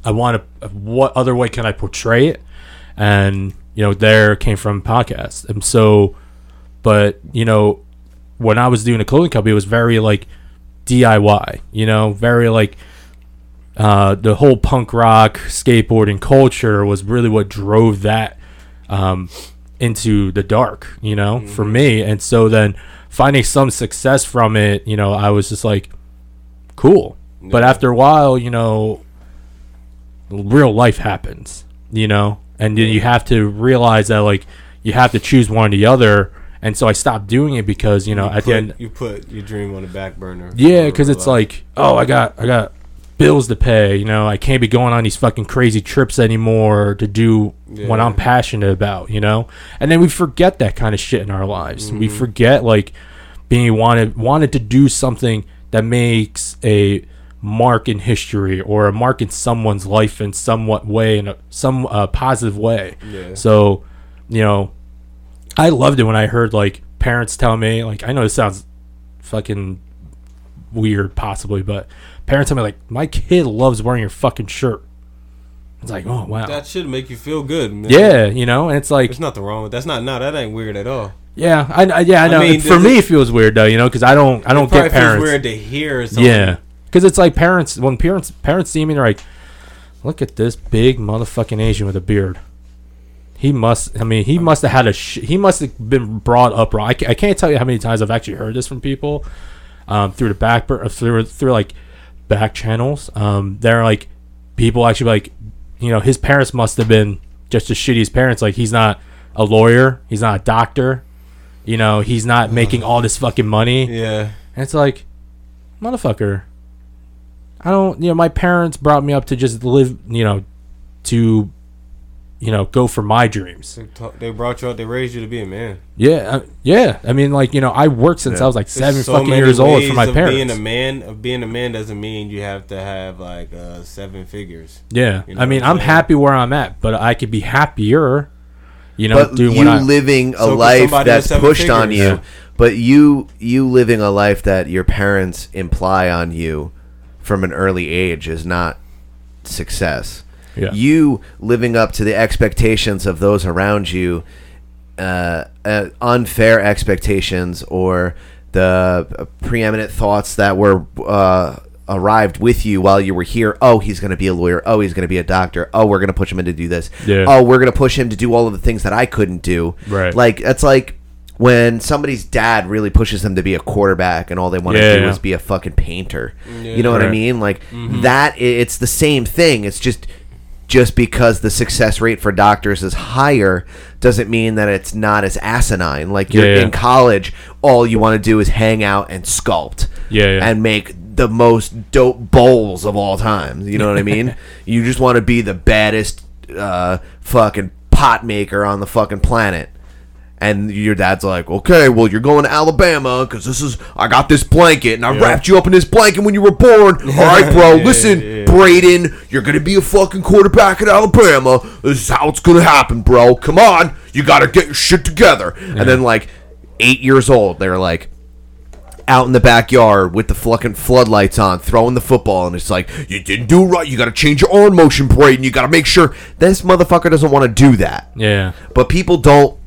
[SPEAKER 10] I want to what other way can I portray it, and you know there came from podcast, and so but you know when I was doing a clothing company it was very like DIY, you know, very like uh, the whole punk rock skateboarding culture was really what drove that um, into the dark, you know, for me. And so then finding some success from it, you know, I was just like, cool. But after a while, you know, real life happens, you know, and then you have to realize that like you have to choose one or the other. And so I stopped doing it because you know Uh, at the
[SPEAKER 11] put-
[SPEAKER 10] end
[SPEAKER 11] you put your dream on the back burner.
[SPEAKER 10] yeah, because it's like, oh, I got I got bills to pay. You know, I can't be going on these fucking crazy trips anymore to do what I'm passionate about. You know, and then we forget that kind of shit in our lives. We forget like being wanted wanted to do something that makes a mark in history or a mark in someone's life in somewhat way in a, some uh, positive way.
[SPEAKER 11] Yeah.
[SPEAKER 10] So, you know, I loved it when I heard like parents tell me like I know this sounds fucking weird possibly, but parents tell me like my kid loves wearing your fucking shirt. It's like oh wow
[SPEAKER 11] That should make you feel good, man.
[SPEAKER 10] yeah you know and it's like
[SPEAKER 11] There's nothing wrong with that's not no that ain't weird at all.
[SPEAKER 10] yeah I, I yeah I
[SPEAKER 11] I
[SPEAKER 10] know
[SPEAKER 11] mean,
[SPEAKER 10] for
[SPEAKER 11] does
[SPEAKER 10] me
[SPEAKER 11] it-
[SPEAKER 10] it feels weird though you know because I don't I don't
[SPEAKER 11] probably
[SPEAKER 10] get
[SPEAKER 11] feels
[SPEAKER 10] parents
[SPEAKER 11] weird to hear or something.
[SPEAKER 10] yeah because it's like parents when parents parents see me they're like look at this big motherfucking Asian with a beard. He must. I mean, he must have had a. Sh- he must have been brought up wrong. I, ca- I can't tell you how many times I've actually heard this from people, um, through the back bur- or through through like back channels. Um, they're like people actually like, you know, his parents must have been just as shitty as parents. Like he's not a lawyer. He's not a doctor. You know, he's not making all this fucking money.
[SPEAKER 11] Yeah.
[SPEAKER 10] And it's like, motherfucker. I don't. You know, my parents brought me up to just live. You know, to, you know, go for my dreams.
[SPEAKER 11] They, ta- they brought you out. They raised you to be a man.
[SPEAKER 10] Yeah, I, yeah. I mean, like you know, I worked since I was like
[SPEAKER 11] There's
[SPEAKER 10] seven
[SPEAKER 11] so
[SPEAKER 10] fucking
[SPEAKER 11] many
[SPEAKER 10] years old for
[SPEAKER 11] ways
[SPEAKER 10] my
[SPEAKER 11] of
[SPEAKER 10] parents.
[SPEAKER 11] Being a man, of being a man doesn't mean you have to have like uh, seven figures.
[SPEAKER 10] yeah,
[SPEAKER 11] You know
[SPEAKER 10] I mean,
[SPEAKER 11] what
[SPEAKER 10] I'm
[SPEAKER 11] saying?
[SPEAKER 10] happy where I'm at, but I could be happier. You know,
[SPEAKER 4] but
[SPEAKER 10] doing
[SPEAKER 4] you
[SPEAKER 10] what I
[SPEAKER 4] living a
[SPEAKER 11] So could
[SPEAKER 4] life
[SPEAKER 11] somebody with
[SPEAKER 4] that's
[SPEAKER 11] seven
[SPEAKER 4] pushed on you,
[SPEAKER 11] figures. Yeah.
[SPEAKER 4] but you you living a life that your parents imply on you from an early age is not success.
[SPEAKER 10] Yeah.
[SPEAKER 4] You living up to the expectations of those around you, uh, uh, unfair expectations, or the preeminent thoughts that were uh, arrived with you while you were here. Oh, he's going to be a lawyer. Oh, he's going to be a doctor. Oh, we're going to push him into do this.
[SPEAKER 10] Yeah.
[SPEAKER 4] Oh, we're going to push him to do all of the things that I couldn't do.
[SPEAKER 10] Right.
[SPEAKER 4] Like that's like when somebody's dad really pushes them to be a quarterback and all they want to
[SPEAKER 10] Yeah,
[SPEAKER 4] do
[SPEAKER 10] yeah.
[SPEAKER 4] is be a fucking painter.
[SPEAKER 10] Yeah.
[SPEAKER 4] You know what I
[SPEAKER 10] Right.
[SPEAKER 4] mean? Like
[SPEAKER 10] Mhm.
[SPEAKER 4] that i- it's the same thing. It's just just because the success rate for doctors is higher doesn't mean that it's not as asinine. Like you're
[SPEAKER 10] Yeah, yeah.
[SPEAKER 4] in college, all you want to do is hang out and sculpt.
[SPEAKER 10] Yeah, yeah.
[SPEAKER 4] And make the most dope bowls of all time. You know what I mean? you just want to be the baddest uh, fucking pot maker on the fucking planet. And your dad's like, okay, well, you're going to Alabama because this is, I got this blanket and I wrapped you up in this blanket when you were born. All right, bro, listen, Braden, you're going to be a fucking quarterback at Alabama. This is how it's going to happen, bro. Come on. You got to get your shit together. And then, like, eight years old, they're like, out in the backyard with the fucking floodlights on, throwing the football, and it's like, you didn't do it right. You got to change your arm motion, Braden. You got to make sure this motherfucker doesn't want to do that
[SPEAKER 10] Yeah.
[SPEAKER 4] but people don't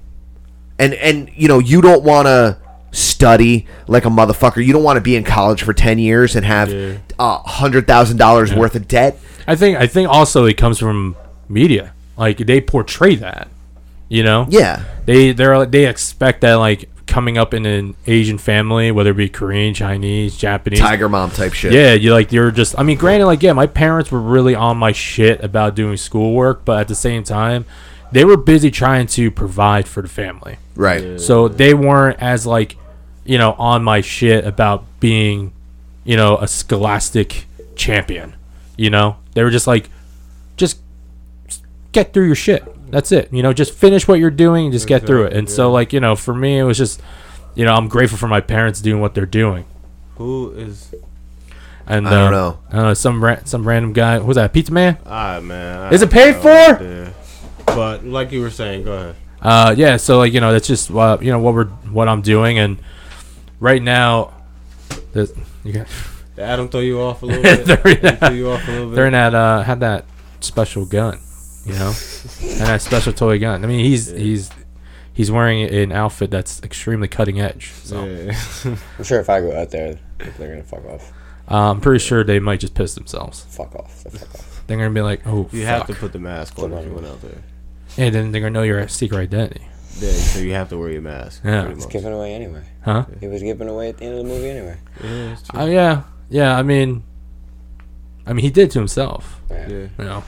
[SPEAKER 4] and and you know you don't want to study like a motherfucker you don't want to be in college for 10 years and have uh, $100000 worth of debt
[SPEAKER 10] I think I think also it comes from media. Like they portray that, you know.
[SPEAKER 4] Yeah.
[SPEAKER 10] They they're they expect that like coming up in an Asian family, whether it be Korean, Chinese, Japanese,
[SPEAKER 4] tiger mom type shit
[SPEAKER 10] Yeah, you like you're just. I mean, granted, like yeah, my parents were really on my shit about doing schoolwork, but at the same time, they were busy trying to provide for the family.
[SPEAKER 4] Right. Yeah.
[SPEAKER 10] So they weren't as like, you know, on my shit about being, you know, a scholastic champion. You know, they were just like, just get through your shit. That's it. You know, just finish what you're doing and just get through it. And so, like, you know, for me, it was just, you know, I'm grateful for my parents doing what they're doing.
[SPEAKER 11] Who is?
[SPEAKER 10] And
[SPEAKER 11] I don't
[SPEAKER 10] uh,
[SPEAKER 11] know.
[SPEAKER 10] I don't know. Some ra- some random guy. Who's that? Pizza man.
[SPEAKER 11] Ah man.
[SPEAKER 10] Is
[SPEAKER 11] I
[SPEAKER 10] it paid
[SPEAKER 11] don't
[SPEAKER 10] for?
[SPEAKER 11] know, But like you were saying, go ahead.
[SPEAKER 10] Uh, yeah. So like you know, that's just uh, you know what we're what I'm doing, and right now, the- you got-
[SPEAKER 11] Did Adam throw you off a little bit?
[SPEAKER 10] they're in that,
[SPEAKER 11] Adam throw you off a little bit.
[SPEAKER 10] they're in that uh, had that special gun, you know, and that special toy gun. I mean, he's he's he's wearing an outfit that's extremely cutting edge. So
[SPEAKER 5] I'm sure if I go out there, they're gonna fuck off.
[SPEAKER 10] uh, I'm pretty sure they might just piss themselves.
[SPEAKER 5] Fuck off. Fuck off.
[SPEAKER 10] They're gonna be like, oh,
[SPEAKER 11] You
[SPEAKER 10] fuck.
[SPEAKER 11] have to put the mask on if you went out there.
[SPEAKER 10] and then they're gonna know your secret identity.
[SPEAKER 11] Yeah, so you have to wear your mask.
[SPEAKER 10] Yeah.
[SPEAKER 11] pretty
[SPEAKER 10] It's
[SPEAKER 11] much.
[SPEAKER 5] Given away anyway.
[SPEAKER 10] Huh?
[SPEAKER 5] It was given away at the end of the movie anyway.
[SPEAKER 11] Yeah, that's true.
[SPEAKER 10] Oh yeah, yeah. I mean, I mean, he did to himself.
[SPEAKER 5] Yeah.
[SPEAKER 11] Yeah.
[SPEAKER 10] You know,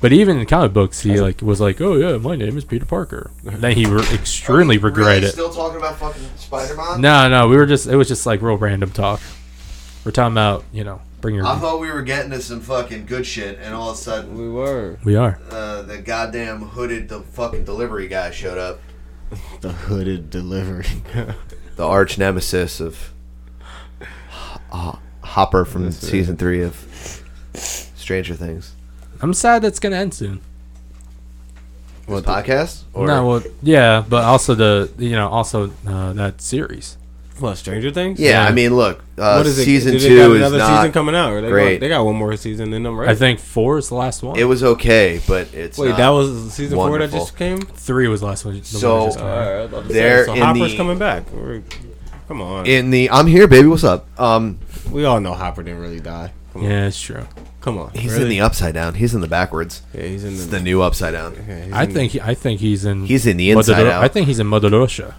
[SPEAKER 10] but even in comic books, he like was like, "Oh yeah, my name is Peter Parker." then he re- extremely regret it.
[SPEAKER 4] still talking about fucking spider-man
[SPEAKER 10] No, no, we were just it was just like real random talk. We're talking about you know bring your.
[SPEAKER 4] thought we were getting to some fucking good shit and all of a sudden
[SPEAKER 11] We were
[SPEAKER 10] we are.
[SPEAKER 4] uh, the goddamn hooded the fucking delivery guy showed up
[SPEAKER 11] the hooded delivery.
[SPEAKER 4] the arch nemesis of uh, hopper from season three of stranger things
[SPEAKER 10] I'm sad that's gonna end soon.
[SPEAKER 4] what podcast
[SPEAKER 10] no, well, yeah, but also the you know also uh, that series.
[SPEAKER 11] what Stranger Things?
[SPEAKER 4] Yeah, I mean, look, uh,
[SPEAKER 11] What is it?
[SPEAKER 4] season
[SPEAKER 11] Do they
[SPEAKER 4] two
[SPEAKER 11] got
[SPEAKER 4] is
[SPEAKER 11] another
[SPEAKER 4] not
[SPEAKER 11] season coming out. Or they
[SPEAKER 4] great.
[SPEAKER 11] Got, they got one more season in them, right?
[SPEAKER 10] I think four is the last one.
[SPEAKER 4] it was okay, but it's
[SPEAKER 11] Wait,
[SPEAKER 4] not
[SPEAKER 11] that was season four that
[SPEAKER 4] wonderful.
[SPEAKER 11] just came.
[SPEAKER 10] three was the last one. the one that
[SPEAKER 4] So, uh,
[SPEAKER 10] just came out.
[SPEAKER 11] I was about to say,
[SPEAKER 4] They're
[SPEAKER 11] so
[SPEAKER 4] in
[SPEAKER 11] Hopper's
[SPEAKER 4] the-
[SPEAKER 11] coming back. We're- come on,
[SPEAKER 4] in the. I'm here, baby. What's up? Um,
[SPEAKER 11] we all know Hopper didn't really die. Come on,
[SPEAKER 10] yeah, it's true.
[SPEAKER 11] come on.
[SPEAKER 4] he's in
[SPEAKER 11] really?
[SPEAKER 4] the upside down. He's in the backwards.
[SPEAKER 11] Yeah, he's in the.
[SPEAKER 4] It's the new upside down.
[SPEAKER 11] yeah, he's
[SPEAKER 10] I
[SPEAKER 11] in-
[SPEAKER 10] think he, I think he's in.
[SPEAKER 4] He's in the inside
[SPEAKER 10] Mother-
[SPEAKER 4] out.
[SPEAKER 10] I think he's in Mother Russia.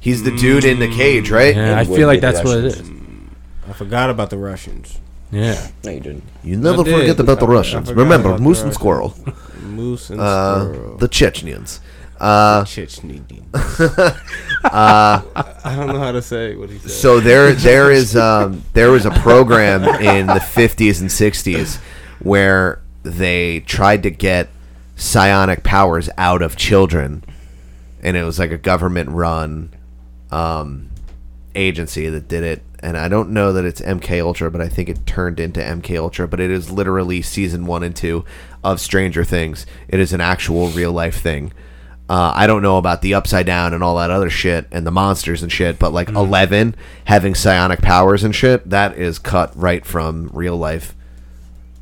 [SPEAKER 4] He's the dude in the cage, right?
[SPEAKER 10] Yeah, I
[SPEAKER 5] would
[SPEAKER 10] feel like
[SPEAKER 5] be the
[SPEAKER 10] that's what it
[SPEAKER 5] Russians.
[SPEAKER 10] is.
[SPEAKER 11] I forgot about the Russians.
[SPEAKER 10] Yeah.
[SPEAKER 5] No, you didn't.
[SPEAKER 4] You never
[SPEAKER 11] I did.
[SPEAKER 4] forget about the
[SPEAKER 11] I- I
[SPEAKER 4] Russians.
[SPEAKER 11] forgot
[SPEAKER 4] Remember,
[SPEAKER 11] about the
[SPEAKER 4] moose and
[SPEAKER 11] Russians.
[SPEAKER 4] squirrel,
[SPEAKER 11] Moose and
[SPEAKER 4] uh,
[SPEAKER 11] squirrel.
[SPEAKER 4] the Chechens. Uh,
[SPEAKER 11] Chichnidin. I don't know how to say what he said.
[SPEAKER 4] so there, there is, um, there was a program in the 50s and 60s where they tried to get psionic powers out of children, and it was like a government-run um, agency that did it. And I don't know that it's MK Ultra, but I think it turned into MK Ultra. But it is literally season one and two of Stranger Things. It is an actual real life thing. Uh, I don't know about the Upside Down and all that other shit and the monsters and shit, but like Eleven having psionic powers and shit, that is cut right from real life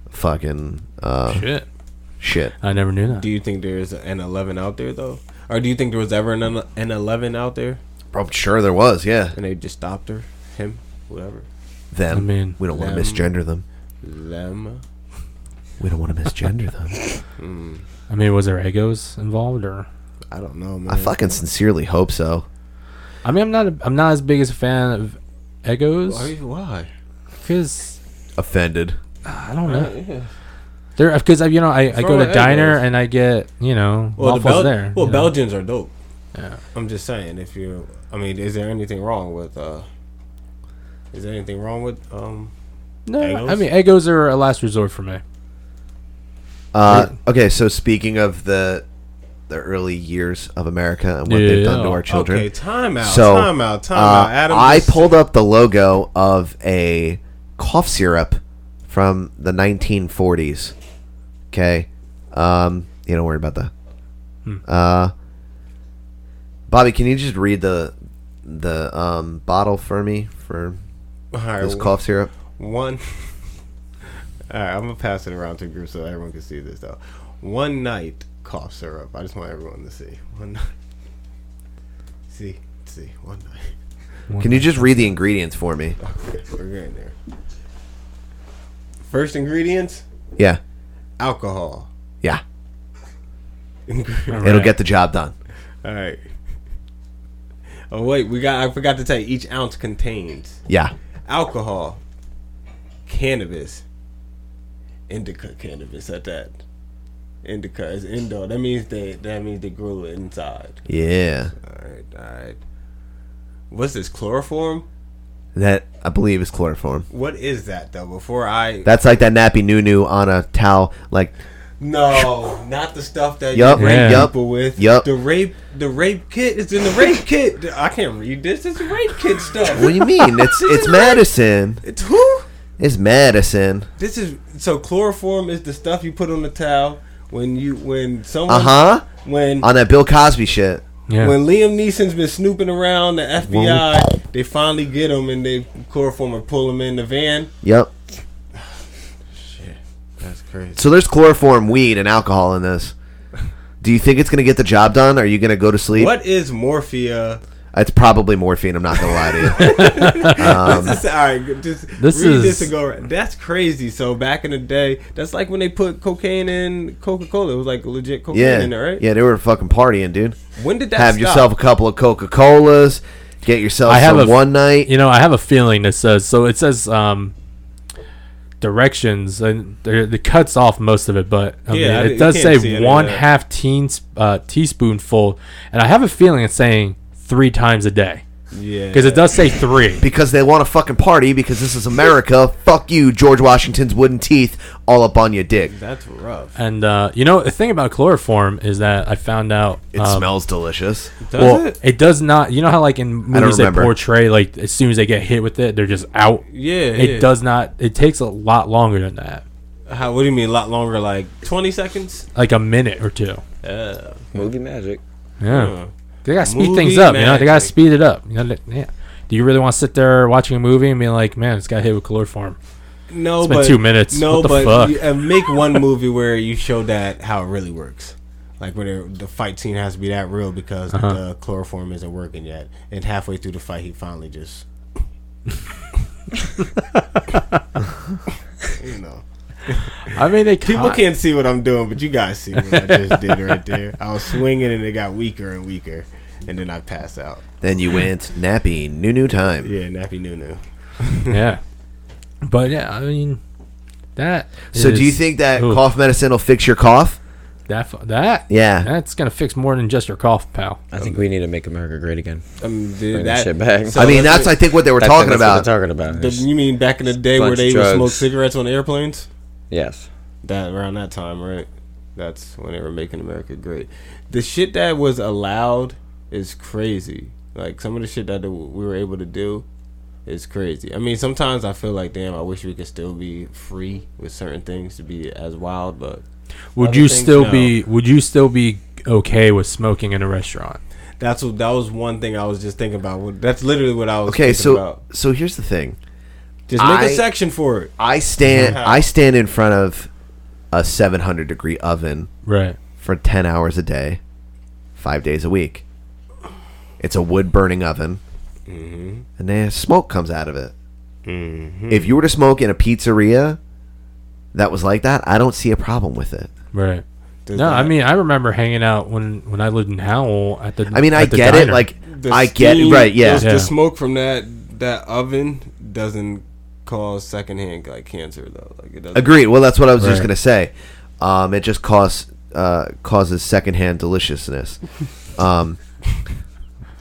[SPEAKER 4] fucking uh,
[SPEAKER 10] Shit.
[SPEAKER 4] Shit.
[SPEAKER 10] I never knew that.
[SPEAKER 11] Do you think there is an 11 out there though? Or do you think there was ever an ele- an 11 out there?
[SPEAKER 4] Probably sure there was, yeah.
[SPEAKER 11] And they just stopped her, him, whatever.
[SPEAKER 4] Them. I mean, we don't want to
[SPEAKER 11] Them.
[SPEAKER 4] misgender them.
[SPEAKER 11] Them.
[SPEAKER 4] We don't want to misgender them.
[SPEAKER 10] I mean, was there egos involved or?
[SPEAKER 11] I don't know, man.
[SPEAKER 4] I fucking sincerely hope so.
[SPEAKER 10] I mean, I'm not. A, I'm not as big as a fan of
[SPEAKER 11] Why?
[SPEAKER 10] egos
[SPEAKER 11] Why?
[SPEAKER 10] because
[SPEAKER 4] Offended.
[SPEAKER 10] I don't know. There, because you know, I, I
[SPEAKER 11] Throw
[SPEAKER 10] go to
[SPEAKER 11] the
[SPEAKER 10] diner
[SPEAKER 11] egos.
[SPEAKER 10] and I get you know
[SPEAKER 11] Well, the
[SPEAKER 10] waffles
[SPEAKER 11] Bel-
[SPEAKER 10] there.
[SPEAKER 11] well
[SPEAKER 10] you know.
[SPEAKER 11] Belgians are dope.
[SPEAKER 10] Yeah.
[SPEAKER 11] I'm just saying. If you, I mean, is there anything wrong with? uh Is there anything wrong with? um
[SPEAKER 10] No,
[SPEAKER 11] egos?
[SPEAKER 10] I mean egos are a last resort for me.
[SPEAKER 4] Uh, okay, so speaking of the the early years of America and what
[SPEAKER 10] Yeah.
[SPEAKER 4] they've done to our children. uh,
[SPEAKER 11] Okay, time out, time out, time out. Adam
[SPEAKER 4] I
[SPEAKER 11] just-
[SPEAKER 4] pulled up the logo of a cough syrup from the 1940s. Okay, um, you don't worry about that.
[SPEAKER 11] Hmm.
[SPEAKER 4] Uh, Bobby, can you just read the the um, bottle for me for
[SPEAKER 11] All right,
[SPEAKER 4] this
[SPEAKER 11] wh-
[SPEAKER 4] cough syrup?
[SPEAKER 11] One. All right, I'm gonna pass it around to the group so everyone can see this though. One night cough syrup. I just want everyone to see. One night. See, see, one night.
[SPEAKER 4] Can you just read the ingredients for me?
[SPEAKER 11] Okay, we're getting there. First ingredients:
[SPEAKER 4] Yeah,
[SPEAKER 11] alcohol.
[SPEAKER 4] yeah.
[SPEAKER 11] Ingre-
[SPEAKER 4] It'll get the job done.
[SPEAKER 11] All right. Oh wait, we got. I forgot to tell you. Each ounce contains
[SPEAKER 4] Yeah.
[SPEAKER 11] alcohol, cannabis, indica cannabis at that. Indica is indo. That means they that means they grew it inside.
[SPEAKER 4] Yeah.
[SPEAKER 11] Alright, alright. What's this? Chloroform?
[SPEAKER 4] That I believe is chloroform.
[SPEAKER 11] What is that though? Before I
[SPEAKER 4] That's like that nappy new new on a towel. Like,
[SPEAKER 11] No, not the stuff that
[SPEAKER 4] Yup,
[SPEAKER 11] you rape
[SPEAKER 4] yup,
[SPEAKER 11] people with.
[SPEAKER 4] yup.
[SPEAKER 11] The rape the rape kit is in the rape kit. I can't read this. It's rape kit stuff.
[SPEAKER 4] what do you mean? It's it's Madison.
[SPEAKER 11] It's who?
[SPEAKER 4] It's Madison.
[SPEAKER 11] This is so chloroform is the stuff you put on the towel when you when someone
[SPEAKER 4] Uh huh.
[SPEAKER 11] when
[SPEAKER 4] On that Bill Cosby shit.
[SPEAKER 10] Yeah.
[SPEAKER 11] When Liam Neeson's been snooping around the FBI, they finally get him and they chloroform and pull him in the van.
[SPEAKER 4] Yep.
[SPEAKER 11] That's crazy.
[SPEAKER 4] So there's chloroform, weed, and alcohol in this. Do you think it's gonna get the job done? Are you gonna go to sleep?
[SPEAKER 11] What is morphia?
[SPEAKER 4] It's probably morphine. I'm not gonna lie to you.
[SPEAKER 11] This is- all right, just
[SPEAKER 10] Um, This
[SPEAKER 11] read
[SPEAKER 10] is-
[SPEAKER 11] this and go. Right. That's crazy. So back in the day, that's like when they put cocaine in Coca Cola. It was like legit cocaine
[SPEAKER 4] Yeah.
[SPEAKER 11] in there, right?
[SPEAKER 4] Yeah, they were fucking partying, dude.
[SPEAKER 11] When did that
[SPEAKER 4] Have
[SPEAKER 11] stop?
[SPEAKER 4] yourself a couple of Coca Colas. Get yourself
[SPEAKER 10] I have
[SPEAKER 4] some
[SPEAKER 10] a-
[SPEAKER 4] one night.
[SPEAKER 10] you know, I have a feeling that says so. It says um, directions and there- it cuts off most of it, but I
[SPEAKER 11] Yeah, I
[SPEAKER 10] mean,
[SPEAKER 11] d-
[SPEAKER 10] it
[SPEAKER 11] you
[SPEAKER 10] does
[SPEAKER 11] can't see
[SPEAKER 10] say
[SPEAKER 11] it,
[SPEAKER 10] one
[SPEAKER 11] yeah.
[SPEAKER 10] half teen, uh, teaspoonful, and I have a feeling it's saying three times a day
[SPEAKER 11] Yeah,
[SPEAKER 10] because it does say three.
[SPEAKER 4] because they want to fucking party because this is America. Fuck you, George Washington's wooden teeth all up on your dick.
[SPEAKER 11] That's rough.
[SPEAKER 10] And uh, you know, the thing about chloroform is that I found out
[SPEAKER 4] It
[SPEAKER 10] um,
[SPEAKER 4] smells delicious.
[SPEAKER 11] Does
[SPEAKER 10] well,
[SPEAKER 11] it?
[SPEAKER 10] does not. You know how like in movies they
[SPEAKER 4] remember.
[SPEAKER 10] portray like as soon as they get hit with it, they're just out.
[SPEAKER 11] Yeah,
[SPEAKER 10] It
[SPEAKER 11] yeah.
[SPEAKER 10] does not. It takes a lot longer than that,
[SPEAKER 11] How? What do you mean? A lot longer? Like twenty seconds?
[SPEAKER 10] like a minute or two.
[SPEAKER 11] Uh,
[SPEAKER 5] Movie magic.
[SPEAKER 10] Yeah,
[SPEAKER 11] huh.
[SPEAKER 10] they gotta speed
[SPEAKER 11] Movie
[SPEAKER 10] things up. You know, they gotta
[SPEAKER 11] magic.
[SPEAKER 10] speed it up. You know, they- yeah. Do you really want to sit there watching a movie and be like, man, it's got hit with chloroform?
[SPEAKER 11] No,
[SPEAKER 10] It's been
[SPEAKER 11] but
[SPEAKER 10] two minutes.
[SPEAKER 11] No,
[SPEAKER 10] What the
[SPEAKER 11] but
[SPEAKER 10] fuck?
[SPEAKER 11] You, and make one movie where you show that how it really works. Like where they're- the fight scene has to be that real because
[SPEAKER 10] Uh-huh.
[SPEAKER 11] the chloroform isn't working yet, and halfway through the fight, he finally just, you know,
[SPEAKER 10] I mean, they
[SPEAKER 11] people
[SPEAKER 10] people can't.
[SPEAKER 11] can't see what I'm doing, but you guys see what I just did right there. I was swinging, and it got weaker and weaker, and then I pass out.
[SPEAKER 4] Then you went nappy, new new time.
[SPEAKER 11] Yeah, nappy nunu.
[SPEAKER 10] Yeah, but yeah, I mean, that.
[SPEAKER 4] So do you
[SPEAKER 10] is-
[SPEAKER 4] think that
[SPEAKER 10] ooh,
[SPEAKER 4] cough medicine will fix your cough?
[SPEAKER 10] that fu- that
[SPEAKER 4] Yeah.
[SPEAKER 10] that's gonna fix more than just your cough, pal?
[SPEAKER 5] I think we need to make America great again.
[SPEAKER 11] Um, dude,
[SPEAKER 5] Bring that
[SPEAKER 11] that-
[SPEAKER 5] shit back.
[SPEAKER 11] so
[SPEAKER 4] I mean,
[SPEAKER 11] let's
[SPEAKER 4] that's I think what they were
[SPEAKER 5] That's-
[SPEAKER 4] talking
[SPEAKER 5] that's
[SPEAKER 4] about.
[SPEAKER 5] What they're talking about.
[SPEAKER 11] The- you mean back in the day
[SPEAKER 5] Bunch
[SPEAKER 11] where they
[SPEAKER 5] of
[SPEAKER 11] would smoke
[SPEAKER 5] drugs.
[SPEAKER 11] cigarettes on airplanes?
[SPEAKER 5] yes.
[SPEAKER 11] that around that time, right? That's when they were making America great. The shit that was allowed is crazy. Like some of the shit that we were able to do is crazy. I mean, sometimes I feel like, damn, I wish we could still be free with certain things to be as wild, but
[SPEAKER 10] Would
[SPEAKER 11] Other
[SPEAKER 10] you
[SPEAKER 11] things,
[SPEAKER 10] still
[SPEAKER 11] no.
[SPEAKER 10] be? Would you still be okay with smoking in a restaurant?
[SPEAKER 11] that's what that was one thing I was just thinking about. That's literally what I was
[SPEAKER 4] Okay,
[SPEAKER 11] thinking
[SPEAKER 4] so
[SPEAKER 11] about.
[SPEAKER 4] so here's the thing.
[SPEAKER 11] Just make a
[SPEAKER 4] I-
[SPEAKER 11] section for it.
[SPEAKER 4] I stand I stand in front of a 700 degree oven
[SPEAKER 10] Right.
[SPEAKER 4] for 10 hours a day, five days a week. It's a wood burning oven,
[SPEAKER 10] Mm-hmm.
[SPEAKER 11] Mhm.
[SPEAKER 4] and then smoke comes out of it.
[SPEAKER 11] Mhm.
[SPEAKER 4] If you were to smoke in a pizzeria that was like that, I don't see a problem with it.
[SPEAKER 10] Right. no, I mean I remember hanging out when when I lived in Howell at the.
[SPEAKER 4] I mean, I
[SPEAKER 10] at the
[SPEAKER 4] get it,
[SPEAKER 10] diner.
[SPEAKER 4] like,
[SPEAKER 11] The
[SPEAKER 4] I get- right, yeah.
[SPEAKER 11] The, the
[SPEAKER 4] Yeah.
[SPEAKER 11] smoke from that that oven doesn't cause secondhand like cancer though. Like it doesn't.
[SPEAKER 4] Agreed. Well, that's what I was just
[SPEAKER 11] Right.
[SPEAKER 4] gonna say. Um, it just causes uh, causes secondhand deliciousness. Um,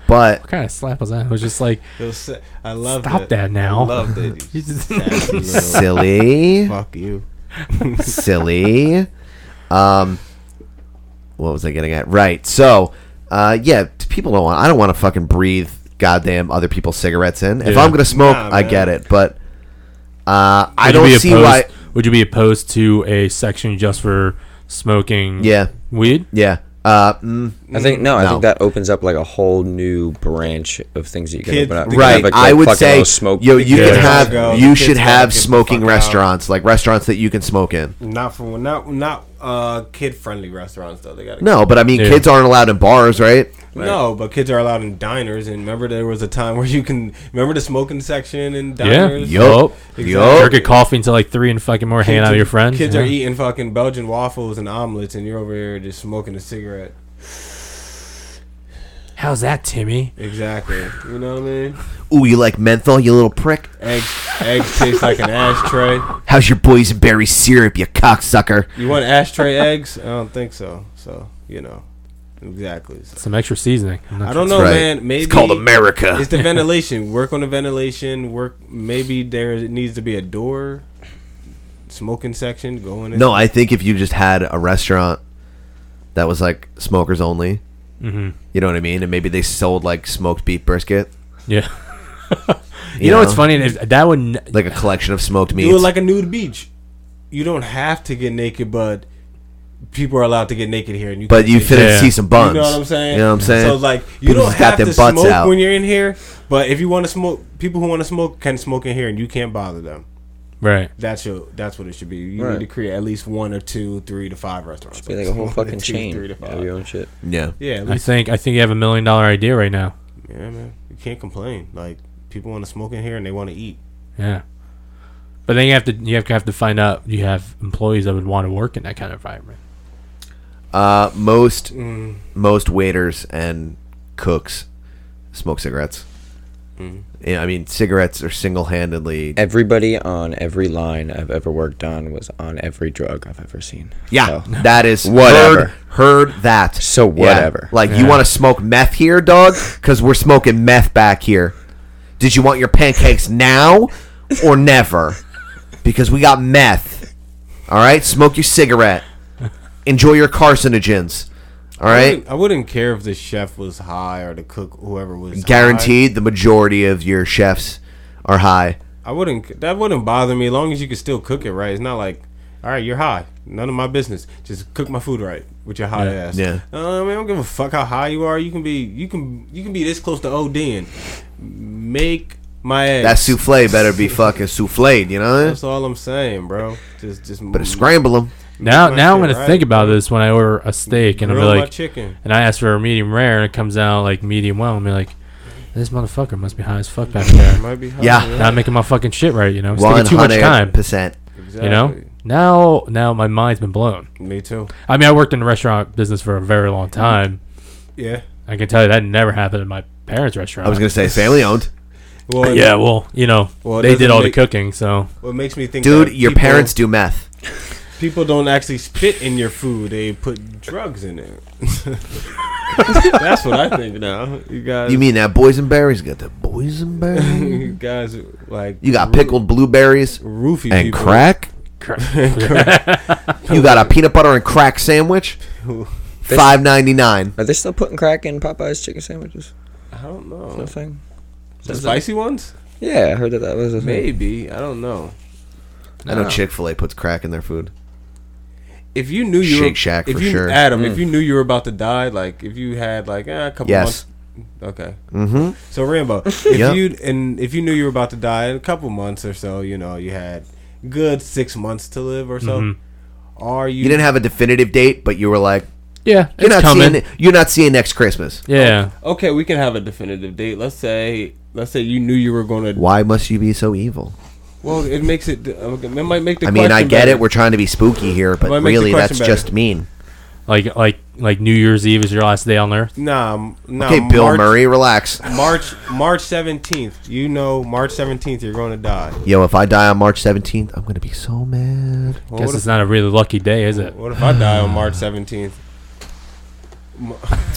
[SPEAKER 4] but
[SPEAKER 10] What kind of slap was that? It was just like,
[SPEAKER 11] It was sa- I loved
[SPEAKER 10] Stop
[SPEAKER 11] it.
[SPEAKER 10] that now.
[SPEAKER 11] I loved it.
[SPEAKER 10] You just-
[SPEAKER 11] Nasty little-
[SPEAKER 4] silly.
[SPEAKER 11] Fuck you.
[SPEAKER 4] silly. Um, what was I getting at? Right. So, uh, yeah, t- people don't want. I don't want to fucking breathe goddamn other people's cigarettes in. If
[SPEAKER 10] Yeah.
[SPEAKER 4] I'm gonna smoke,
[SPEAKER 11] Nah,
[SPEAKER 4] I
[SPEAKER 11] man.
[SPEAKER 4] get it. But uh, I
[SPEAKER 10] Would you
[SPEAKER 4] don't
[SPEAKER 10] be
[SPEAKER 4] see
[SPEAKER 10] opposed-
[SPEAKER 4] why.
[SPEAKER 10] Would you be opposed to a section just for smoking?
[SPEAKER 4] Yeah.
[SPEAKER 10] Weed.
[SPEAKER 4] Yeah. Uh, mm,
[SPEAKER 5] I think no, I
[SPEAKER 4] no.
[SPEAKER 5] think that opens up like a whole new branch of things that you can
[SPEAKER 11] Kids-
[SPEAKER 5] open up. You can
[SPEAKER 4] Right,
[SPEAKER 5] have, like,
[SPEAKER 4] I
[SPEAKER 5] the
[SPEAKER 4] would
[SPEAKER 5] fucking
[SPEAKER 4] say
[SPEAKER 5] little smoke.
[SPEAKER 4] yo, you
[SPEAKER 11] Yeah.
[SPEAKER 4] can have,
[SPEAKER 11] Go, the
[SPEAKER 4] you
[SPEAKER 11] kids
[SPEAKER 4] should
[SPEAKER 11] gotta
[SPEAKER 4] have
[SPEAKER 11] get the
[SPEAKER 4] smoking
[SPEAKER 11] fuck out. Mm.
[SPEAKER 4] restaurants, like restaurants that you can smoke in.
[SPEAKER 11] Not from not not uh kid friendly restaurants though. They got
[SPEAKER 4] No, but I mean,
[SPEAKER 10] Yeah.
[SPEAKER 4] kids aren't allowed in bars, right?
[SPEAKER 11] No, but kids are allowed in diners, and remember there was a time where you can remember the smoking section in
[SPEAKER 10] Yeah.
[SPEAKER 11] diners.
[SPEAKER 4] Yup.
[SPEAKER 11] Exactly.
[SPEAKER 4] Yup.
[SPEAKER 10] Jerk a coffee until like three and fucking more, hanging out with your friends.
[SPEAKER 11] Kids
[SPEAKER 10] yeah.
[SPEAKER 11] are eating fucking Belgian waffles and omelets, and you're over here just smoking a cigarette.
[SPEAKER 10] How's that, Timmy?
[SPEAKER 11] Exactly. You know what I mean?
[SPEAKER 4] Ooh, you like menthol, you little prick?
[SPEAKER 11] Eggs, eggs taste like an ashtray.
[SPEAKER 4] How's your boysenberry syrup, you cocksucker?
[SPEAKER 11] You want ashtray eggs? I don't think so. So you know, exactly. So.
[SPEAKER 10] Some extra seasoning. I'm not
[SPEAKER 11] I don't
[SPEAKER 10] sure.
[SPEAKER 11] know,
[SPEAKER 4] right.
[SPEAKER 11] man. Maybe
[SPEAKER 4] It's called America.
[SPEAKER 11] It's the ventilation. Work on the ventilation. Work. Maybe there needs to be a door, smoking section. Go in. and-
[SPEAKER 4] No, I think if you just had a restaurant that was like smokers only, you know what I mean, and maybe they sold like smoked beef brisket,
[SPEAKER 10] Yeah. you,
[SPEAKER 4] You
[SPEAKER 10] know, what's
[SPEAKER 4] know?
[SPEAKER 10] funny? If that would. n-
[SPEAKER 4] like a collection of smoked meats.
[SPEAKER 11] do it like a nude beach. You don't have to get naked, but people are allowed to get naked here, and you.
[SPEAKER 4] but
[SPEAKER 11] can
[SPEAKER 4] you
[SPEAKER 11] get-
[SPEAKER 4] fit
[SPEAKER 10] Yeah.
[SPEAKER 4] and see some buns.
[SPEAKER 11] You know what I'm saying?
[SPEAKER 4] You know what I'm saying?
[SPEAKER 11] So like, you
[SPEAKER 4] People
[SPEAKER 11] don't
[SPEAKER 4] just got
[SPEAKER 11] have
[SPEAKER 4] their
[SPEAKER 11] to
[SPEAKER 4] butts
[SPEAKER 11] smoke
[SPEAKER 4] out.
[SPEAKER 11] when you're in here. But if you want to smoke, people who want to smoke can smoke in here, and you can't bother them.
[SPEAKER 10] Right.
[SPEAKER 11] That's your. That's what it should be. You
[SPEAKER 5] Right.
[SPEAKER 11] need to create at least one or two, three to five restaurants.
[SPEAKER 5] Be like a whole
[SPEAKER 11] One to
[SPEAKER 5] fucking
[SPEAKER 11] two, three to
[SPEAKER 5] chain
[SPEAKER 11] five.
[SPEAKER 5] of your own shit.
[SPEAKER 4] yeah.
[SPEAKER 11] Yeah, at
[SPEAKER 10] I
[SPEAKER 11] least,
[SPEAKER 10] think I think you have a million dollar idea right now.
[SPEAKER 11] yeah, man. You can't complain. Like people want to smoke in here and they want to eat.
[SPEAKER 10] Yeah. But then you have to you have to have to find out you have employees that would want to work in that kind of environment.
[SPEAKER 4] Uh, most
[SPEAKER 11] Mm.
[SPEAKER 4] most waiters and cooks smoke cigarettes.
[SPEAKER 11] Mm.
[SPEAKER 4] Yeah, I mean, cigarettes are single-handedly.
[SPEAKER 5] Everybody on every line I've ever worked on was on every drug I've ever seen.
[SPEAKER 4] Yeah,
[SPEAKER 5] So,
[SPEAKER 4] that is
[SPEAKER 5] Whatever.
[SPEAKER 4] Heard, heard that.
[SPEAKER 5] So
[SPEAKER 4] Yeah,
[SPEAKER 5] whatever.
[SPEAKER 4] Like you
[SPEAKER 10] Yeah.
[SPEAKER 4] want to smoke meth here, dog? Because we're smoking meth back here. Did you want your pancakes now or never? Because we got meth. All right, smoke your cigarette. Enjoy your carcinogens. All
[SPEAKER 11] I
[SPEAKER 4] right.
[SPEAKER 11] wouldn't, I wouldn't care if the chef was high or the cook, whoever was high.
[SPEAKER 4] Guaranteed, the majority of your chefs are high.
[SPEAKER 11] I wouldn't. That wouldn't bother me as long as you could still cook it right. It's not like, all right, you're high. None of my business. Just cook my food right with your high ass.
[SPEAKER 4] yeah.
[SPEAKER 11] Uh, I mean, I don't give a fuck how high you are. You can be. You can. You can be this close to ODing. Make my eggs.
[SPEAKER 4] That souffle better be fucking souffled, you know?
[SPEAKER 11] That's all I'm saying, bro. Just, just.
[SPEAKER 4] Better scramble them.
[SPEAKER 10] Now
[SPEAKER 11] my
[SPEAKER 10] now I'm
[SPEAKER 11] shit
[SPEAKER 10] gonna
[SPEAKER 11] right,
[SPEAKER 10] think about
[SPEAKER 11] bro.
[SPEAKER 10] this when I order a steak and I'm
[SPEAKER 11] Grill my
[SPEAKER 10] like
[SPEAKER 11] chicken.
[SPEAKER 10] and I ask for a medium rare and it comes out like medium well and be like this motherfucker must be high as fuck back there.
[SPEAKER 11] Might be high,
[SPEAKER 4] Yeah.
[SPEAKER 10] Not making my fucking shit right, you know. It's
[SPEAKER 4] One
[SPEAKER 10] taking too much time.
[SPEAKER 4] hundred percent.
[SPEAKER 11] Exactly.
[SPEAKER 10] You know? Now now my mind's been blown.
[SPEAKER 11] Me too.
[SPEAKER 10] I mean I worked in the restaurant business for a very long time.
[SPEAKER 11] Yeah.
[SPEAKER 10] I can tell you that never happened in my parents' restaurant.
[SPEAKER 4] I was gonna say family owned.
[SPEAKER 11] Well,
[SPEAKER 10] yeah, well, you know,
[SPEAKER 11] Well, it
[SPEAKER 10] they did
[SPEAKER 11] doesn't
[SPEAKER 10] all
[SPEAKER 11] make-
[SPEAKER 10] the cooking, so
[SPEAKER 11] What makes me think,
[SPEAKER 4] Dude,
[SPEAKER 11] that
[SPEAKER 4] your
[SPEAKER 11] people-
[SPEAKER 4] parents do meth.
[SPEAKER 11] people don't actually spit in your food; they put drugs in it. That's what I think now. You guys,
[SPEAKER 4] You mean that boysenberry's got the boysenberry?
[SPEAKER 11] you guys like
[SPEAKER 4] You got
[SPEAKER 11] roo-
[SPEAKER 4] pickled blueberries
[SPEAKER 11] roofie
[SPEAKER 4] and
[SPEAKER 11] people.
[SPEAKER 4] crack. you got a peanut butter and crack sandwich. Five ninety nine.
[SPEAKER 5] Are they still putting crack in Popeye's chicken sandwiches?
[SPEAKER 11] I don't
[SPEAKER 5] Is that a
[SPEAKER 11] know.
[SPEAKER 5] thing? Is
[SPEAKER 11] The
[SPEAKER 5] that-
[SPEAKER 11] spicy ones?
[SPEAKER 5] Yeah, I heard that that was a thing.
[SPEAKER 11] Maybe I don't know.
[SPEAKER 4] I know
[SPEAKER 5] No.
[SPEAKER 4] Chick Fil A puts crack in their food.
[SPEAKER 11] If you knew you
[SPEAKER 4] Shake
[SPEAKER 11] were,
[SPEAKER 4] Shack
[SPEAKER 11] if
[SPEAKER 4] for
[SPEAKER 11] you,
[SPEAKER 4] sure.
[SPEAKER 11] Adam, if you knew you were about to die, like if you had like eh, a couple
[SPEAKER 4] Yes.
[SPEAKER 11] months, okay.
[SPEAKER 4] Mm-hmm.
[SPEAKER 11] So Rambo, if
[SPEAKER 4] Yep.
[SPEAKER 11] you and if you knew you were about to die in a couple months or so, you know you had good six months to live or so. Are you?
[SPEAKER 4] You didn't have a definitive date, but you were like,
[SPEAKER 11] Yeah,
[SPEAKER 4] you're
[SPEAKER 11] it's
[SPEAKER 4] not
[SPEAKER 11] coming.
[SPEAKER 4] seeing it- you're not seeing next Christmas.
[SPEAKER 11] Okay, we can have a definitive date. Let's say, let's say you knew you were going to.
[SPEAKER 4] Why must you be so evil?
[SPEAKER 11] Well, it makes it. uh, It might make the.
[SPEAKER 4] I mean, I
[SPEAKER 11] question
[SPEAKER 4] get
[SPEAKER 11] better.
[SPEAKER 4] it. We're trying to be spooky here,
[SPEAKER 11] Might
[SPEAKER 4] but
[SPEAKER 11] make the
[SPEAKER 4] really,
[SPEAKER 11] question
[SPEAKER 4] that's
[SPEAKER 11] better.
[SPEAKER 4] just mean.
[SPEAKER 10] Like like like New Year's Eve is your last day on Earth.
[SPEAKER 11] Nah, m- nah.
[SPEAKER 4] Okay, Bill Murray, relax.
[SPEAKER 11] March March seventeenth. You know, March seventeenth, you're going to die.
[SPEAKER 4] Yo, if I die on March 17th, I'm gonna be so mad.
[SPEAKER 11] Well, Guess what it's if-
[SPEAKER 10] not a really lucky day, is it?
[SPEAKER 11] What if I die on March seventeenth?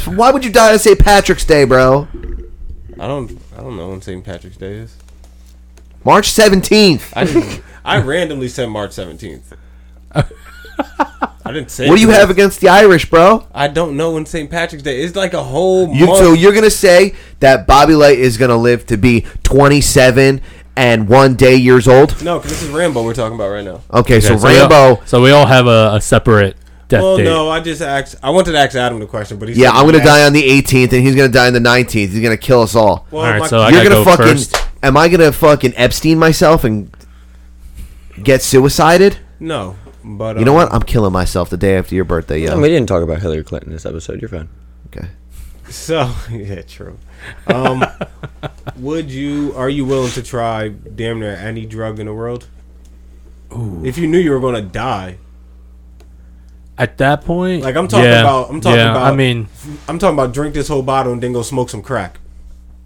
[SPEAKER 4] Why would you die on St. Patrick's Day, bro?
[SPEAKER 11] I don't. I don't know when St. Patrick's Day is.
[SPEAKER 4] March 17th.
[SPEAKER 11] I didn't- I randomly said March seventeenth. I didn't say.
[SPEAKER 4] what do you
[SPEAKER 11] it.
[SPEAKER 4] have against the Irish, bro?
[SPEAKER 11] I don't know when St. Patrick's Day. It's like a whole
[SPEAKER 4] You,
[SPEAKER 11] month.
[SPEAKER 4] so you're gonna say that Bobby Light is gonna live to be 27 and one day years old?
[SPEAKER 11] no, 'cause this is Rambo we're talking about right now.
[SPEAKER 4] Okay, so
[SPEAKER 10] we all-
[SPEAKER 4] Rambo-
[SPEAKER 10] so we all have a, a separate death
[SPEAKER 11] well,
[SPEAKER 10] date.
[SPEAKER 11] no, I just asked. I wanted to ask Adam the question, but he's
[SPEAKER 4] Yeah, I'm gonna die on the 18th, and he's gonna die on the 19th. He's gonna kill us all.
[SPEAKER 11] Well, All right, my- so I
[SPEAKER 4] you're
[SPEAKER 11] gotta
[SPEAKER 4] gonna
[SPEAKER 11] go
[SPEAKER 4] fucking.
[SPEAKER 11] first.
[SPEAKER 4] Am I gonna fucking Epstein myself and get suicided?
[SPEAKER 11] No, but um,
[SPEAKER 4] you know what? I'm killing myself the day after your birthday, yo.
[SPEAKER 5] No, Oh, we didn't talk about Hillary Clinton this episode. You're fine.
[SPEAKER 4] Okay.
[SPEAKER 11] So yeah, true. Um, would you? Are you willing to try damn near any drug in the world? If you knew you were going to die,
[SPEAKER 10] At that point,
[SPEAKER 11] like I'm talking
[SPEAKER 10] yeah,
[SPEAKER 11] about, I'm talking
[SPEAKER 10] yeah,
[SPEAKER 11] about.
[SPEAKER 10] I mean,
[SPEAKER 11] I'm talking about drink this whole bottle and then go smoke some crack.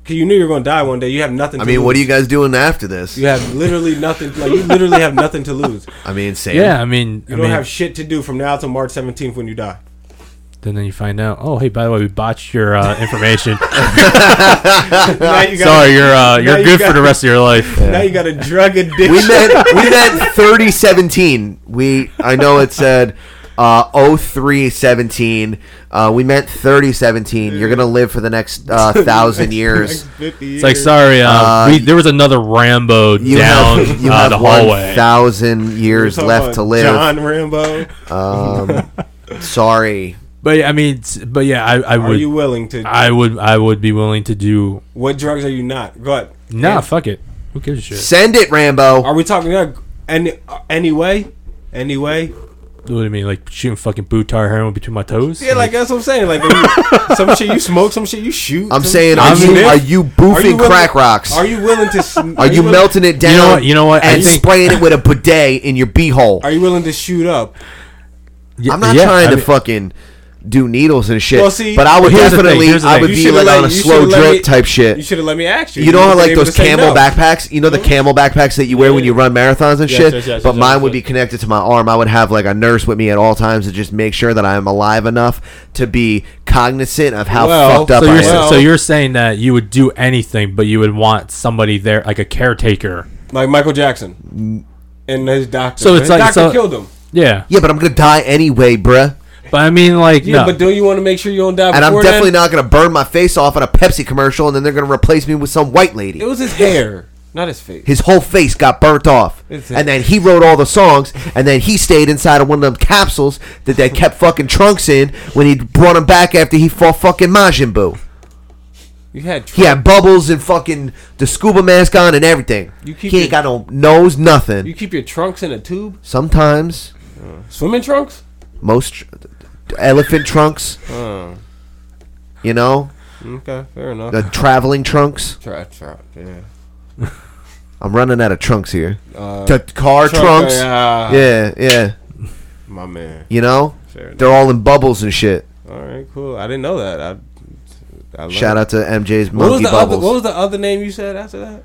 [SPEAKER 11] Cause you knew you were going to die one day. You have nothing.
[SPEAKER 4] I
[SPEAKER 11] to
[SPEAKER 4] mean, what are
[SPEAKER 11] lose.
[SPEAKER 4] you guys doing after this?
[SPEAKER 11] You have literally nothing. Like you literally have nothing to lose.
[SPEAKER 4] I mean, Sam.
[SPEAKER 10] Yeah, I mean,
[SPEAKER 11] You
[SPEAKER 10] I
[SPEAKER 11] don't
[SPEAKER 10] mean,
[SPEAKER 11] have shit to do from now till March 17th when you die.
[SPEAKER 10] then then you find out. Oh, hey, by the way, we botched your uh, information.
[SPEAKER 11] Now you gotta-
[SPEAKER 10] Sorry, you're
[SPEAKER 11] now
[SPEAKER 10] uh, you're
[SPEAKER 11] you
[SPEAKER 10] good
[SPEAKER 11] gotta-
[SPEAKER 10] for the rest of your life.
[SPEAKER 11] Now you got a drug addiction.
[SPEAKER 4] we met we met 3017 we i know it said uh 0317 uh we meant 3017 you're gonna live for the next uh thousand years
[SPEAKER 10] It's like sorry, uh,
[SPEAKER 4] Uh,
[SPEAKER 10] we, there was another Rambo
[SPEAKER 4] you
[SPEAKER 10] down
[SPEAKER 4] have, you
[SPEAKER 10] uh,
[SPEAKER 4] have
[SPEAKER 10] the hallway.
[SPEAKER 4] 1000 years
[SPEAKER 11] Talking
[SPEAKER 4] left
[SPEAKER 11] about
[SPEAKER 4] to live
[SPEAKER 11] John Rambo.
[SPEAKER 4] um sorry
[SPEAKER 10] But yeah, I mean, s- but yeah, I, I
[SPEAKER 11] Are
[SPEAKER 10] would.
[SPEAKER 11] you willing to-
[SPEAKER 10] I would. I would be willing to do.
[SPEAKER 11] What drugs are you not? Go ahead.
[SPEAKER 10] Nah,
[SPEAKER 11] And-
[SPEAKER 10] fuck it. Who gives a shit?
[SPEAKER 4] send it rambo
[SPEAKER 11] Are we talking about any uh, anyway? Anyway?
[SPEAKER 10] what do you mean? Like shooting fucking boot tar heroin between my toes?
[SPEAKER 11] Yeah, like uh, that's what I'm saying. Like when you- some shit you smoke, some shit you shoot.
[SPEAKER 4] i'm
[SPEAKER 11] some-
[SPEAKER 4] saying are
[SPEAKER 11] some
[SPEAKER 4] you
[SPEAKER 11] shit-
[SPEAKER 4] are you boofing
[SPEAKER 11] willing-
[SPEAKER 4] crack rocks
[SPEAKER 11] Are you willing to? sn-
[SPEAKER 4] are you
[SPEAKER 11] willing-
[SPEAKER 4] melting it down
[SPEAKER 10] know what- you know what, I
[SPEAKER 4] and
[SPEAKER 10] think-
[SPEAKER 4] spraying it with a bidet in your beehole
[SPEAKER 11] Are you willing to shoot up?
[SPEAKER 10] Yeah,
[SPEAKER 4] I'm not
[SPEAKER 10] yeah,
[SPEAKER 4] trying
[SPEAKER 10] I
[SPEAKER 4] to
[SPEAKER 10] mean-
[SPEAKER 4] fucking do needles and shit.
[SPEAKER 11] Well, see-
[SPEAKER 4] but I would
[SPEAKER 10] Here's the thing,
[SPEAKER 4] definitely,
[SPEAKER 10] here's the
[SPEAKER 4] I
[SPEAKER 10] thing.
[SPEAKER 4] would
[SPEAKER 11] You
[SPEAKER 4] be
[SPEAKER 11] should've
[SPEAKER 4] like
[SPEAKER 11] let-
[SPEAKER 4] on a
[SPEAKER 11] you
[SPEAKER 4] slow
[SPEAKER 11] should've let
[SPEAKER 4] drip
[SPEAKER 11] me-
[SPEAKER 4] type
[SPEAKER 11] You
[SPEAKER 4] shit.
[SPEAKER 11] should have let me ask you.
[SPEAKER 4] You know
[SPEAKER 11] would've
[SPEAKER 4] how like
[SPEAKER 11] been able
[SPEAKER 4] those
[SPEAKER 11] to say
[SPEAKER 4] camel
[SPEAKER 11] no. Mm-hmm.
[SPEAKER 4] backpacks? You know the camel backpacks that you wear when you run marathons and
[SPEAKER 11] Yes,
[SPEAKER 4] shit.
[SPEAKER 11] yes, yes,
[SPEAKER 4] but
[SPEAKER 11] yes,
[SPEAKER 4] mine
[SPEAKER 11] yes,
[SPEAKER 4] would be
[SPEAKER 11] yes.
[SPEAKER 4] connected to my arm. I would have like a nurse with me at all times to just make sure that I am alive enough to be cognizant of how
[SPEAKER 11] Well,
[SPEAKER 4] fucked up
[SPEAKER 10] So
[SPEAKER 4] I
[SPEAKER 10] you're,
[SPEAKER 4] am.
[SPEAKER 11] Well-
[SPEAKER 10] so you're saying that you would do anything, but you would want somebody there, like a caretaker.
[SPEAKER 11] Like Michael Jackson and his doctor.
[SPEAKER 10] So it's
[SPEAKER 11] his
[SPEAKER 10] like-
[SPEAKER 11] doctor
[SPEAKER 10] so-
[SPEAKER 11] killed him.
[SPEAKER 10] Yeah,
[SPEAKER 4] yeah, but I'm gonna die anyway, bruh.
[SPEAKER 10] but I mean, like,
[SPEAKER 11] Yeah,
[SPEAKER 10] no.
[SPEAKER 11] but do you want to make sure you don't die?
[SPEAKER 4] And I'm
[SPEAKER 11] before
[SPEAKER 4] definitely
[SPEAKER 11] then?
[SPEAKER 4] not gonna burn my face off on a Pepsi commercial, and then they're gonna replace me with some white lady.
[SPEAKER 11] It was his hair, not his face.
[SPEAKER 4] his whole face got burnt off.
[SPEAKER 11] It's-
[SPEAKER 4] and then he wrote all the songs, and then he stayed inside of one of them capsules that they kept fucking trunks in when he brought him back after he fought fucking Majin Buu.
[SPEAKER 11] You had.
[SPEAKER 4] He had bubbles and fucking the scuba mask on and everything.
[SPEAKER 11] You keep
[SPEAKER 4] he ain't got no nose, nothing.
[SPEAKER 11] You keep your trunks in a tube.
[SPEAKER 4] Sometimes,
[SPEAKER 11] Swimming trunks?
[SPEAKER 4] most tr- elephant trunks,
[SPEAKER 11] Oh,
[SPEAKER 4] you know,
[SPEAKER 11] okay, fair enough.
[SPEAKER 4] the traveling trunks.
[SPEAKER 11] Try, try, yeah.
[SPEAKER 4] I'm running out of trunks here.
[SPEAKER 11] Uh,
[SPEAKER 4] T- car
[SPEAKER 11] trunk-
[SPEAKER 4] trunks.
[SPEAKER 11] yeah.
[SPEAKER 4] yeah, yeah.
[SPEAKER 11] My man.
[SPEAKER 4] You know,
[SPEAKER 11] Fair enough.
[SPEAKER 4] they're all in bubbles and shit.
[SPEAKER 11] All right, cool. I didn't know that. I, I love
[SPEAKER 4] Shout
[SPEAKER 11] it.
[SPEAKER 4] out to MJ's
[SPEAKER 11] What was
[SPEAKER 4] Monkey
[SPEAKER 11] the
[SPEAKER 4] Bubbles.
[SPEAKER 11] other? What was the other name you said after that?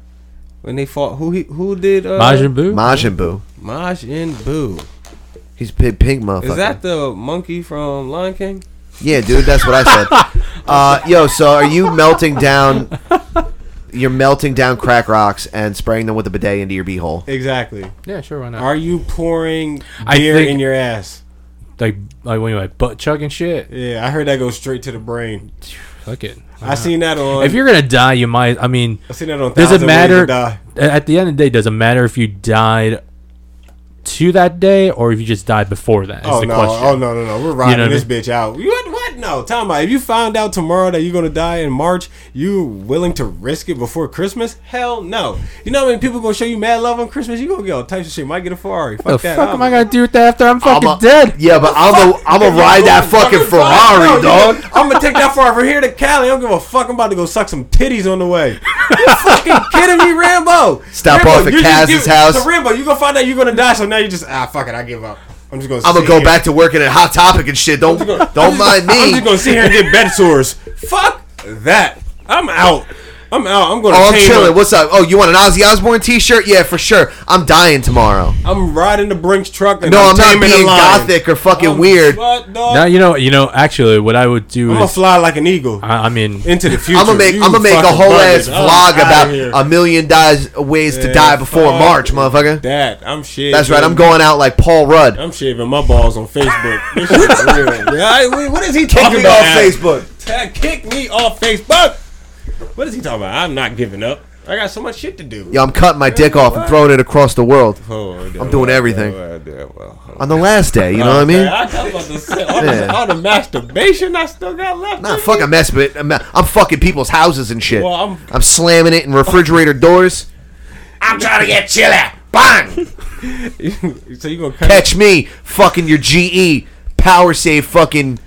[SPEAKER 11] When they fought, who he, who did? Uh,
[SPEAKER 10] Majin Buu.
[SPEAKER 4] Majin Buu.
[SPEAKER 11] Majin Buu.
[SPEAKER 4] He's pig pink motherfucker.
[SPEAKER 11] Is that the monkey from Lion King?
[SPEAKER 4] Yeah, dude, that's what I said. uh, yo, so are you melting down? You're melting down crack rocks and spraying them with a bidet into your beehole.
[SPEAKER 11] Exactly.
[SPEAKER 10] yeah, sure, why not?
[SPEAKER 11] Are you pouring
[SPEAKER 10] I
[SPEAKER 11] beer
[SPEAKER 10] think-
[SPEAKER 11] in your ass?
[SPEAKER 10] like, like, what do you mean, butt chugging shit.
[SPEAKER 11] Yeah, I heard that go straight to the brain.
[SPEAKER 10] Fuck it.
[SPEAKER 11] I seen that on.
[SPEAKER 10] If you're gonna die, you might. I mean,
[SPEAKER 11] I seen that on.
[SPEAKER 10] does it
[SPEAKER 11] Thousand Ways to
[SPEAKER 10] matter?
[SPEAKER 11] Die.
[SPEAKER 10] At the end of the day, does it matter if you died to that day or if you just died before that? Is
[SPEAKER 11] Oh
[SPEAKER 10] the
[SPEAKER 11] no!
[SPEAKER 10] question.
[SPEAKER 11] Oh no! No no! We're riding
[SPEAKER 10] what I
[SPEAKER 11] this bitch out. You what? What? shit? No, time out. If you found out tomorrow that you're gonna die in March, you willing to risk it before Christmas? Hell no. You know how many people gonna show you mad love on Christmas? You gonna get all types of shit. Might get a Ferrari.
[SPEAKER 10] What the
[SPEAKER 11] Oh, Fuck that.
[SPEAKER 10] fuck
[SPEAKER 11] I'm-
[SPEAKER 10] am I gonna do with that after I'm fucking
[SPEAKER 11] a-
[SPEAKER 10] dead?
[SPEAKER 4] Yeah, but I'm gonna I'm gonna ride that fucking Ferrari, dog.
[SPEAKER 11] I'm gonna take that far from here to Cali. I don't give a fuck. I'm about to go suck some titties on the way. You fucking kidding me, Rambo?
[SPEAKER 4] Stop
[SPEAKER 11] Rambo,
[SPEAKER 4] off at
[SPEAKER 11] you just
[SPEAKER 4] Kaz's
[SPEAKER 11] give-
[SPEAKER 4] house.
[SPEAKER 11] So Rambo, you gonna find out you're gonna die. So now you just ah fuck it, I give up. I'm just gonna.
[SPEAKER 4] I'm gonna
[SPEAKER 11] sit
[SPEAKER 4] go
[SPEAKER 11] here.
[SPEAKER 4] back to working at Hot Topic and shit. Don't don't mind
[SPEAKER 11] I'm
[SPEAKER 4] me.
[SPEAKER 11] just gonna sit here and get bed sores. Fuck that. I'm out. I'm out. I'm gonna.
[SPEAKER 4] Oh, I'm
[SPEAKER 11] tame
[SPEAKER 4] chilling.
[SPEAKER 11] it.
[SPEAKER 4] What's up? Oh, you want an Ozzy Osbourne T-shirt? Yeah, for sure. I'm dying tomorrow.
[SPEAKER 11] I'm riding the Brinks truck. And
[SPEAKER 4] No, I'm not
[SPEAKER 11] taming the
[SPEAKER 4] being
[SPEAKER 11] lion.
[SPEAKER 4] gothic or fucking weird.
[SPEAKER 11] What, dog?
[SPEAKER 10] Now you know, you know. Actually, what I would do
[SPEAKER 11] I'm
[SPEAKER 10] is
[SPEAKER 11] gonna fly like an eagle
[SPEAKER 10] I, I mean,
[SPEAKER 11] into the future.
[SPEAKER 4] I'm gonna make
[SPEAKER 11] You
[SPEAKER 4] I'm gonna make a
[SPEAKER 11] fucking
[SPEAKER 4] whole ass
[SPEAKER 11] buggers. I'm
[SPEAKER 4] vlog
[SPEAKER 11] outta
[SPEAKER 4] about
[SPEAKER 11] here.
[SPEAKER 4] a million dies ways to die before
[SPEAKER 11] fuck
[SPEAKER 4] March, motherfucker.
[SPEAKER 11] that. I'm shit.
[SPEAKER 4] That's right. I'm going out like Paul Rudd.
[SPEAKER 11] I'm shaving my balls on Facebook. This shit's real. Yeah, I- wait, what is he
[SPEAKER 4] Kick
[SPEAKER 11] talking
[SPEAKER 4] me
[SPEAKER 11] about?
[SPEAKER 4] off Facebook.
[SPEAKER 11] Ta- Kick me off Facebook. What is he talking about? I'm not giving up. I got so much shit to do.
[SPEAKER 4] Yeah, I'm cutting my dick off and throwing it across the world.
[SPEAKER 11] Oh, yeah,
[SPEAKER 4] I'm doing
[SPEAKER 11] well,
[SPEAKER 4] everything.
[SPEAKER 11] well, yeah, well.
[SPEAKER 4] On the last day, you know what I
[SPEAKER 11] Okay,
[SPEAKER 4] mean?
[SPEAKER 11] I talk about the, se- all,
[SPEAKER 4] Yeah.
[SPEAKER 11] the, all the masturbation I still got left.
[SPEAKER 4] Nah, fuck a mess, but I'm, I'm fucking people's houses and shit.
[SPEAKER 11] Well, I'm-
[SPEAKER 4] I'm slamming it in refrigerator doors.
[SPEAKER 11] I'm trying to get chili. Bang. so you gonna cut
[SPEAKER 4] Catch me, fucking your GE power save, fucking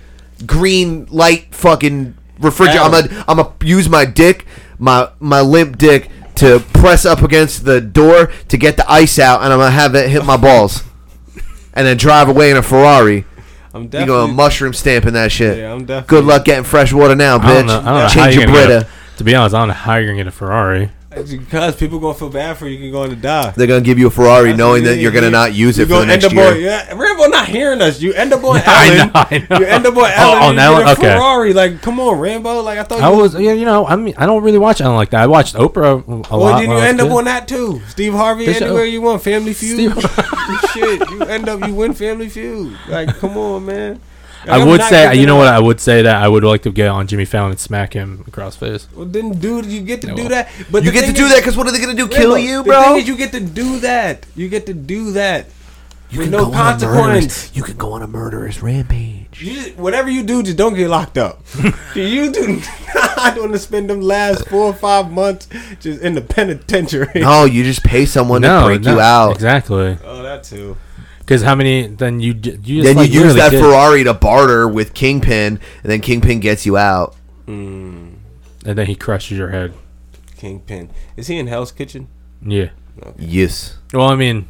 [SPEAKER 4] green light, fucking refrigerator. I'm gonna I'm gonna use my dick, my my limp dick, to press up against the door to get the ice out, and I'm gonna have it hit my balls, and then drive away in a Ferrari.
[SPEAKER 11] I'm
[SPEAKER 4] You gonna
[SPEAKER 11] definitely.
[SPEAKER 4] mushroom stamping that shit?
[SPEAKER 11] Yeah, I'm definitely.
[SPEAKER 4] Good luck getting fresh water now, bitch.
[SPEAKER 10] I don't know. I don't know how
[SPEAKER 4] Change
[SPEAKER 10] you're
[SPEAKER 4] your
[SPEAKER 10] gonna get
[SPEAKER 4] Brita.
[SPEAKER 10] a, To be honest, I don't know how you're gonna get a Ferrari.
[SPEAKER 11] Because people gonna feel bad for you. You're going to die.
[SPEAKER 4] They're gonna give you a Ferrari, knowing that
[SPEAKER 11] Yeah,
[SPEAKER 4] you're gonna
[SPEAKER 11] yeah.
[SPEAKER 4] not use
[SPEAKER 11] You
[SPEAKER 4] it for the
[SPEAKER 11] gonna
[SPEAKER 4] next
[SPEAKER 11] end
[SPEAKER 4] year.
[SPEAKER 11] up on- yeah, Rambo not hearing us. You end up on
[SPEAKER 10] I
[SPEAKER 11] Ellen.
[SPEAKER 10] know, I know.
[SPEAKER 11] You end up on
[SPEAKER 10] Oh,
[SPEAKER 11] Ellen.
[SPEAKER 10] on
[SPEAKER 11] you get
[SPEAKER 10] Ellen?
[SPEAKER 11] a
[SPEAKER 10] Okay.
[SPEAKER 11] Ferrari. Like, come on, Rambo. Like, I thought.
[SPEAKER 10] I
[SPEAKER 11] you,
[SPEAKER 10] was, yeah, you know, I mean, I don't really watch Ellen like that. I watched Oprah a lot.
[SPEAKER 11] well, then
[SPEAKER 10] when I
[SPEAKER 11] you
[SPEAKER 10] was
[SPEAKER 11] end up
[SPEAKER 10] kid.
[SPEAKER 11] on that too. Steve Harvey.
[SPEAKER 10] This-
[SPEAKER 4] uh,
[SPEAKER 11] anywhere you want. Family Feud.
[SPEAKER 10] Steve-
[SPEAKER 11] Shit, you end up. You win Family Feud. Like, come on, man. Like,
[SPEAKER 10] I
[SPEAKER 11] I'm
[SPEAKER 10] would
[SPEAKER 11] not
[SPEAKER 10] say,
[SPEAKER 11] giving
[SPEAKER 10] you know
[SPEAKER 11] up.
[SPEAKER 10] what? I would say that I would like to get on Jimmy Fallon and smack him across the face.
[SPEAKER 11] Well, then, dude, you get to
[SPEAKER 10] Yeah,
[SPEAKER 11] do
[SPEAKER 10] well.
[SPEAKER 11] that. But
[SPEAKER 4] You
[SPEAKER 11] the
[SPEAKER 4] get to
[SPEAKER 11] thing
[SPEAKER 4] do
[SPEAKER 11] is-
[SPEAKER 4] that because what are they gonna do?
[SPEAKER 11] Yeah,
[SPEAKER 4] Kill
[SPEAKER 11] look,
[SPEAKER 4] you,
[SPEAKER 11] the
[SPEAKER 4] bro?
[SPEAKER 11] thing is, you get to do that. You get to do that. You with
[SPEAKER 4] can
[SPEAKER 11] no
[SPEAKER 4] go on a murderous-
[SPEAKER 11] consequence.
[SPEAKER 4] You can go on a murderous rampage.
[SPEAKER 11] You just, whatever you do, just don't get locked up. you do not want to spend them last four or five months just in the penitentiary.
[SPEAKER 4] No, you just pay someone to break
[SPEAKER 10] no,
[SPEAKER 4] you out.
[SPEAKER 10] exactly.
[SPEAKER 11] Oh, that too.
[SPEAKER 10] Because how many? Then you j- you just
[SPEAKER 4] Then
[SPEAKER 10] like,
[SPEAKER 4] you use
[SPEAKER 10] literally
[SPEAKER 4] that
[SPEAKER 10] get-
[SPEAKER 4] Ferrari to barter with Kingpin, and then Kingpin gets you out.
[SPEAKER 10] and then he crushes your head.
[SPEAKER 11] Kingpin. Is he in Hell's Kitchen?
[SPEAKER 10] Yeah.
[SPEAKER 4] Yes.
[SPEAKER 10] Well, I mean,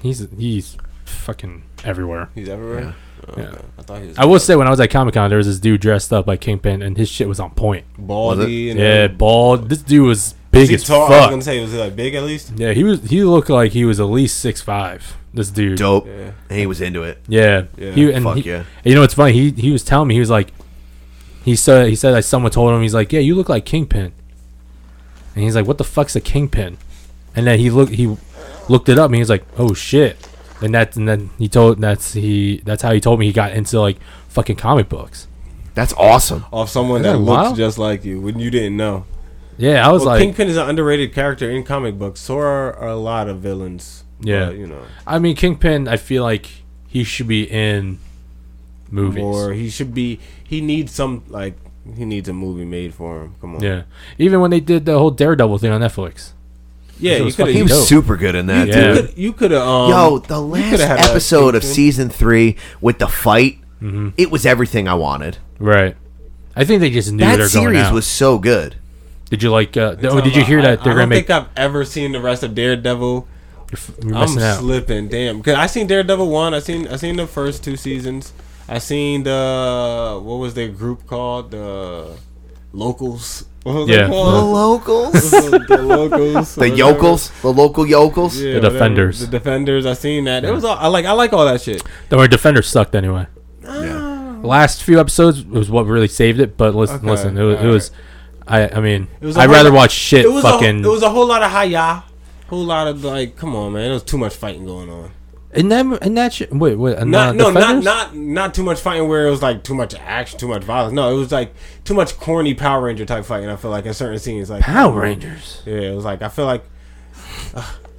[SPEAKER 10] he's he's fucking everywhere.
[SPEAKER 11] He's everywhere. Oh,
[SPEAKER 10] Yeah.
[SPEAKER 11] I thought he was
[SPEAKER 10] I will say, when I was at Comic Con, there was this dude dressed up like Kingpin, and his shit was on point.
[SPEAKER 11] baldy. And
[SPEAKER 10] Yeah, bald. This dude was big
[SPEAKER 11] Is he
[SPEAKER 10] as
[SPEAKER 11] tall? I was gonna
[SPEAKER 10] fuck.
[SPEAKER 11] say was he like big at least?
[SPEAKER 10] Yeah, he was. He looked like he was at least six five. This dude.
[SPEAKER 4] Dope. And he was into it.
[SPEAKER 10] Yeah.
[SPEAKER 11] Yeah.
[SPEAKER 10] He and
[SPEAKER 4] Fuck
[SPEAKER 10] he-
[SPEAKER 4] yeah.
[SPEAKER 10] and You know what's funny? He he was telling me he was like, he said he said like someone told him he's like, yeah, you look like Kingpin. And he's like, what the fuck's a Kingpin? And then he looked he looked it up and he was like, oh shit. And that and then he told that's he that's how he told me he got into like fucking comic books.
[SPEAKER 4] That's awesome.
[SPEAKER 11] Off someone
[SPEAKER 10] Isn't
[SPEAKER 11] that
[SPEAKER 10] that
[SPEAKER 11] looks
[SPEAKER 10] wild?
[SPEAKER 11] just like you when you didn't know.
[SPEAKER 10] Yeah, I was
[SPEAKER 11] Well,
[SPEAKER 10] like,
[SPEAKER 11] Kingpin is an underrated character in comic books. So are a lot of villains.
[SPEAKER 10] Yeah.
[SPEAKER 11] but, you know,
[SPEAKER 10] I mean, Kingpin. I feel like he should be in movies.
[SPEAKER 11] or he should be. He needs some like he needs a movie made for him. Come on,
[SPEAKER 10] Yeah, even when they did the whole Daredevil thing on Netflix.
[SPEAKER 11] yeah.
[SPEAKER 10] It
[SPEAKER 11] You
[SPEAKER 10] was
[SPEAKER 11] could
[SPEAKER 10] fucking
[SPEAKER 4] He
[SPEAKER 11] have.
[SPEAKER 4] was
[SPEAKER 10] Dope.
[SPEAKER 4] super good in that,
[SPEAKER 11] You
[SPEAKER 10] Yeah.
[SPEAKER 4] dude.
[SPEAKER 11] could you could have um,
[SPEAKER 4] Yo, the
[SPEAKER 11] you
[SPEAKER 4] last
[SPEAKER 11] coulda had a
[SPEAKER 4] episode of
[SPEAKER 11] Kingpin. Mm-hmm.
[SPEAKER 4] season three with the fight, it was everything I wanted.
[SPEAKER 10] Right. I think they just knew
[SPEAKER 4] That
[SPEAKER 10] they're going
[SPEAKER 4] series
[SPEAKER 10] out.
[SPEAKER 4] was so good.
[SPEAKER 10] Did you like? Uh, oh, did you hear that
[SPEAKER 11] I,
[SPEAKER 10] they're gonna
[SPEAKER 11] I don't
[SPEAKER 10] make?
[SPEAKER 11] think I've ever seen the rest of Daredevil.
[SPEAKER 10] you're
[SPEAKER 11] I'm
[SPEAKER 10] missing out.
[SPEAKER 11] slipping, damn. Cause I seen Daredevil one. I seen I seen the first two seasons. I seen the what was their group called the locals. What was
[SPEAKER 10] Yeah.
[SPEAKER 11] it
[SPEAKER 4] The
[SPEAKER 11] called?
[SPEAKER 4] locals,
[SPEAKER 11] the, the locals.
[SPEAKER 4] the
[SPEAKER 11] or
[SPEAKER 4] yokels, the local yokels.
[SPEAKER 11] whatever. Yeah,
[SPEAKER 10] The
[SPEAKER 11] whatever.
[SPEAKER 10] Defenders.
[SPEAKER 11] The defenders. I seen that. It was all, I like I like all that shit.
[SPEAKER 10] Or Defender sucked anyway. Last few episodes was what really saved it, but listen,
[SPEAKER 11] Okay,
[SPEAKER 10] listen, it was, it was I, I mean,
[SPEAKER 11] It was a
[SPEAKER 10] I'd
[SPEAKER 11] whole
[SPEAKER 10] rather
[SPEAKER 11] lot-
[SPEAKER 10] watch shit
[SPEAKER 11] It was
[SPEAKER 10] fucking.
[SPEAKER 11] a, it was a whole lot of hi ya, whole lot of like, come on, man. It was too much fighting going on.
[SPEAKER 10] and that and that shit. Wait, wait, and
[SPEAKER 11] Not,
[SPEAKER 10] the
[SPEAKER 11] no, not
[SPEAKER 10] Defenders?
[SPEAKER 11] not not too much fighting where it was like too much action, too much violence. No, it was like too much corny Power Ranger type fighting. I feel like in certain scenes, like
[SPEAKER 10] Power Rangers.
[SPEAKER 11] Yeah, it was like I feel like.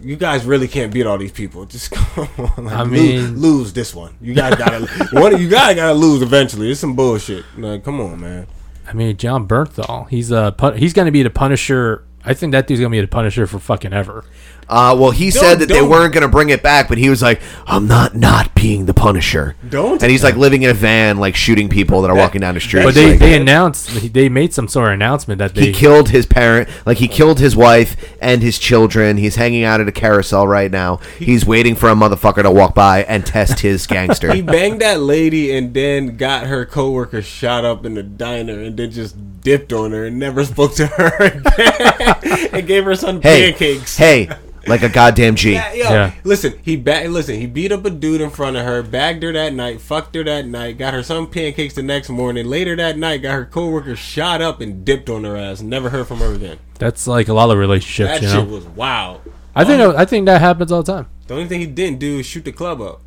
[SPEAKER 11] you guys really can't beat all these people. Just come on. Like,
[SPEAKER 10] I
[SPEAKER 11] I
[SPEAKER 10] mean-
[SPEAKER 11] mean, lose, this one. You guys gotta one. You guys gotta lose eventually. It's some bullshit. Like, come on, man.
[SPEAKER 10] I mean, John Bernthal. He's a pun- he's going to be the Punisher. I think that dude's going to be the Punisher for fucking ever.
[SPEAKER 4] Uh, well, he
[SPEAKER 10] Don't-
[SPEAKER 4] said that they
[SPEAKER 10] don't-
[SPEAKER 4] weren't going to bring it back, but he was like, "I'm not not being the Punisher."
[SPEAKER 10] Don't-
[SPEAKER 4] And he's like living in a van, like shooting people that are walking down the street.
[SPEAKER 10] But they,
[SPEAKER 4] Like,
[SPEAKER 10] they announced they made some sort of announcement that they
[SPEAKER 4] he killed his parent, like he killed his wife and his children. He's hanging out at a carousel right now. He's waiting for a motherfucker to walk by and test his gangster.
[SPEAKER 11] He banged that lady and then got her coworker shot up in the diner and then just dipped on her and never spoke to her again and gave her some
[SPEAKER 4] hey,
[SPEAKER 11] pancakes.
[SPEAKER 4] hey, like a goddamn G.
[SPEAKER 11] Yeah, yo, listen, he ba- listen, he beat up a dude in front of her, bagged her that night, fucked her that night, got her some pancakes the next morning. Later that night, got her coworker shot up and dipped on her ass. Never heard from her again.
[SPEAKER 10] that's like a lot of relationships.
[SPEAKER 11] That
[SPEAKER 10] you know,
[SPEAKER 11] shit was wild.
[SPEAKER 10] I think I think that happens all the time.
[SPEAKER 11] The only thing he didn't do is shoot the club up.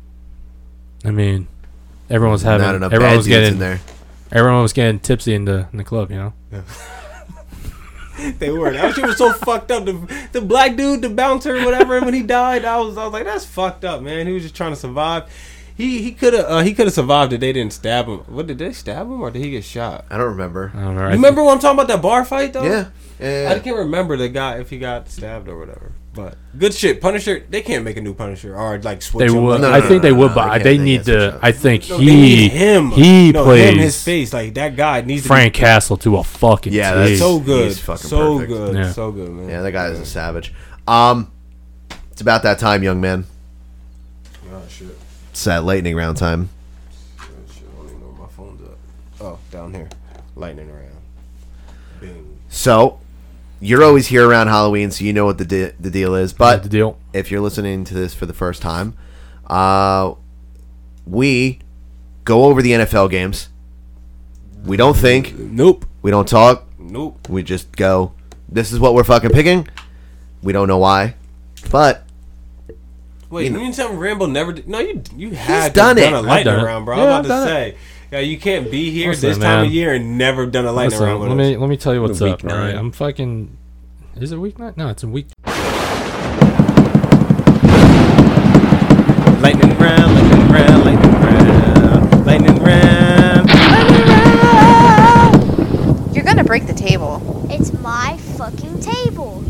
[SPEAKER 10] I mean, everyone was
[SPEAKER 4] Not
[SPEAKER 10] having
[SPEAKER 4] enough
[SPEAKER 10] everyone
[SPEAKER 4] bad
[SPEAKER 10] was
[SPEAKER 4] dudes
[SPEAKER 10] getting
[SPEAKER 4] in there.
[SPEAKER 10] Everyone was getting tipsy in the in the club. You know,
[SPEAKER 11] They were. That shit was so fucked up. The, the black dude, the bouncer, whatever. When he died, I was I was like, that's fucked up, man. He was just trying to survive. He he could have uh, he could have survived if they didn't stab him. What did they stab him or did he get shot?
[SPEAKER 4] I don't remember.
[SPEAKER 10] I don't know.
[SPEAKER 11] You
[SPEAKER 10] I
[SPEAKER 11] remember when I'm talking about that bar fight though?
[SPEAKER 4] Yeah. Yeah, yeah.
[SPEAKER 11] I can't remember the guy if he got stabbed or whatever. But good shit. Punisher. They can't make a new Punisher or like switch.
[SPEAKER 10] They
[SPEAKER 11] him
[SPEAKER 10] would.
[SPEAKER 11] up.
[SPEAKER 10] I think they would, but they, need to. I think
[SPEAKER 11] No, they
[SPEAKER 10] he
[SPEAKER 11] need him.
[SPEAKER 10] he
[SPEAKER 11] No,
[SPEAKER 10] plays
[SPEAKER 11] him, his face like that guy needs to be-
[SPEAKER 10] Frank Castle to a fucking
[SPEAKER 4] Yeah, that's
[SPEAKER 10] T.
[SPEAKER 11] so good. so good.
[SPEAKER 10] Yeah.
[SPEAKER 11] So good, man.
[SPEAKER 4] Yeah, that guy is a savage. Um, it's about that time, young man.
[SPEAKER 11] Oh shit.
[SPEAKER 4] It's that lightning round time.
[SPEAKER 11] My phone's up. Oh, down here. Lightning around. Bing.
[SPEAKER 4] So, you're always here around Halloween, so you know what the de- the deal is. But if you're listening to this for the first time, uh, we go over the NFL games. We don't think.
[SPEAKER 11] Nope.
[SPEAKER 4] We don't talk.
[SPEAKER 11] Nope.
[SPEAKER 4] We just go. This is what we're fucking picking. We don't know why, but
[SPEAKER 11] Wait,
[SPEAKER 4] You
[SPEAKER 11] you,
[SPEAKER 4] know-
[SPEAKER 11] mean something Rambo never did? No, you you had to
[SPEAKER 4] done
[SPEAKER 11] done,
[SPEAKER 4] it.
[SPEAKER 11] a
[SPEAKER 4] I've
[SPEAKER 11] lightning
[SPEAKER 4] done it.
[SPEAKER 11] round, bro.
[SPEAKER 4] Yeah,
[SPEAKER 11] I
[SPEAKER 4] I've
[SPEAKER 11] was
[SPEAKER 4] done
[SPEAKER 11] about
[SPEAKER 4] it.
[SPEAKER 11] to say. Yeah, you can't be here
[SPEAKER 10] Listen,
[SPEAKER 11] this time
[SPEAKER 10] man.
[SPEAKER 11] of year and never done a lightning
[SPEAKER 10] Listen,
[SPEAKER 11] round with
[SPEAKER 10] let
[SPEAKER 11] us.
[SPEAKER 10] me let me tell you what's
[SPEAKER 11] The
[SPEAKER 10] up.
[SPEAKER 11] week
[SPEAKER 10] All right,
[SPEAKER 11] nine.
[SPEAKER 10] I'm fucking. Is it week night? No, it's a week.
[SPEAKER 11] Lightning round, lightning round, lightning round, lightning round.
[SPEAKER 8] You're gonna break the table.
[SPEAKER 9] It's my fucking table.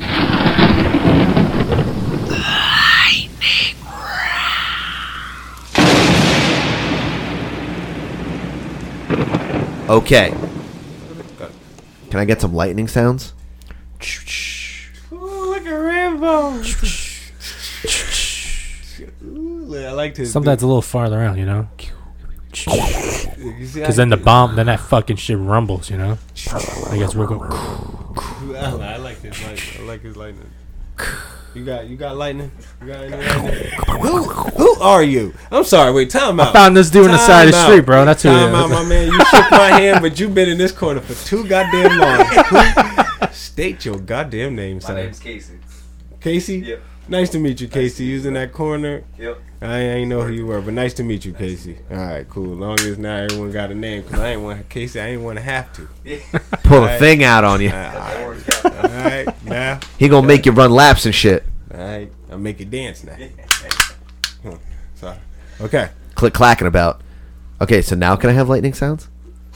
[SPEAKER 4] okay. Can I get some lightning sounds?
[SPEAKER 11] Ooh, look at Rambo. Ooh, I liked his.
[SPEAKER 10] Sometimes a little farther out, you know.
[SPEAKER 11] You see, I-
[SPEAKER 10] Because then the bomb, then that fucking shit rumbles, you know. I guess we'll go.
[SPEAKER 11] I, li- I like his lightning. I like his lightning. You got you got lightning. You got any lightning? who who are you? I'm sorry. Wait, time out.
[SPEAKER 10] I found this dude on the side of the
[SPEAKER 11] Time
[SPEAKER 10] street,
[SPEAKER 11] out.
[SPEAKER 10] bro. That's who it
[SPEAKER 11] Time
[SPEAKER 10] is.
[SPEAKER 11] out, my man. You shook my hand, but you've been in this corner for too goddamn long. Who- State your goddamn name, son.
[SPEAKER 12] Casey.
[SPEAKER 11] Casey.
[SPEAKER 12] Yep.
[SPEAKER 11] Nice to meet you, Casey. You was in that corner.
[SPEAKER 12] Yep.
[SPEAKER 11] I ain't know who you were, but nice to meet you, Casey. All right, cool. As long as now everyone got a name, cause I ain't want Casey. I ain't want to have to.
[SPEAKER 4] Pull a
[SPEAKER 11] Right.
[SPEAKER 4] thing out on you.
[SPEAKER 11] All right, all right. now.
[SPEAKER 4] He gonna make you run laps and shit.
[SPEAKER 11] All right, I'll make you dance now. Huh, Sorry. Okay.
[SPEAKER 4] Click clacking about. Okay, so now can I have lightning sounds?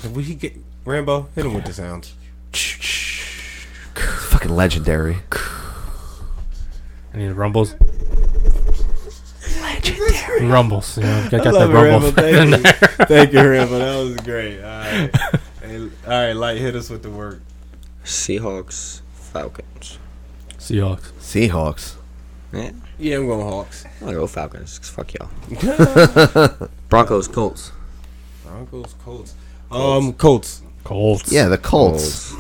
[SPEAKER 11] Will he get Rambo? Hit him with the sounds.
[SPEAKER 4] It's fucking legendary.
[SPEAKER 10] I need rumbles. Legendary rumbles. You know, I got
[SPEAKER 11] I
[SPEAKER 10] that
[SPEAKER 11] love it,
[SPEAKER 10] rumble.
[SPEAKER 11] Rambo. Thank you. Thank you, Rambo. That was great. All right. Hey, all right, Light, hit us with the work.
[SPEAKER 5] Seahawks, Falcons.
[SPEAKER 10] Seahawks.
[SPEAKER 4] Seahawks.
[SPEAKER 5] Yeah.
[SPEAKER 11] Yeah, I'm going Hawks.
[SPEAKER 5] I'll go Falcons. 'cause fuck y'all. Broncos, Colts.
[SPEAKER 11] Broncos, Colts. Um, Colts.
[SPEAKER 10] Colts.
[SPEAKER 4] Yeah, the Colts.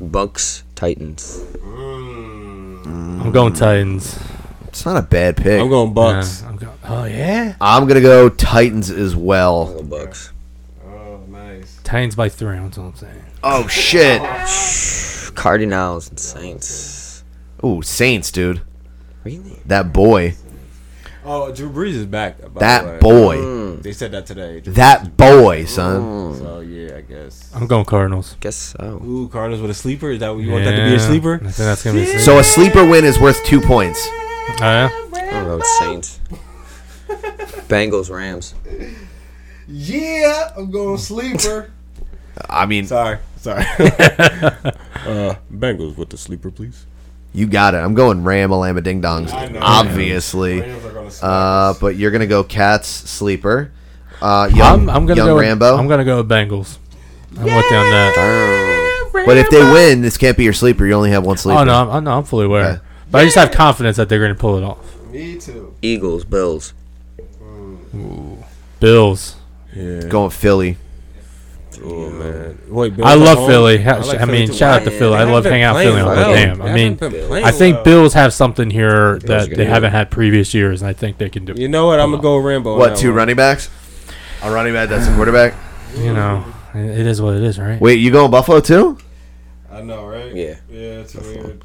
[SPEAKER 5] Bucks, Titans.
[SPEAKER 10] I'm going Titans.
[SPEAKER 4] It's not a bad pick.
[SPEAKER 11] I'm going Bucks.
[SPEAKER 10] I'm going. Oh yeah.
[SPEAKER 4] I'm gonna go Titans as well.
[SPEAKER 5] Bucks.
[SPEAKER 11] Oh, nice.
[SPEAKER 10] Titans by three. That's all I'm saying.
[SPEAKER 4] Oh shit.
[SPEAKER 5] Cardinals and Saints.
[SPEAKER 4] Ooh, Saints, dude.
[SPEAKER 5] Really?
[SPEAKER 4] That boy.
[SPEAKER 11] Oh, Drew Brees is back. by the
[SPEAKER 4] That
[SPEAKER 11] way.
[SPEAKER 4] boy. Mm.
[SPEAKER 11] They said that today. Drew
[SPEAKER 4] That boy, son.
[SPEAKER 11] Brees. So yeah, I guess.
[SPEAKER 10] I'm going Cardinals.
[SPEAKER 5] Guess so.
[SPEAKER 11] Ooh, Cardinals with a sleeper. Is that what you want that to be a
[SPEAKER 10] Yeah,
[SPEAKER 11] sleeper?
[SPEAKER 10] I think that's gonna be a
[SPEAKER 11] Yeah.
[SPEAKER 10] sleeper.
[SPEAKER 4] So a sleeper win is worth two points.
[SPEAKER 10] Oh, yeah?
[SPEAKER 5] I wrote Saints. Bengals, Rams.
[SPEAKER 11] Yeah, I'm going sleeper.
[SPEAKER 4] I mean,
[SPEAKER 11] sorry, sorry. uh, Bengals with the sleeper, please.
[SPEAKER 4] You got it. I'm going Ram Alama Ding Dongs,
[SPEAKER 11] I know.
[SPEAKER 4] obviously.
[SPEAKER 11] Rams are gonna smash.
[SPEAKER 4] Uh, but you're gonna go Cats sleeper. Uh, young,
[SPEAKER 10] I'm, I'm gonna
[SPEAKER 4] young
[SPEAKER 10] go.
[SPEAKER 4] Rambo.
[SPEAKER 10] I'm gonna go Bengals. I'm with you on that.
[SPEAKER 4] but if they win, this can't be your sleeper. You only have one sleeper.
[SPEAKER 10] Oh no, I'm, oh, no, I'm fully aware. But I just have confidence that they're gonna pull it off.
[SPEAKER 11] Me too.
[SPEAKER 5] Eagles, Bills.
[SPEAKER 10] Bills.
[SPEAKER 11] Yeah.
[SPEAKER 4] Going Philly.
[SPEAKER 5] Oh man.
[SPEAKER 11] Wait,
[SPEAKER 10] I love Philly. Ha- I, mean, shout out to Philly. I love hanging out Philly. But damn, I mean, I think Bills have something here that
[SPEAKER 11] good.
[SPEAKER 10] they haven't had previous years, and I think they can do. it.
[SPEAKER 11] You know what? I'm gonna go Rambo. on
[SPEAKER 4] What
[SPEAKER 11] that
[SPEAKER 4] two
[SPEAKER 11] one.
[SPEAKER 4] running backs? A running back that's a quarterback.
[SPEAKER 10] You know, it is what it is, right?
[SPEAKER 4] Wait, you going Buffalo too?
[SPEAKER 11] I know, right?
[SPEAKER 5] Yeah.
[SPEAKER 11] Yeah, it's weird.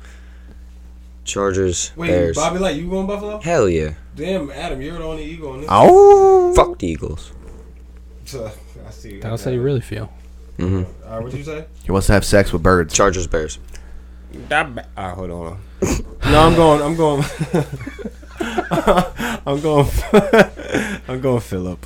[SPEAKER 5] Chargers,
[SPEAKER 11] Wait,
[SPEAKER 5] Bears.
[SPEAKER 11] Bobby Light, you going Buffalo?
[SPEAKER 5] Hell yeah.
[SPEAKER 11] Damn, Adam, you're the only eagle on this.
[SPEAKER 4] Oh.
[SPEAKER 5] Fuck the Eagles.
[SPEAKER 11] I see.
[SPEAKER 10] That's how you really feel.
[SPEAKER 5] Mm-hmm.
[SPEAKER 11] All right, what'd you say?
[SPEAKER 4] He wants to have sex with birds.
[SPEAKER 5] Chargers, Bears.
[SPEAKER 11] All right, Ah, hold on. no, I'm going. I'm going. I'm going. I'm going Philip.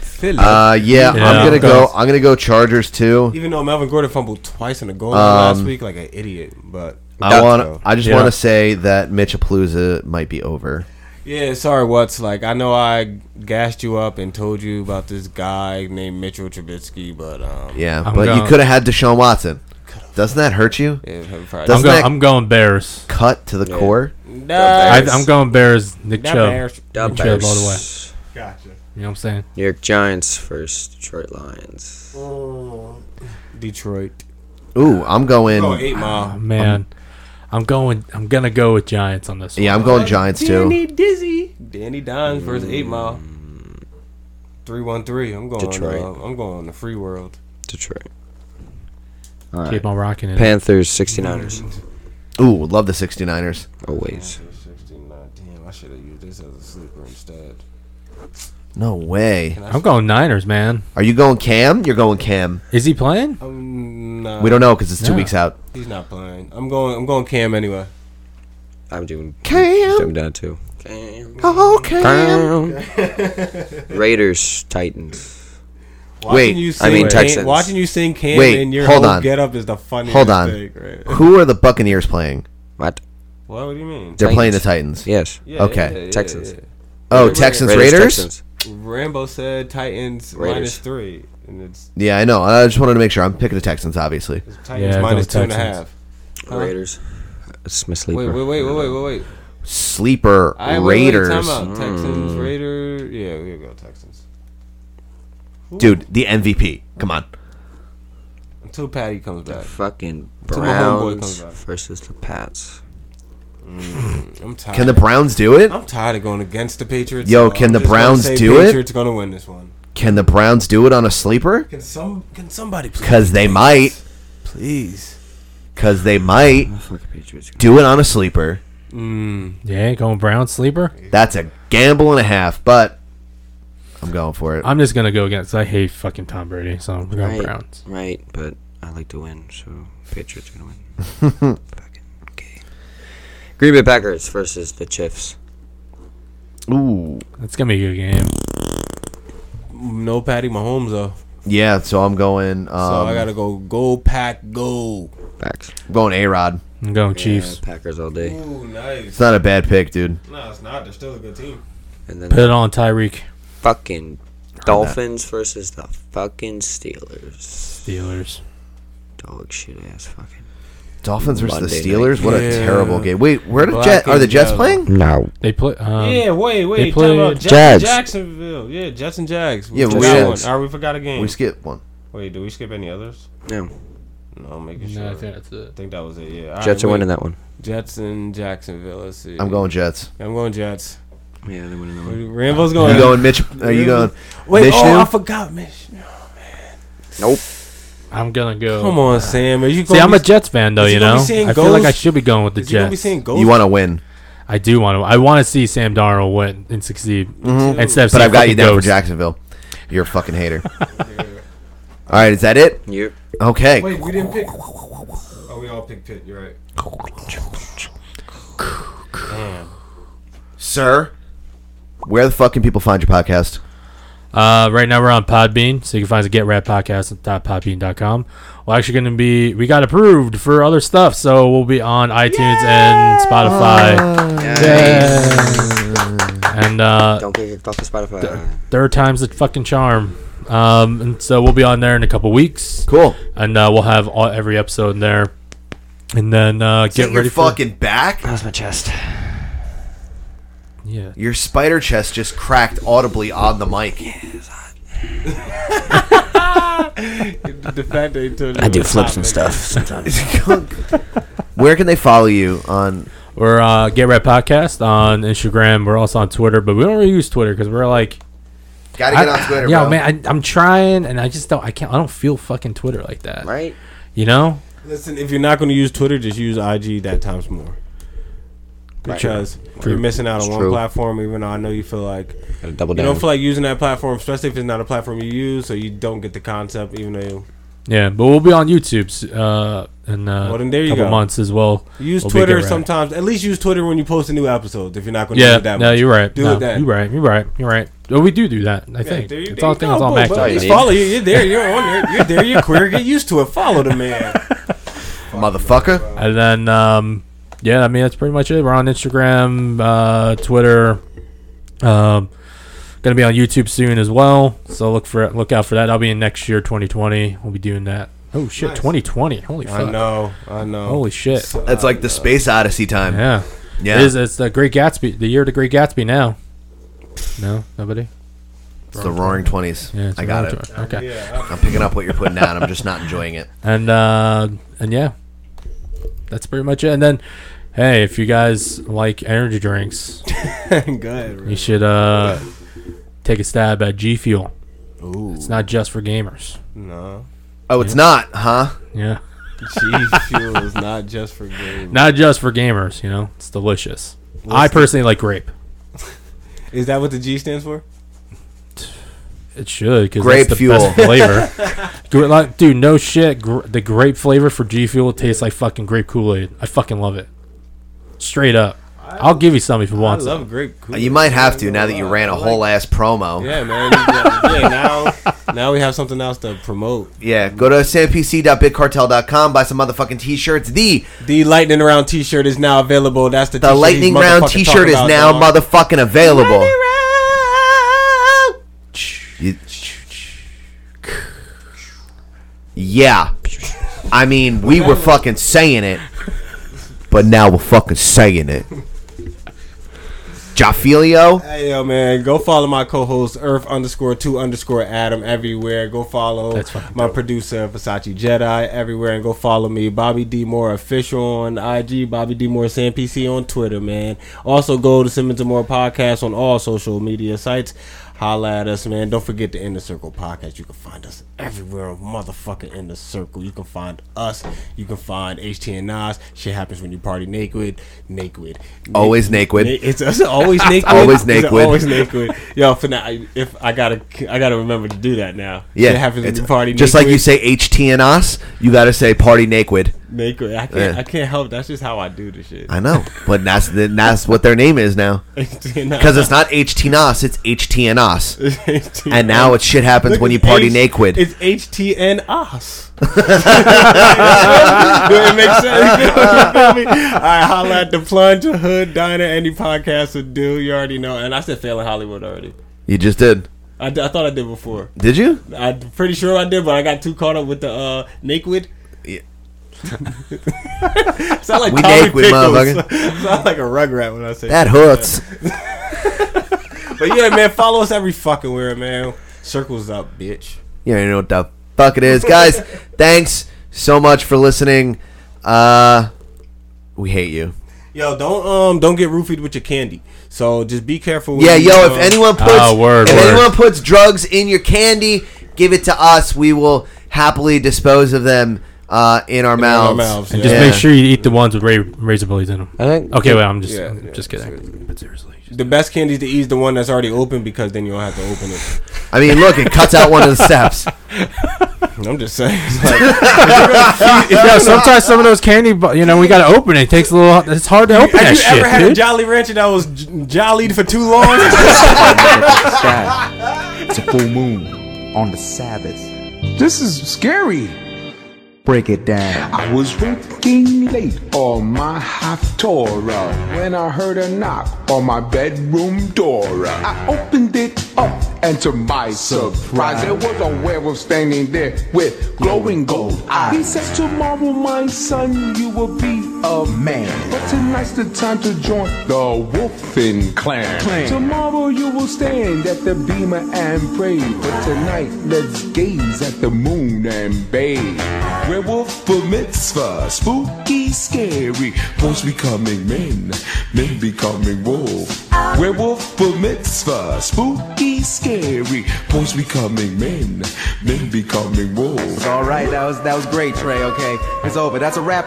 [SPEAKER 11] Philip.
[SPEAKER 4] Uh, yeah, I'm gonna go. I'm gonna go Chargers too.
[SPEAKER 11] Even though Melvin Gordon fumbled twice in the goal line last
[SPEAKER 4] Um,
[SPEAKER 11] week, like an idiot, but
[SPEAKER 4] I want. I just want to say that Mitchapalooza might be over.
[SPEAKER 11] Yeah, sorry, Watts. Like I know I gassed you up and told you about this guy named Mitchell Trubisky, but um,
[SPEAKER 4] Yeah,
[SPEAKER 10] I'm
[SPEAKER 4] but you
[SPEAKER 10] going-
[SPEAKER 4] could have had Deshaun Watson. Doesn't that hurt you?
[SPEAKER 11] Yeah, I'm sorry.
[SPEAKER 4] Doesn't
[SPEAKER 10] I'm, go-
[SPEAKER 4] that
[SPEAKER 10] I'm going Bears.
[SPEAKER 4] cut to the core?
[SPEAKER 10] I, I'm going Bears. Nick
[SPEAKER 11] The
[SPEAKER 10] Chubb.
[SPEAKER 11] Bears.
[SPEAKER 5] The
[SPEAKER 10] Nick Chubb all the way.
[SPEAKER 5] Bears.
[SPEAKER 11] Gotcha.
[SPEAKER 10] You know what I'm saying?
[SPEAKER 5] New York Giants first. Detroit Lions.
[SPEAKER 11] Detroit.
[SPEAKER 4] Ooh, I'm going.
[SPEAKER 11] Oh, eight mile.
[SPEAKER 10] Oh, man, I'm going. I'm gonna go with Giants on this.
[SPEAKER 4] Yeah, I'm
[SPEAKER 10] one.
[SPEAKER 4] going Giants too.
[SPEAKER 11] Danny Dizzy. Mm. Danny Dimes versus Eight Mile. Three one three. I'm going.
[SPEAKER 5] Detroit.
[SPEAKER 11] uh, I'm going on the free world.
[SPEAKER 5] Detroit. All right.
[SPEAKER 10] Keep on rocking it.
[SPEAKER 5] Panthers, 69ers.
[SPEAKER 4] Ooh, love the 69ers.
[SPEAKER 5] Always.
[SPEAKER 11] Sixteen nine. Damn, I should have used this as a sleeper instead.
[SPEAKER 4] No way.
[SPEAKER 10] I'm going Niners, man.
[SPEAKER 4] Are you going Cam? You're going Cam.
[SPEAKER 10] Is he playing?
[SPEAKER 11] Um, nah.
[SPEAKER 4] We don't know because it's two
[SPEAKER 10] Yeah.
[SPEAKER 4] weeks out.
[SPEAKER 11] He's not playing. I'm going. I'm going Cam anyway.
[SPEAKER 5] I'm doing.
[SPEAKER 4] Cam.
[SPEAKER 5] I'm down too. Cam.
[SPEAKER 4] Oh, Cam.
[SPEAKER 5] Raiders, Titans.
[SPEAKER 4] Wait,
[SPEAKER 11] you
[SPEAKER 5] I mean
[SPEAKER 11] sing Cam,
[SPEAKER 5] Texans.
[SPEAKER 11] watching you sing Cam
[SPEAKER 4] Wait,
[SPEAKER 11] in your
[SPEAKER 4] hold
[SPEAKER 11] whole
[SPEAKER 4] on.
[SPEAKER 11] get up is the funniest
[SPEAKER 4] Hold on.
[SPEAKER 11] thing. Right?
[SPEAKER 4] Who are the Buccaneers playing?
[SPEAKER 5] What?
[SPEAKER 11] What, what do you mean?
[SPEAKER 4] They're playing the
[SPEAKER 5] Titans.
[SPEAKER 4] Titans.
[SPEAKER 5] Yes.
[SPEAKER 11] Yeah,
[SPEAKER 4] okay.
[SPEAKER 11] yeah, yeah,
[SPEAKER 5] Texans.
[SPEAKER 11] yeah.
[SPEAKER 4] Oh, Texans Raiders.
[SPEAKER 5] Texans.
[SPEAKER 11] Rambo said Titans
[SPEAKER 5] Raiders.
[SPEAKER 11] minus three, and it's
[SPEAKER 4] Yeah, I know. I just wanted to make sure. I'm picking the Texans, obviously.
[SPEAKER 11] Titans
[SPEAKER 10] Yeah,
[SPEAKER 11] minus two
[SPEAKER 10] go
[SPEAKER 11] and a
[SPEAKER 10] Texans.
[SPEAKER 11] half.
[SPEAKER 5] Raiders. It's my sleeper.
[SPEAKER 11] Wait, wait, wait, wait, wait, wait, wait.
[SPEAKER 4] Sleeper
[SPEAKER 11] I, wait, wait, time
[SPEAKER 4] Raiders. Mm.
[SPEAKER 11] out. Texans, Raiders. Yeah, we go Texans.
[SPEAKER 4] Dude, the MVP. Come on.
[SPEAKER 11] Until Patty comes back,
[SPEAKER 5] Fucking
[SPEAKER 11] Till my homeboy comes
[SPEAKER 5] Browns
[SPEAKER 11] back.
[SPEAKER 5] versus the Pats.
[SPEAKER 11] I'm tired.
[SPEAKER 4] Can the Browns do it?
[SPEAKER 11] I'm tired of going against the Patriots.
[SPEAKER 4] Yo,
[SPEAKER 11] I'm
[SPEAKER 4] can the
[SPEAKER 11] just gonna
[SPEAKER 4] Browns
[SPEAKER 11] say
[SPEAKER 4] do it?
[SPEAKER 11] Patriots gonna win this one.
[SPEAKER 4] Can the Browns do it on a sleeper?
[SPEAKER 11] Can some? Can somebody? please-
[SPEAKER 4] Because they might.
[SPEAKER 11] Please.
[SPEAKER 4] Because they might
[SPEAKER 5] Fuck the Patriots.
[SPEAKER 4] do it on a sleeper.
[SPEAKER 10] Yeah, going Brown sleeper.
[SPEAKER 4] That's a gamble and a half, but I'm going for it.
[SPEAKER 10] I'm just gonna go against. I hate fucking Tom Brady, so I'm going
[SPEAKER 5] Right,
[SPEAKER 10] Browns.
[SPEAKER 5] right, but I like to win, so Patriots gonna win. Fucking okay. Green Bay Packers versus the Chiefs.
[SPEAKER 4] Ooh.
[SPEAKER 10] That's gonna be a good game.
[SPEAKER 11] No Patty Mahomes though,
[SPEAKER 4] Yeah, so I'm going. Um,
[SPEAKER 11] so I gotta go. Go pack, go.
[SPEAKER 5] Facts.
[SPEAKER 4] I'm going A Rod.
[SPEAKER 10] I'm going Chiefs.
[SPEAKER 5] Yeah, Packers all day.
[SPEAKER 11] Ooh, nice.
[SPEAKER 4] It's not a bad pick, dude.
[SPEAKER 11] No, it's not. They're still a good team.
[SPEAKER 5] And then
[SPEAKER 10] Put it on Tyreek.
[SPEAKER 5] fucking Dolphins versus the fucking Steelers.
[SPEAKER 10] Steelers.
[SPEAKER 5] Dog shit ass fucking.
[SPEAKER 4] Dolphins versus
[SPEAKER 5] Monday
[SPEAKER 4] the Steelers.
[SPEAKER 5] night.
[SPEAKER 4] What a
[SPEAKER 11] Yeah.
[SPEAKER 4] terrible game. Wait, where did
[SPEAKER 11] Black
[SPEAKER 4] Jet? Are
[SPEAKER 11] and
[SPEAKER 4] the Jets
[SPEAKER 11] yellow.
[SPEAKER 4] playing?
[SPEAKER 5] No.
[SPEAKER 10] They play. Um,
[SPEAKER 11] yeah, wait, wait.
[SPEAKER 10] play
[SPEAKER 11] Time out. Jets
[SPEAKER 5] Jags.
[SPEAKER 11] Jacksonville. Yeah, Jets and Jags.
[SPEAKER 4] Yeah, but we
[SPEAKER 11] forgot
[SPEAKER 4] didn't-
[SPEAKER 11] one. All right, we forgot a game.
[SPEAKER 4] We skipped one.
[SPEAKER 11] wait, did we skip any others?
[SPEAKER 5] No.
[SPEAKER 11] No, I'm making sure.
[SPEAKER 10] No, I
[SPEAKER 11] I
[SPEAKER 10] think that's it.
[SPEAKER 11] think that was it. Yeah. All
[SPEAKER 5] Jets
[SPEAKER 11] right,
[SPEAKER 5] are
[SPEAKER 11] wait.
[SPEAKER 5] winning that one.
[SPEAKER 11] Jets and Jacksonville. Let's see.
[SPEAKER 4] I'm going Jets.
[SPEAKER 11] I'm going Jets.
[SPEAKER 5] Yeah, they're winning that one.
[SPEAKER 11] Rambo's
[SPEAKER 4] Are
[SPEAKER 11] going.
[SPEAKER 4] you going Mitch? Are you going?
[SPEAKER 11] Wait,
[SPEAKER 4] Vishnu?
[SPEAKER 11] oh, I forgot Mitch.
[SPEAKER 5] Nope.
[SPEAKER 10] I'm gonna go.
[SPEAKER 11] Come on, Sam. Are you
[SPEAKER 10] See,
[SPEAKER 11] going?
[SPEAKER 10] I'm a Jets fan, though.
[SPEAKER 11] is he
[SPEAKER 10] You
[SPEAKER 11] gonna
[SPEAKER 10] know,
[SPEAKER 11] be
[SPEAKER 10] I
[SPEAKER 11] seeing
[SPEAKER 10] feel like I
[SPEAKER 11] ghosts?
[SPEAKER 10] should be going with the
[SPEAKER 11] Is you gonna be
[SPEAKER 10] Jets.
[SPEAKER 11] seeing ghosts?
[SPEAKER 4] You want to win,
[SPEAKER 10] I do want to. I want to see Sam Darnold win and succeed
[SPEAKER 11] Mm-hmm.
[SPEAKER 10] instead of.
[SPEAKER 4] but
[SPEAKER 10] seeing
[SPEAKER 4] I've got you
[SPEAKER 10] fucking
[SPEAKER 4] down for
[SPEAKER 10] ghosts.
[SPEAKER 4] Jacksonville. You're a fucking hater. All right, is that it?
[SPEAKER 5] Yep.
[SPEAKER 4] Okay.
[SPEAKER 11] Wait, we didn't pick. Oh, we all picked Pitt. You're right. Damn.
[SPEAKER 4] Sir, where the fuck can people find your podcast?
[SPEAKER 10] Uh, right now we're on Podbean, so you can find us at getrapodcast.podbean.com. We're actually going to be we got approved for other stuff, so we'll be on iTunes and Spotify. And uh,
[SPEAKER 5] Don't get kicked off of Spotify.
[SPEAKER 10] third time's the fucking charm. Um, and so we'll be on there in a couple weeks.
[SPEAKER 4] Cool.
[SPEAKER 10] And uh, we'll have all, every episode in there. And then uh,
[SPEAKER 4] Get
[SPEAKER 10] get ready for
[SPEAKER 4] fucking back. That
[SPEAKER 5] was my chest.
[SPEAKER 10] Yeah.
[SPEAKER 4] Your spider chest just cracked audibly on the mic.
[SPEAKER 11] The fact they told
[SPEAKER 5] I
[SPEAKER 11] you
[SPEAKER 5] do
[SPEAKER 11] was
[SPEAKER 5] flips and
[SPEAKER 11] topic.
[SPEAKER 5] stuff sometimes.
[SPEAKER 4] Where can they follow you on?
[SPEAKER 10] We're uh, Get Red Podcast on Instagram. We're also on Twitter, but we don't really use Twitter because we're like.
[SPEAKER 4] Gotta get
[SPEAKER 10] I-
[SPEAKER 4] on Twitter,
[SPEAKER 10] Yo,
[SPEAKER 4] bro.
[SPEAKER 10] man, I, I'm trying, and I just don't. I can't. I don't feel fucking Twitter like that.
[SPEAKER 5] Right.
[SPEAKER 10] You know.
[SPEAKER 11] Listen, if you're not going to use Twitter, just use IG that times more.
[SPEAKER 5] Right.
[SPEAKER 11] Because
[SPEAKER 5] True.
[SPEAKER 11] you're missing out on
[SPEAKER 5] It's
[SPEAKER 11] one
[SPEAKER 5] true.
[SPEAKER 11] platform, even though I know you feel like
[SPEAKER 5] Gotta double
[SPEAKER 11] you don't
[SPEAKER 5] down.
[SPEAKER 11] feel like using that platform, especially if it's not a platform you use, so you don't get the concept, even though you
[SPEAKER 10] Yeah, but we'll be on YouTube s- uh, in uh,
[SPEAKER 11] Well, then there you
[SPEAKER 10] couple
[SPEAKER 11] go.
[SPEAKER 10] months as well.
[SPEAKER 11] Use
[SPEAKER 10] We'll be
[SPEAKER 11] Twitter
[SPEAKER 10] Get Red.
[SPEAKER 11] sometimes. At least use Twitter when you post a new episode. If you're not going to
[SPEAKER 10] Yeah,
[SPEAKER 11] do it that
[SPEAKER 10] no,
[SPEAKER 11] much.
[SPEAKER 10] you're right.
[SPEAKER 11] Do
[SPEAKER 10] No,
[SPEAKER 11] it then.
[SPEAKER 10] You're right. You're right. You're right. Well, we do do that. I
[SPEAKER 11] Yeah,
[SPEAKER 10] think
[SPEAKER 11] there you-
[SPEAKER 10] it's
[SPEAKER 11] there
[SPEAKER 10] all
[SPEAKER 11] you
[SPEAKER 10] things
[SPEAKER 11] go,
[SPEAKER 10] on
[SPEAKER 11] boom,
[SPEAKER 10] Mac.
[SPEAKER 11] boom. Just follow you. You're there. You're on there. You're there. You're queer. Get used to it. Follow the man.
[SPEAKER 4] Motherfucker.
[SPEAKER 10] And then, um, yeah, I mean that's pretty much it. We're on Instagram, uh, Twitter. Um, gonna be on YouTube soon as well. So look for look out for that. I'll be in next year, 2020. We'll be doing that. Oh shit, 2020. Holy
[SPEAKER 11] I
[SPEAKER 10] fuck.
[SPEAKER 11] know. I know.
[SPEAKER 10] Holy shit.
[SPEAKER 4] It's like the space odyssey time.
[SPEAKER 10] Yeah.
[SPEAKER 4] Yeah.
[SPEAKER 10] It is, it's the Great Gatsby. The year of the Great Gatsby now. No, nobody.
[SPEAKER 4] It's the roaring twenties.
[SPEAKER 10] Yeah, it's
[SPEAKER 4] I
[SPEAKER 10] the
[SPEAKER 4] got
[SPEAKER 10] Roaring
[SPEAKER 4] it.
[SPEAKER 10] Twen- okay. Yeah.
[SPEAKER 4] I'm picking up what you're putting down. I'm just not enjoying it.
[SPEAKER 10] And uh, and yeah, that's pretty much it. And then, hey, if you guys like energy drinks,
[SPEAKER 11] Go ahead,
[SPEAKER 10] you should uh, take a stab at G Fuel. It's not just for gamers.
[SPEAKER 11] No.
[SPEAKER 4] Oh, it's not, huh?
[SPEAKER 10] Yeah,
[SPEAKER 11] G Fuel is not just for games.
[SPEAKER 10] not just for gamers. You know, it's delicious.
[SPEAKER 11] What's
[SPEAKER 10] I
[SPEAKER 11] the-
[SPEAKER 10] personally like grape.
[SPEAKER 11] Is that what the G stands for?
[SPEAKER 10] It should because
[SPEAKER 4] Grape
[SPEAKER 10] that's the
[SPEAKER 4] fuel.
[SPEAKER 10] best flavor. Gra- like, dude, no shit. Gr- the grape flavor for G Fuel tastes like fucking grape Kool Aid. I fucking love it. Straight up, I'll give you some if you want.
[SPEAKER 11] I
[SPEAKER 10] some.
[SPEAKER 11] love grape. Kool-Aid.
[SPEAKER 4] You might have to
[SPEAKER 11] I'm
[SPEAKER 4] now
[SPEAKER 11] not
[SPEAKER 4] that you
[SPEAKER 11] gonna
[SPEAKER 4] ran a
[SPEAKER 11] lie.
[SPEAKER 4] whole ass promo.
[SPEAKER 11] Yeah, man. yeah, now, now we have something else to promote.
[SPEAKER 4] Yeah, go to sampc.bigcartel.com, buy some motherfucking t-shirts. The
[SPEAKER 11] The lightning round T-shirt is now available. That's the
[SPEAKER 4] the
[SPEAKER 11] t-shirt
[SPEAKER 4] lightning
[SPEAKER 11] these
[SPEAKER 4] round
[SPEAKER 11] motherfuckers
[SPEAKER 4] t-shirt is
[SPEAKER 11] talk about,
[SPEAKER 4] now
[SPEAKER 11] dog.
[SPEAKER 4] motherfucking available. You- yeah, I mean we were fucking saying it, but now we're fucking saying it. Jafilio.
[SPEAKER 11] Hey yo man, go follow my co-host Earth underscore two underscore Adam everywhere. Go follow
[SPEAKER 10] That's fucking
[SPEAKER 11] my producer Versace Jedi everywhere, and go follow me Bobby D Moore official on IG, Bobby D Moore Sam PC on Twitter, man. Also go to Simmons and Moore podcast on all social media sites. Holla at us, man. Don't forget the Inner Circle podcast. You can find us everywhere, motherfucking Inner Circle. You can find us. You can find HT and Nas. Shit happens when you party naked. Naked.
[SPEAKER 4] Always naked.
[SPEAKER 11] Na- It's, it's always naked.
[SPEAKER 4] Always
[SPEAKER 11] It's
[SPEAKER 4] naked.
[SPEAKER 11] Always naked. Yo, for now, I- if I gotta, I gotta remember to do that now.
[SPEAKER 4] Yeah,
[SPEAKER 11] Shit happens
[SPEAKER 4] it's-
[SPEAKER 11] at the party.
[SPEAKER 4] Just
[SPEAKER 11] naked.
[SPEAKER 4] like you say HT and us, you got to say party naked.
[SPEAKER 11] naked. I can't,
[SPEAKER 4] Yeah.
[SPEAKER 11] I can't help. That's just how I do the shit.
[SPEAKER 4] I know, but that's the, that's what their name is now. Because it's not HT us, it's HT and us. And now it shit happens
[SPEAKER 11] Look,
[SPEAKER 4] when you
[SPEAKER 11] it's
[SPEAKER 4] party
[SPEAKER 11] H-
[SPEAKER 4] naked.
[SPEAKER 11] It's HTN us. it makes sense. You feel me? All right, holla at the plunger, hood, diner, any podcast would do. You already know. And I said failing Hollywood already.
[SPEAKER 4] You just did.
[SPEAKER 11] I, d- I thought I did before.
[SPEAKER 4] Did you?
[SPEAKER 11] I'm pretty sure I did, but I got too caught up with the uh, naked.
[SPEAKER 4] Yeah.
[SPEAKER 11] Sound like
[SPEAKER 4] We
[SPEAKER 11] Tommy
[SPEAKER 4] naked,
[SPEAKER 11] Pickles.
[SPEAKER 4] motherfucker.
[SPEAKER 11] Sound like a rugrat when I say
[SPEAKER 4] That hurts.
[SPEAKER 11] but yeah, man, follow us every fucking where, man. Circles up, bitch.
[SPEAKER 4] You already know what the fuck it is. Guys, thanks so much for listening. Uh, we hate you.
[SPEAKER 11] Yo, don't um, don't get roofied with your candy. So just be careful. when
[SPEAKER 4] Yeah,
[SPEAKER 11] you,
[SPEAKER 4] yo, if
[SPEAKER 11] um,
[SPEAKER 4] anyone puts
[SPEAKER 10] Ah, word,
[SPEAKER 4] if
[SPEAKER 10] word.
[SPEAKER 4] anyone puts drugs in your candy, give it to us. We will happily dispose of them uh, in our mouths.
[SPEAKER 11] mouths,
[SPEAKER 10] And just
[SPEAKER 4] Yeah.
[SPEAKER 10] make sure you eat the ones with ra- razor blades in them.
[SPEAKER 5] I think-
[SPEAKER 10] okay, well, I'm just,
[SPEAKER 11] Yeah,
[SPEAKER 10] I'm
[SPEAKER 11] yeah,
[SPEAKER 10] just kidding. But seriously,
[SPEAKER 11] the best candies to eat is the one that's already open because then you don't have to open it.
[SPEAKER 4] I mean, look, it cuts out one of the steps.
[SPEAKER 11] I'm just saying. It's like-
[SPEAKER 10] yeah, sometimes some of those candy, bu- you know, we gotta open it. It takes a little. It's hard to open that
[SPEAKER 11] Have you ever had
[SPEAKER 10] shit,
[SPEAKER 11] a
[SPEAKER 10] dude.
[SPEAKER 11] Jolly Rancher that was j- jollied for too long?
[SPEAKER 12] It's a full moon on the Sabbath. This is scary. Break it down. I was working late on my Haftorah when I heard a knock on my bedroom door. I opened it up, and to my surprise, there was a werewolf standing there with glowing gold eyes. He said, Tomorrow, my son, you will be a man. But tonight's the time to join the Wolfen clan.
[SPEAKER 13] Clan.
[SPEAKER 12] Tomorrow you will stand at the beamer and pray. But tonight, let's gaze at the moon and bathe. Werewolf for mitzvah, spooky, scary. Boys becoming men, men becoming wolf. Werewolf for mitzvah, spooky, scary. Boys becoming men, men becoming wolf.
[SPEAKER 13] All right, that was that was great, Trey. Okay, it's over. That's a wrap.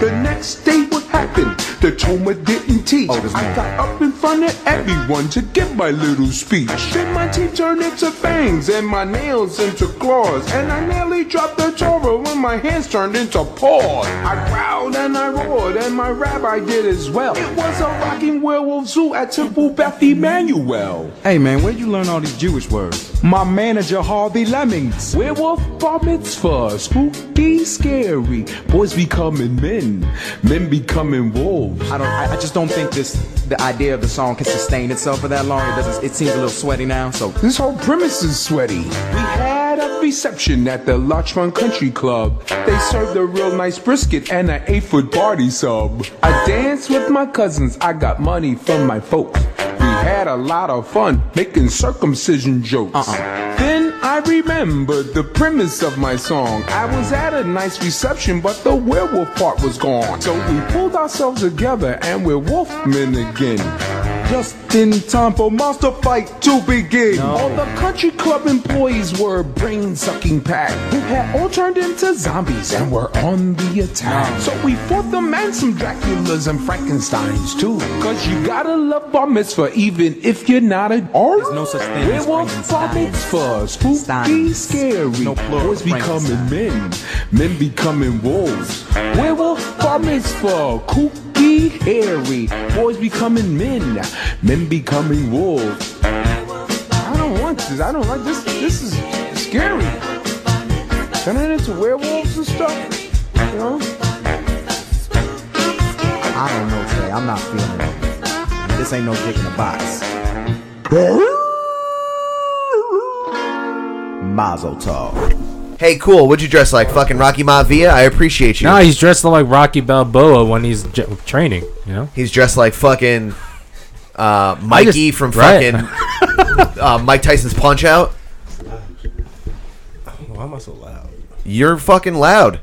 [SPEAKER 12] The next day, what happened? The Toma didn't teach. I got up in front of everyone to give my little speech. Then my teeth turned into fangs and my nails into claws. And I nearly dropped the Torah when my hands turned into paws. I growled and I roared, and my rabbi did as well. It was a rocking werewolf zoo at Temple Beth Emmanuel.
[SPEAKER 13] Hey man, where'd you learn all these Jewish words?
[SPEAKER 12] My manager Harvey Lemmings. Werewolf bar mitzvah, spooky, scary. Boys becoming men, men becoming wolves.
[SPEAKER 13] I don't. I, I just don't think this. The idea of the song can sustain itself for that long. It doesn't. It seems a little sweaty now. So
[SPEAKER 12] This whole premise is sweaty. We had a reception at the Larchmont Country Club. They served a real nice brisket and an eight foot party sub. I danced with my cousins, I got money from my folks. We had a lot of fun making circumcision jokes. Then I remembered the premise of my song. I was at a nice reception, but the werewolf part was gone. So we pulled ourselves together and we're wolfmen again. Just in time for monster fight to begin. All the country club employees were brain sucking pack who had all turned into zombies and were on the attack. So we fought them and some Draculas and Frankensteins too. Cause you gotta love bar mitzvah even if you're not a There's no such
[SPEAKER 13] thing as
[SPEAKER 12] Werewolf bar mitzvah, spooky, scary. No Boys becoming men, men becoming wolves. Werewolf bar mitzvah, kooky, hairy. Boys becoming men, men becoming wolves. I don't want this. I don't like this. This is scary. Turning into werewolves and stuff. You know?
[SPEAKER 13] I don't know, Trey. I'm not feeling it. This ain't no dick in a box.
[SPEAKER 4] Mazel tov. Hey, cool. What'd you dress like? Fucking Rocky Maivia? I appreciate you.
[SPEAKER 10] Nah, he's dressed like Rocky Balboa when he's j- training. You know,
[SPEAKER 4] He's dressed like fucking uh, Mikey
[SPEAKER 10] just-
[SPEAKER 4] from
[SPEAKER 10] right.
[SPEAKER 4] fucking uh, Mike Tyson's Punch Out.
[SPEAKER 11] Why am I so loud?
[SPEAKER 4] You're fucking loud.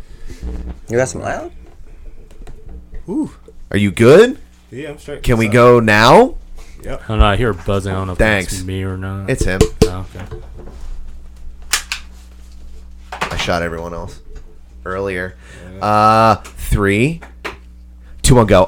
[SPEAKER 5] You got some loud?
[SPEAKER 4] Are you good?
[SPEAKER 11] Yeah, I'm straight.
[SPEAKER 4] Can we go now?
[SPEAKER 11] Yep.
[SPEAKER 10] I don't know. I hear a buzzing. I don't know if
[SPEAKER 4] Thanks.
[SPEAKER 10] that's me or not.
[SPEAKER 4] It's him.
[SPEAKER 10] Oh, okay.
[SPEAKER 4] I shot everyone else earlier. Uh, three, two, one, go.